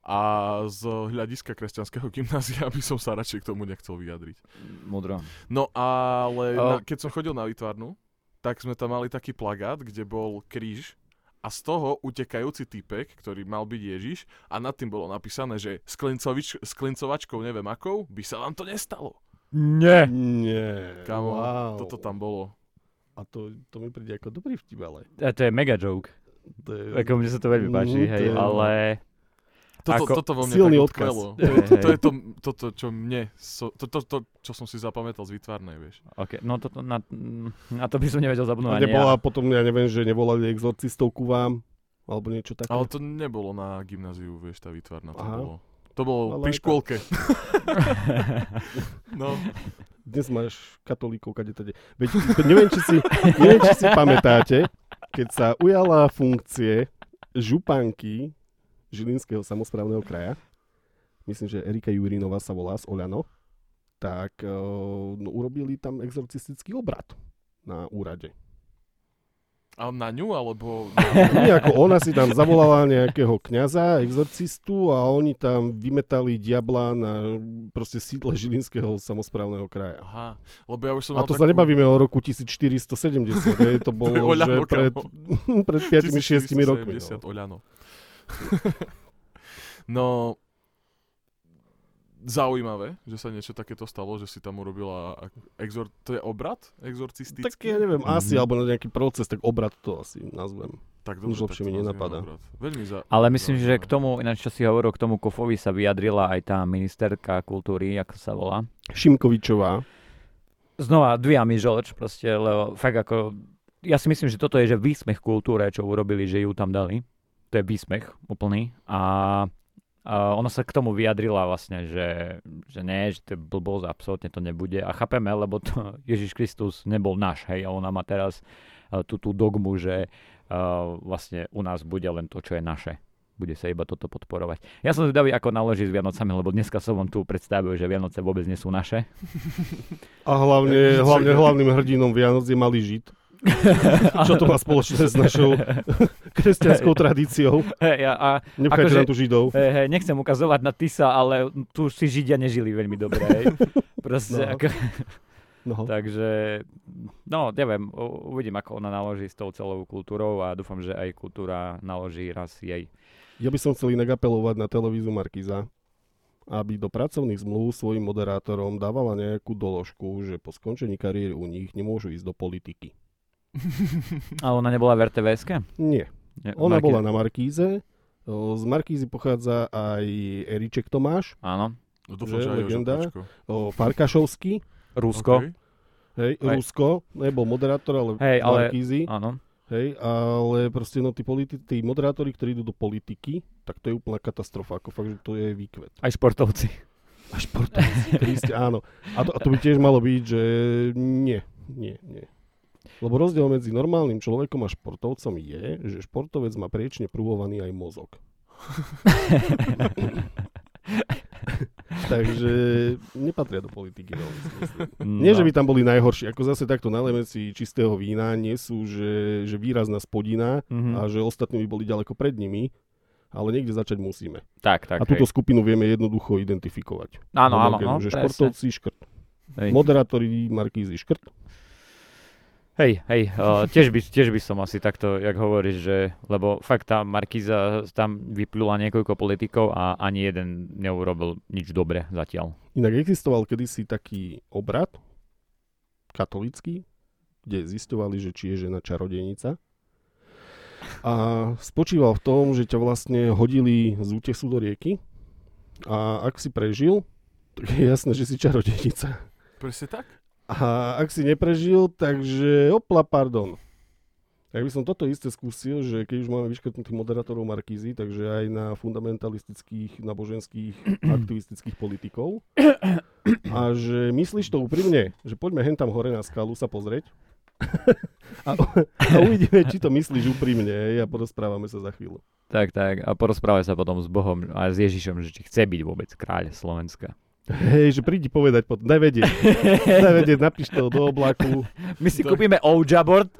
Speaker 3: A z hľadiska kresťanského *laughs* gymnázia by som sa radšej k tomu nechcel vyjadriť.
Speaker 1: Múdro.
Speaker 3: No ale
Speaker 1: A-
Speaker 3: na, keď som chodil na výtvarnu, tak sme tam mali taký plagát, kde bol kríž a z toho utekajúci typek, ktorý mal byť Ježiš a nad tým bolo napísané, že s, klincovič, s klincovačkou neviem akou by sa vám to nestalo.
Speaker 1: Nie.
Speaker 2: nie.
Speaker 3: Kámo,
Speaker 2: wow.
Speaker 3: toto tam bolo.
Speaker 2: A to, to mi príde ako dobrý vtip, ale...
Speaker 1: A E, to je mega joke.
Speaker 2: To je...
Speaker 1: Ako mne sa to veľmi páči,
Speaker 2: Mhm, to
Speaker 1: hej,
Speaker 2: je-
Speaker 1: ale...
Speaker 3: Toto,
Speaker 1: Ako-
Speaker 3: toto vo mne
Speaker 2: silný
Speaker 3: tak
Speaker 2: odkaz.
Speaker 3: utkvelo.
Speaker 1: Hej,
Speaker 3: To
Speaker 1: hej.
Speaker 3: je to, toto, čo mne, so, to, to, to, čo som si zapamätal z výtvarnej, vieš.
Speaker 1: Okay. No to, to, na, na to by som nevedel
Speaker 2: No,
Speaker 1: zabudnúť ani
Speaker 2: nebola
Speaker 1: ja.
Speaker 2: potom, ja neviem, že nevolali exorcistov ku vám, alebo niečo také.
Speaker 3: Ale to nebolo na gymnáziu, vieš, tá výtvarná, to
Speaker 2: Aha.
Speaker 3: bolo. To bolo
Speaker 2: Ale
Speaker 3: pri
Speaker 2: aj tak.
Speaker 3: škôlke. no,
Speaker 2: Dnes máš katolíkov kade tade. Veď *laughs* neviem, či si, neviem, či si pamätáte, keď sa ujala funkcie županky Žilinského samozprávneho kraja, myslím, že Erika Jurinová sa volá z Oľano, tak eh, no, urobili tam exorcistický obrad na úrade.
Speaker 3: a na ňu, alebo... Na...
Speaker 2: *laughs* Nie, ako ona si tam zavolala nejakého kňaza, exorcistu a oni tam vymetali diabla na proste sídle Žilinského samozprávneho kraja.
Speaker 3: Aha, lebo ja už som
Speaker 2: A
Speaker 3: mal
Speaker 2: to sa
Speaker 3: takú...
Speaker 2: nebavíme o roku 1470, hej, to no. bolo
Speaker 3: je
Speaker 2: že
Speaker 3: Oľano,
Speaker 2: pred,
Speaker 3: kámo.
Speaker 2: *laughs* pred 5-6 rokmi.
Speaker 3: 1470,
Speaker 2: No.
Speaker 3: Oľano. *laughs* no, zaujímavé, že sa niečo takéto stalo, že si tam urobila ak- exor... To je obrad?
Speaker 2: no.
Speaker 3: Exorcistický?
Speaker 2: Tak ja neviem, asi,
Speaker 1: Mhm.
Speaker 2: alebo na nejaký proces, tak obrad to asi nazvem.
Speaker 3: tak
Speaker 2: už lepšie
Speaker 3: tak to
Speaker 2: mi
Speaker 3: nazvime
Speaker 2: nenapadá.
Speaker 3: obrad. Veľmi za...
Speaker 1: *laughs* Ale myslím, že k
Speaker 3: zaujímavé.
Speaker 1: tomu, ináč čo si hovoril, k tomu Kofovi sa vyjadrila aj tá ministerka kultúry, ako sa volá.
Speaker 2: Šimkovičová.
Speaker 1: Znova, dvíjami žolč proste, lebo fakt ako... Ja si myslím, že toto je že výsmech kultúre, čo urobili, že ju tam dali. To je výsmech úplný. A, a ona sa k tomu vyjadrila vlastne, že, že nie, že to je blbosť, absolútne to nebude. A chápeme, lebo to *laughs* Ježiš Kristus nebol náš, hej, a ona má teraz eh, tú, tú dogmu, že eh, vlastne u nás bude len to, čo je naše. Bude sa iba toto podporovať. Ja som zvedavý, ako naloží s Vianocami, lebo dneska som vám tu predstavil, že Vianoce
Speaker 2: *laughs*
Speaker 1: vôbec nie sú naše. *laughs*
Speaker 2: A hlavne, hlavne hlavným hrdinom Vianoc je malý žid. Čo to má spoločné s *laughs* našou kresťanskou tradíciou?
Speaker 1: Hej, a, a
Speaker 2: Nepchajte
Speaker 1: Akože-
Speaker 2: nám tu židov.
Speaker 1: hej, hej, nechcem ukazovať na Tisa, ale tu už si Židia nežili veľmi dobre. *laughs* Hej. Proste,
Speaker 2: No.
Speaker 1: ako,
Speaker 2: No.
Speaker 1: takže, no, neviem, u- uvidím, ako ona naloží s tou celou kultúrou a dúfam, že aj kultúra naloží raz jej.
Speaker 2: Ja by som chcel inak apelovať na televízu Markiza, aby do pracovných zmluv svojim moderátorom dávala nejakú doložku, že po skončení kariéry u nich nemôžu ísť do politiky.
Speaker 1: A ona nebola v rtvs
Speaker 2: Nie. Ona bola na Markíze. O, Z Markízy pochádza aj Eriček Tomáš,
Speaker 1: Áno,
Speaker 3: No dúfam,
Speaker 2: Že
Speaker 3: že aj Jožo
Speaker 2: legenda?
Speaker 3: Pačko.
Speaker 2: o, Farkašovský,
Speaker 1: Rusko.
Speaker 3: Okej.
Speaker 2: hej,
Speaker 1: Aj.
Speaker 2: Rusko, nebol moderátor, ale
Speaker 1: Hej,
Speaker 2: z
Speaker 1: ale-
Speaker 2: Markízy.
Speaker 1: Áno.
Speaker 2: Hej, ale proste no tí, politi- tí moderátori, ktorí idú do politiky, tak to je úplná katastrofa, ako fakt, že to je výkvet.
Speaker 1: Aj *laughs*
Speaker 2: *laughs*
Speaker 1: športovci.
Speaker 2: A športovci. Kriste, áno. A to, a to by tiež malo byť, že nie, nie, nie. Lebo rozdiel medzi normálnym človekom a športovcom je, že športovec má priečne prúhovaný aj mozog. Takže nepatria do politiky veľmi. si myslím.
Speaker 1: Mm,
Speaker 2: Nie,
Speaker 1: no.
Speaker 2: že by tam boli najhorší, ako zase takto nalejme si čistého vína, nie sú, že, že výrazná spodina
Speaker 1: Mhm.
Speaker 2: a že ostatní by boli ďaleko pred nimi, ale niekde začať musíme.
Speaker 1: Tak, tak.
Speaker 2: A túto skupinu vieme jednoducho identifikovať.
Speaker 1: hej. Áno, áno,
Speaker 2: Homogénnu,
Speaker 1: no,
Speaker 2: že
Speaker 1: presne.
Speaker 2: športovci škrt,
Speaker 1: Hej.
Speaker 2: moderátori Markízy škrt.
Speaker 1: Hej, hej, o, tiež, by, tiež by som asi takto, jak hovoríš, že, lebo fakt tá Markíza tam vyplula niekoľko politikov a ani jeden neurobil nič dobre zatiaľ.
Speaker 2: Inak existoval kedysi taký obrad katolícky, kde zistovali, že či je žena čarodejnica. A spočíval v tom, že ťa vlastne hodili z útesu do rieky a ak si prežil, tak je jasné, že si čarodejnica.
Speaker 3: Presne tak?
Speaker 2: A ak si neprežil, takže opla, pardon. Ja by som toto isté skúsil, že keď už máme vyškrtnutých moderátorov Markízy, takže aj na fundamentalistických, náboženských, aktivistických politikov. A že myslíš to úprimne, že poďme hen tam hore na skalu sa pozrieť *laughs* a, a uvidíme, či to myslíš úprimne hej, a porozprávame sa za chvíľu.
Speaker 1: Tak, tak, a porozprávaj sa potom s Bohom a s Ježišom, že či chce byť vôbec kráľ *laughs* Slovenska.
Speaker 2: Hej, že prídi povedať, potom, daj vedieť, daj vedieť, napíš to do oblaku.
Speaker 1: My si
Speaker 3: Tak.
Speaker 1: kúpime Ouija *laughs* board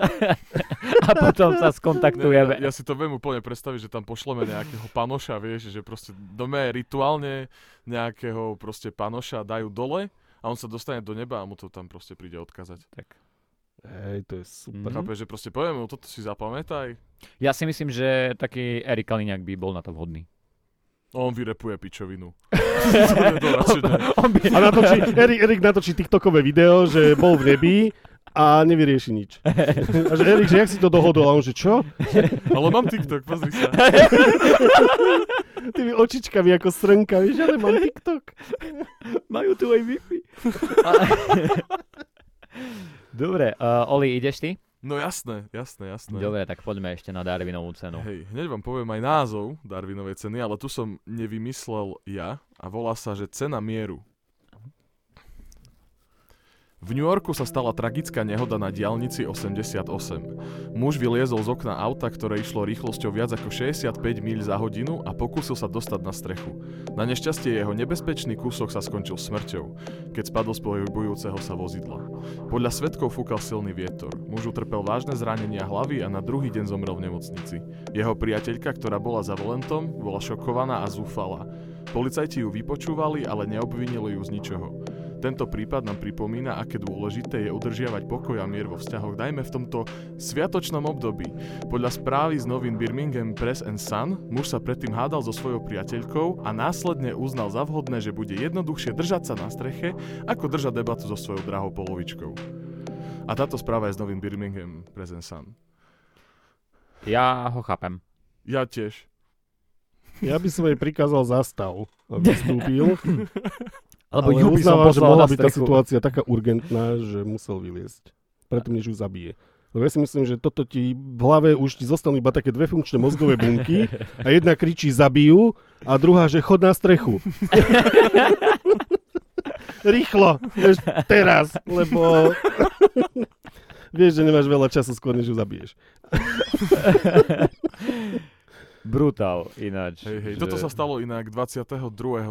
Speaker 1: a potom sa skontaktujeme.
Speaker 3: Ja, ja si to viem úplne predstaviť, že tam pošleme nejakého panoša, vieš, že proste dome rituálne nejakého proste panoša dajú dole a on sa dostane do neba a mu to tam proste príde odkázať.
Speaker 2: Hej, to je super.
Speaker 1: Mhm.
Speaker 3: Chápeš, že proste povieme mu, toto si zapamätaj,
Speaker 1: Ja si myslím, že taký Erik Kaliňák by bol na to vhodný.
Speaker 3: on vyrepuje pičovinu. *laughs* to je
Speaker 1: *laughs*
Speaker 3: to radšej ne.
Speaker 1: On by...
Speaker 2: A natočí, Erik, Erik natočí TikTokové video, že bol v nebi a nevyrieši nič. A že Erik, že jak si to dohodol? A on, že čo?
Speaker 3: Ale mám TikTok, pozri sa.
Speaker 2: Tými očičkami ako srnka, vieš, ale mám TikTok.
Speaker 1: Majú tu aj Wi-Fi. *laughs* Dobre, uh, Oli, ideš ty?
Speaker 3: No jasné, jasné, jasné.
Speaker 1: Dobre, tak poďme ešte na Darwinovú cenu.
Speaker 3: Hej, hneď vám poviem aj názov Darwinovej ceny, ale tu som nevymyslel ja a volá sa, že cena mieru. V New Yorku sa stala tragická nehoda na diálnici 88. Muž vyliezol z okna auta, ktoré išlo rýchlosťou viac ako 65 míľ za hodinu a pokúsil sa dostať na strechu. Na nešťastie jeho nebezpečný kúsok sa skončil smrťou, keď spadol z pohybujúceho sa vozidla. Podľa svetkov fúkal silný vietor. Muž utrpel vážne zranenia hlavy a na druhý deň zomrel v nemocnici. Jeho priateľka, ktorá bola za volentom, bola šokovaná a zúfala. Policajti ju vypočúvali, ale neobvinili ju z ničoho. Tento prípad nám pripomína, aké dôležité je udržiavať pokoj a mier vo vzťahoch, najmä v tomto sviatočnom období. Podľa správy z novín Birmingham Press and Sun, muž sa predtým hádal so svojou priateľkou a následne uznal za vhodné, že bude jednoduchšie držať sa na streche, ako držať debatu so svojou drahou polovičkou. A táto správa je z novín Birmingham Press and Sun.
Speaker 1: Ja ho chápem.
Speaker 3: Ja tiež.
Speaker 2: Ja by som jej prikázal zastav, aby vystúpil,
Speaker 1: *laughs* Alebo
Speaker 2: ale
Speaker 1: ju by som
Speaker 2: uznávam, že
Speaker 1: poslal
Speaker 2: mohla
Speaker 1: na
Speaker 2: byť tá
Speaker 1: strechu.
Speaker 2: situácia taká urgentná, že musel vyliesť. Predtým, než ju zabije. Lebo ja si myslím, že toto ti v hlave už ti zostanú iba také dve funkčné mozgové bunky a jedna kričí zabijú a druhá, že chod
Speaker 1: *laughs*
Speaker 2: na strechu. Rýchlo, vieš, teraz, lebo *laughs* vieš, že nemáš veľa času skôr, než ju zabiješ.
Speaker 1: Brutál ináč.
Speaker 3: Hej, hej.
Speaker 1: že-
Speaker 3: Toto sa stalo inak 22.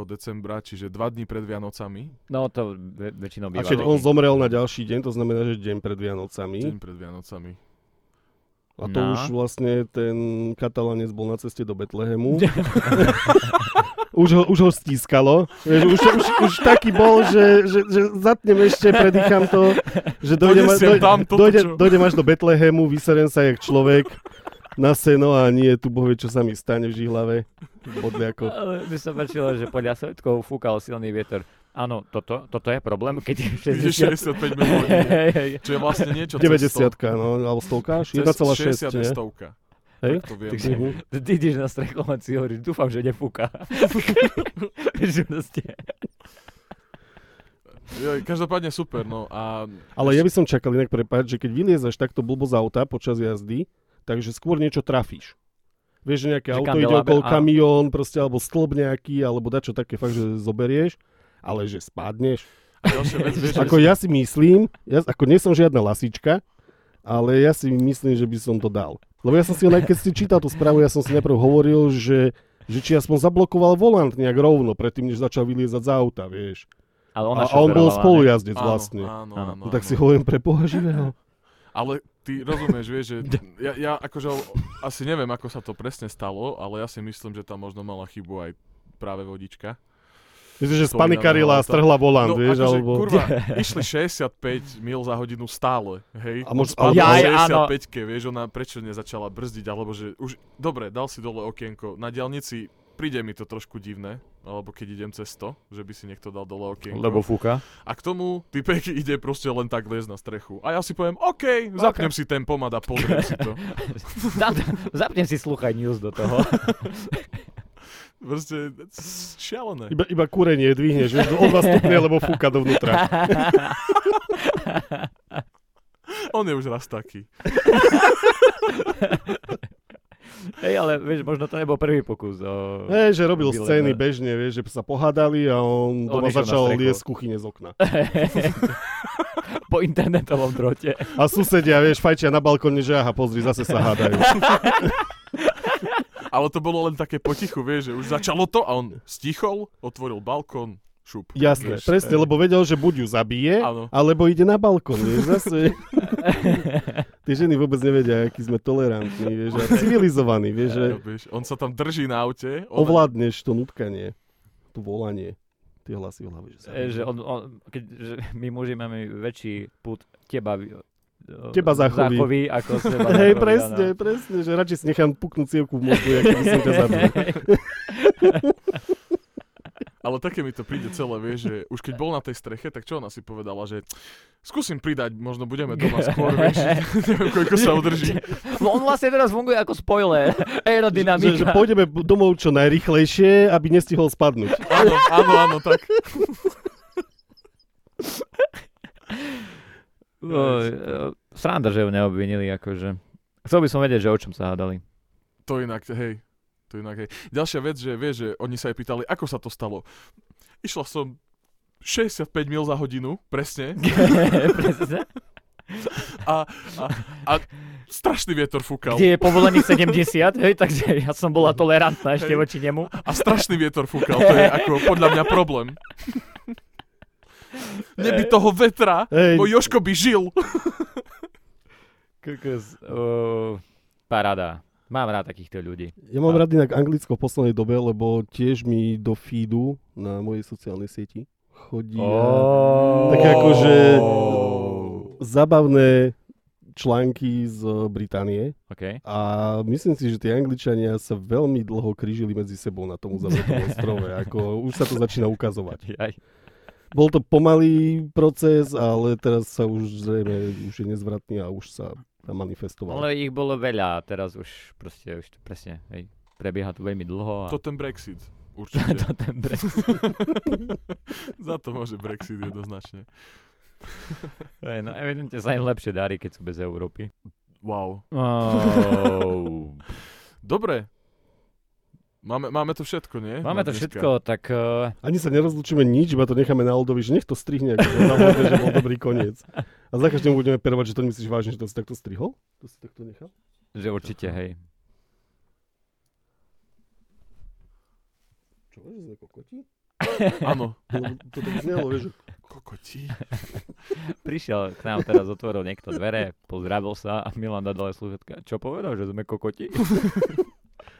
Speaker 3: decembra, čiže dva dní pred Vianocami.
Speaker 1: No to ve- väčšinou
Speaker 2: A
Speaker 1: býva.
Speaker 2: keď
Speaker 1: taký.
Speaker 2: on zomrel na ďalší deň, to znamená, že deň pred Vianocami.
Speaker 3: Deň pred
Speaker 2: *laughs*
Speaker 3: Vianocami.
Speaker 2: A to
Speaker 1: No.
Speaker 2: už vlastne ten katalanec bol na ceste do
Speaker 3: *laughs*
Speaker 2: Betlehemu. už, ho, už ho stískalo. Vieš, už, už, už taký bol, že, že, že zatnem ešte, predýcham to, že dojdem,
Speaker 3: Dojdem
Speaker 2: až-
Speaker 3: sem
Speaker 2: doj-
Speaker 3: tam, toto
Speaker 2: dojdem,
Speaker 3: čo?
Speaker 2: dojdem až do Betlehemu, vyserem sa jak človek na seno a nie, tu bohvie, čo sa mi stane v žihlave. Bodliako.
Speaker 1: Ale mi sa páčilo, že podľa svetkov fúkal silný vietor. Áno, toto, toto je problém, keď je 60.
Speaker 3: 65 minút.
Speaker 1: *laughs* Hej, hej.
Speaker 3: *laughs* Čo je vlastne niečo
Speaker 2: 90 no, alebo 100 až? 1,6,
Speaker 3: 1,6. 60 je
Speaker 2: nie?
Speaker 3: stovka.
Speaker 2: Hej?
Speaker 3: Tak to viem.
Speaker 1: Takže-
Speaker 2: Mhm.
Speaker 1: Ty ideš na strechu a si hovoríš, dúfam, že nefúka. *laughs* že proste...
Speaker 3: Joj, Každopádne super, no a
Speaker 2: Ale ja by som čakal inak, prepáč, že keď vyliezaš takto blbo z auta počas jazdy, takže skôr niečo trafíš. Vieš, že nejaké
Speaker 1: Že
Speaker 2: auto ide
Speaker 1: kandeláber,
Speaker 2: okolo
Speaker 1: áno.
Speaker 2: kamión, proste, alebo stĺp nejaký, alebo dačo také fakt, že zoberieš, ale že spadneš.
Speaker 3: a ďalšia vec, vieš,
Speaker 2: Ako ja si myslím, ja, ako nie som žiadna lasička, ale ja si myslím, že by som to dal. Lebo ja som si, len keď si čítal tú správu, ja som si najprv hovoril, že, že či aspoň zablokoval volant nejak rovno, predtým, než začal vyliezať z auta, vieš.
Speaker 1: Ale ona
Speaker 2: A, a on bol
Speaker 1: šoferovala, ne? *laughs*
Speaker 2: spolujazdec
Speaker 3: áno,
Speaker 2: vlastne.
Speaker 1: Áno.
Speaker 3: Áno, áno,
Speaker 2: No, tak
Speaker 3: áno.
Speaker 2: si hovorím pre Boha živého.
Speaker 3: Ale ty rozumieš, vieš,
Speaker 2: *laughs*
Speaker 3: že ja, ja akože asi neviem, ako sa to presne stalo, ale ja si myslím, že tam možno mala chybu aj práve vodička.
Speaker 2: Myslím, že
Speaker 3: Spomínam no,
Speaker 2: spanikarila a
Speaker 3: auta.
Speaker 2: strhla volant, vieš,
Speaker 3: akože,
Speaker 2: alebo... *laughs*
Speaker 3: kurva, išli 65 mil za hodinu stále, hej?
Speaker 2: A mož-
Speaker 3: Spadla
Speaker 2: Ja,
Speaker 3: po
Speaker 1: aj, áno.
Speaker 3: 65-ke, vieš, ona prečo nezačala brzdiť, alebo že už, dobre, dal si dole okienko, na diálnici príde mi to trošku divné, alebo keď idem cez to, že by si niekto dal dole okienko.
Speaker 1: fúka.
Speaker 3: A k tomu typek *laughs* ide proste len tak liest na strechu. A ja si poviem, OK, zapnem si ten pomad a pozriem si to.
Speaker 1: Dá- Zapnem si slúchaj news do toho. *laughs*
Speaker 3: Proste, c- šialené.
Speaker 2: Iba, iba kúrenie dvihneš, vieš, o dva stupne, lebo fúka
Speaker 3: *laughs*
Speaker 2: dovnútra.
Speaker 3: On je už raz taký.
Speaker 1: Hej, ale vieš, možno to nebol prvý pokus. O... *laughs*
Speaker 2: Hej, že robil
Speaker 1: Vylebe.
Speaker 2: scény bežne, vieš, že sa pohádali a on,
Speaker 1: On
Speaker 2: doma
Speaker 1: išiel na
Speaker 2: začal
Speaker 1: strechu.
Speaker 2: liesť z kuchyne z okna.
Speaker 1: po internetovom drote.
Speaker 2: A susedia, vieš, fajčia na balkóne, že aha, pozri, zase sa hádajú.
Speaker 3: *laughs* Ale to bolo len také potichu, vieš, že už začalo to a on stichol, otvoril balkón, šup.
Speaker 2: Jasné,
Speaker 3: Vieš,
Speaker 2: presne,
Speaker 3: hej.
Speaker 2: lebo vedel, že buď ju zabije,
Speaker 3: Áno.
Speaker 2: alebo ide na balkón, vieš,
Speaker 3: *laughs*
Speaker 2: zase. Tie ženy vôbec nevedia, aký sme tolerantní, vieš, a civilizovaní, vieš, že
Speaker 3: Ja, vieš, on sa tam drží na aute. Ona...
Speaker 2: ovládneš to nutkanie, to volanie, tie hlasy v hlave, že sa...
Speaker 1: E, že, on, on, keď, že my muži máme väčší put teba, vy- o,
Speaker 2: Teba zachoví.
Speaker 1: zachoví *laughs* ako seba zachoví,
Speaker 2: Hej, presne,
Speaker 1: áno.
Speaker 2: presne, že radšej si nechám puknúť cievku v mozgu, ako by
Speaker 1: *laughs*
Speaker 2: som ťa zabil.
Speaker 3: Ale také mi to príde celé, vieš, že už keď bol na tej streche, tak čo ona si povedala, že skúsim pridať, možno budeme doma
Speaker 1: *laughs*
Speaker 3: skôr, vieš, neviem, koľko sa udrží.
Speaker 1: No *laughs* on vlastne teraz funguje ako spoiler. *laughs* Aerodynamika.
Speaker 2: Že, že pôjdeme domov čo najrychlejšie, aby nestihol spadnúť.
Speaker 3: Áno, áno, áno, tak.
Speaker 1: Oj, e, Sranda, že ju neobvinili, akože. Chcel by som vedieť, že o čom sa hádali.
Speaker 3: To inak, hej. To inak, hej. Ďalšia vec, že vieš, že oni sa jej pýtali, ako sa to stalo. Išla som 65 mil za hodinu, presne,
Speaker 1: *laughs* Presne.
Speaker 3: a, a, a strašný vietor fúkal.
Speaker 1: Kde je povolených 70, hej, takže ja som bola tolerantná ešte
Speaker 3: Hej.
Speaker 1: voči nemu.
Speaker 3: A strašný vietor fúkal, to je ako podľa mňa problém. Neby toho vetra,
Speaker 2: Hej,
Speaker 3: môj Joško by žil.
Speaker 1: Kokos. Uh, paráda. Mám rád takýchto ľudí.
Speaker 2: ja mám rád inak Anglicko v poslednej dobe, lebo tiež mi do feedu na mojej sociálnej sieti chodí tak akože zabavné články z Británie
Speaker 1: OK.
Speaker 2: a myslím si, že tie Angličania sa veľmi dlho krížili medzi sebou na tom uzavretom ostrove. Ako už sa to začína ukazovať.
Speaker 1: Jaj.
Speaker 2: Bol to pomalý proces, ale teraz sa už zrejme už je nezvratný a už sa tam manifestoval.
Speaker 1: Ale
Speaker 2: Ale...
Speaker 1: ich bolo veľa a teraz už proste, už to presne, hej, prebieha to veľmi dlho a...
Speaker 3: To ten Brexit, určite.
Speaker 1: *laughs* to ten Brexit.
Speaker 3: Za to môže Brexit jednoznačne.
Speaker 1: Hej, No evidentne sa im lepšie darí, keď sú bez Európy. Ehm,
Speaker 3: Wow. *laughs*
Speaker 1: Oh.
Speaker 3: Dobre. Máme, máme to všetko, nie?
Speaker 1: Máme
Speaker 3: Na
Speaker 1: to
Speaker 3: dneska.
Speaker 1: všetko, tak... Uh,
Speaker 2: Ani sa nerozlučíme nič, iba to necháme na Aldovi, že nech to strihne, ako to navrhne, že bol dobrý koniec. A za každým budeme perovať, že to myslíš vážne, že to si takto strihol? To si takto nechal?
Speaker 1: že určite, hej.
Speaker 2: Čo, že sme kokoti?
Speaker 3: *laughs* Áno.
Speaker 2: Lebo To tak znelo, vieš, že
Speaker 3: Kokoti.
Speaker 1: Prišiel k nám teraz, otvoril niekto dvere, pozdravil sa a Milan dal dole sluchatka. Čo povedal, že sme
Speaker 3: *laughs*
Speaker 1: kokoti?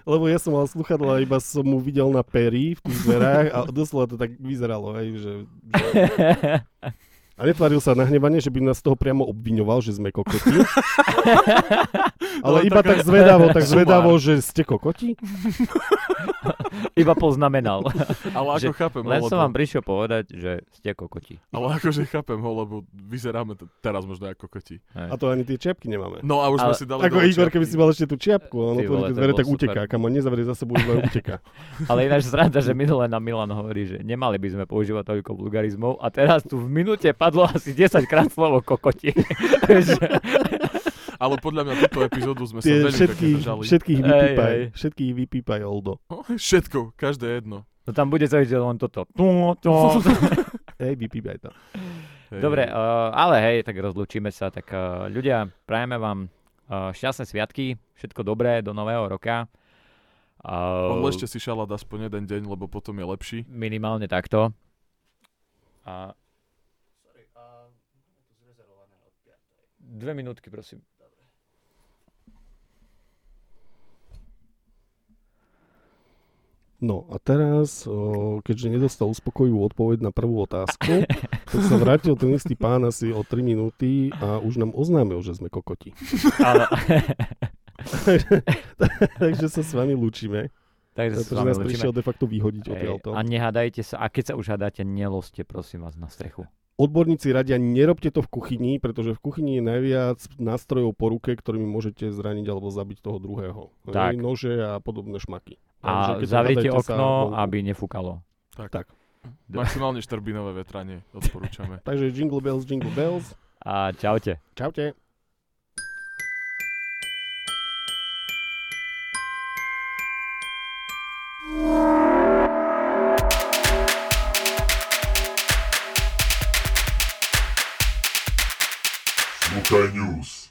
Speaker 2: Lebo ja som mal sluchadla, iba som mu videl na pery v tých dverách a doslova to tak vyzeralo, hej, že... že...
Speaker 1: *laughs*
Speaker 2: A netvaril sa nahnevanie, že by nás z toho priamo obviňoval, že
Speaker 1: *laughs*
Speaker 2: sme kokoti.
Speaker 1: No,
Speaker 2: Ale
Speaker 3: Len
Speaker 2: iba
Speaker 3: taká-
Speaker 2: tak zvedavo,
Speaker 1: *laughs*
Speaker 2: tak
Speaker 3: Sumár.
Speaker 2: zvedavo, že ste kokoti.
Speaker 1: Iba poznamenal.
Speaker 3: Ale
Speaker 1: Že
Speaker 3: ako chápem,
Speaker 1: Len
Speaker 3: ho,
Speaker 1: som
Speaker 3: lebo-
Speaker 1: vám prišiel povedať, že ste kokoti.
Speaker 3: ale akože chápem ho, lebo vyzeráme t- teraz možno ako kokoti.
Speaker 2: A to ani tie čiapky nemáme.
Speaker 3: No a už sme
Speaker 1: Ale-
Speaker 3: si dali
Speaker 2: Ako
Speaker 3: dole
Speaker 2: Igor, keby si
Speaker 3: čiapky.
Speaker 2: mal ešte tú čiapku, on
Speaker 1: Ty vole,
Speaker 2: otvorí
Speaker 1: to
Speaker 2: tie dvere,
Speaker 1: bolo
Speaker 2: tak
Speaker 1: super.
Speaker 2: uteká. Kam on nezavrie za sebou, iba
Speaker 1: *laughs*
Speaker 2: uteká.
Speaker 1: Ale ináč zrada, že minule nám Milan hovorí, že nemali by sme používať toľko vulgarizmov a teraz tu v minúte padlo asi 10 krát slovo kokoti. *laughs* Že-
Speaker 3: Ale podľa mňa túto epizódu sme sa
Speaker 2: Tie
Speaker 3: veľmi všetky,
Speaker 2: všetkých,
Speaker 3: držali.
Speaker 2: všetkých
Speaker 1: Ej,
Speaker 2: vypípaj.
Speaker 1: ej.
Speaker 2: Všetkých vypípaj, Oldo.
Speaker 3: No, *laughs* Všetko, každé jedno.
Speaker 1: no tam bude celý deň len *laughs* toto. Tu, tu.
Speaker 2: Hej, vypípaj to.
Speaker 3: Hej.
Speaker 1: Dobre, uh, ale hej, tak rozlúčime sa. Tak uh, ľudia, prajeme vám uh, šťastné sviatky, všetko dobré do nového roka. Uh,
Speaker 3: Odležte si šalát aspoň jeden deň, lebo potom je lepší.
Speaker 1: Minimálne takto. *laughs* A... Dve minútky, prosím.
Speaker 2: No a teraz, o, keďže nedostal uspokojivú odpoveď na prvú otázku, tak sa vrátil ten istý pán asi o 3 minúty a už nám oznámil, že sme kokoti. *laughs*
Speaker 1: Ale,
Speaker 2: Takže sa s vami lúčime.
Speaker 1: takže sa s
Speaker 2: Pretože
Speaker 1: vami
Speaker 2: nás
Speaker 1: lúčime.
Speaker 2: prišiel de facto vyhodiť
Speaker 1: Hej,
Speaker 2: odtiaľto.
Speaker 1: a nehadajte sa, a keď sa už hadáte, neloste prosím vás na strechu.
Speaker 2: Odborníci radia, nerobte to v kuchyni, pretože v kuchyni je najviac nástrojov po ruke, ktorými môžete zraniť alebo zabiť toho druhého. Hej,
Speaker 1: Tak.
Speaker 2: Nože a podobné šmaky. Takže
Speaker 1: A
Speaker 2: keď
Speaker 1: zavrite
Speaker 2: hádajte sa
Speaker 1: okno,
Speaker 2: vonku.
Speaker 1: aby nefúkalo.
Speaker 2: Tak.
Speaker 3: Maximálne štrbinové vetranie odporúčame.
Speaker 2: Takže jingle bells, jingle bells.
Speaker 1: A čaute.
Speaker 2: Čaute.
Speaker 4: Sluchaj News.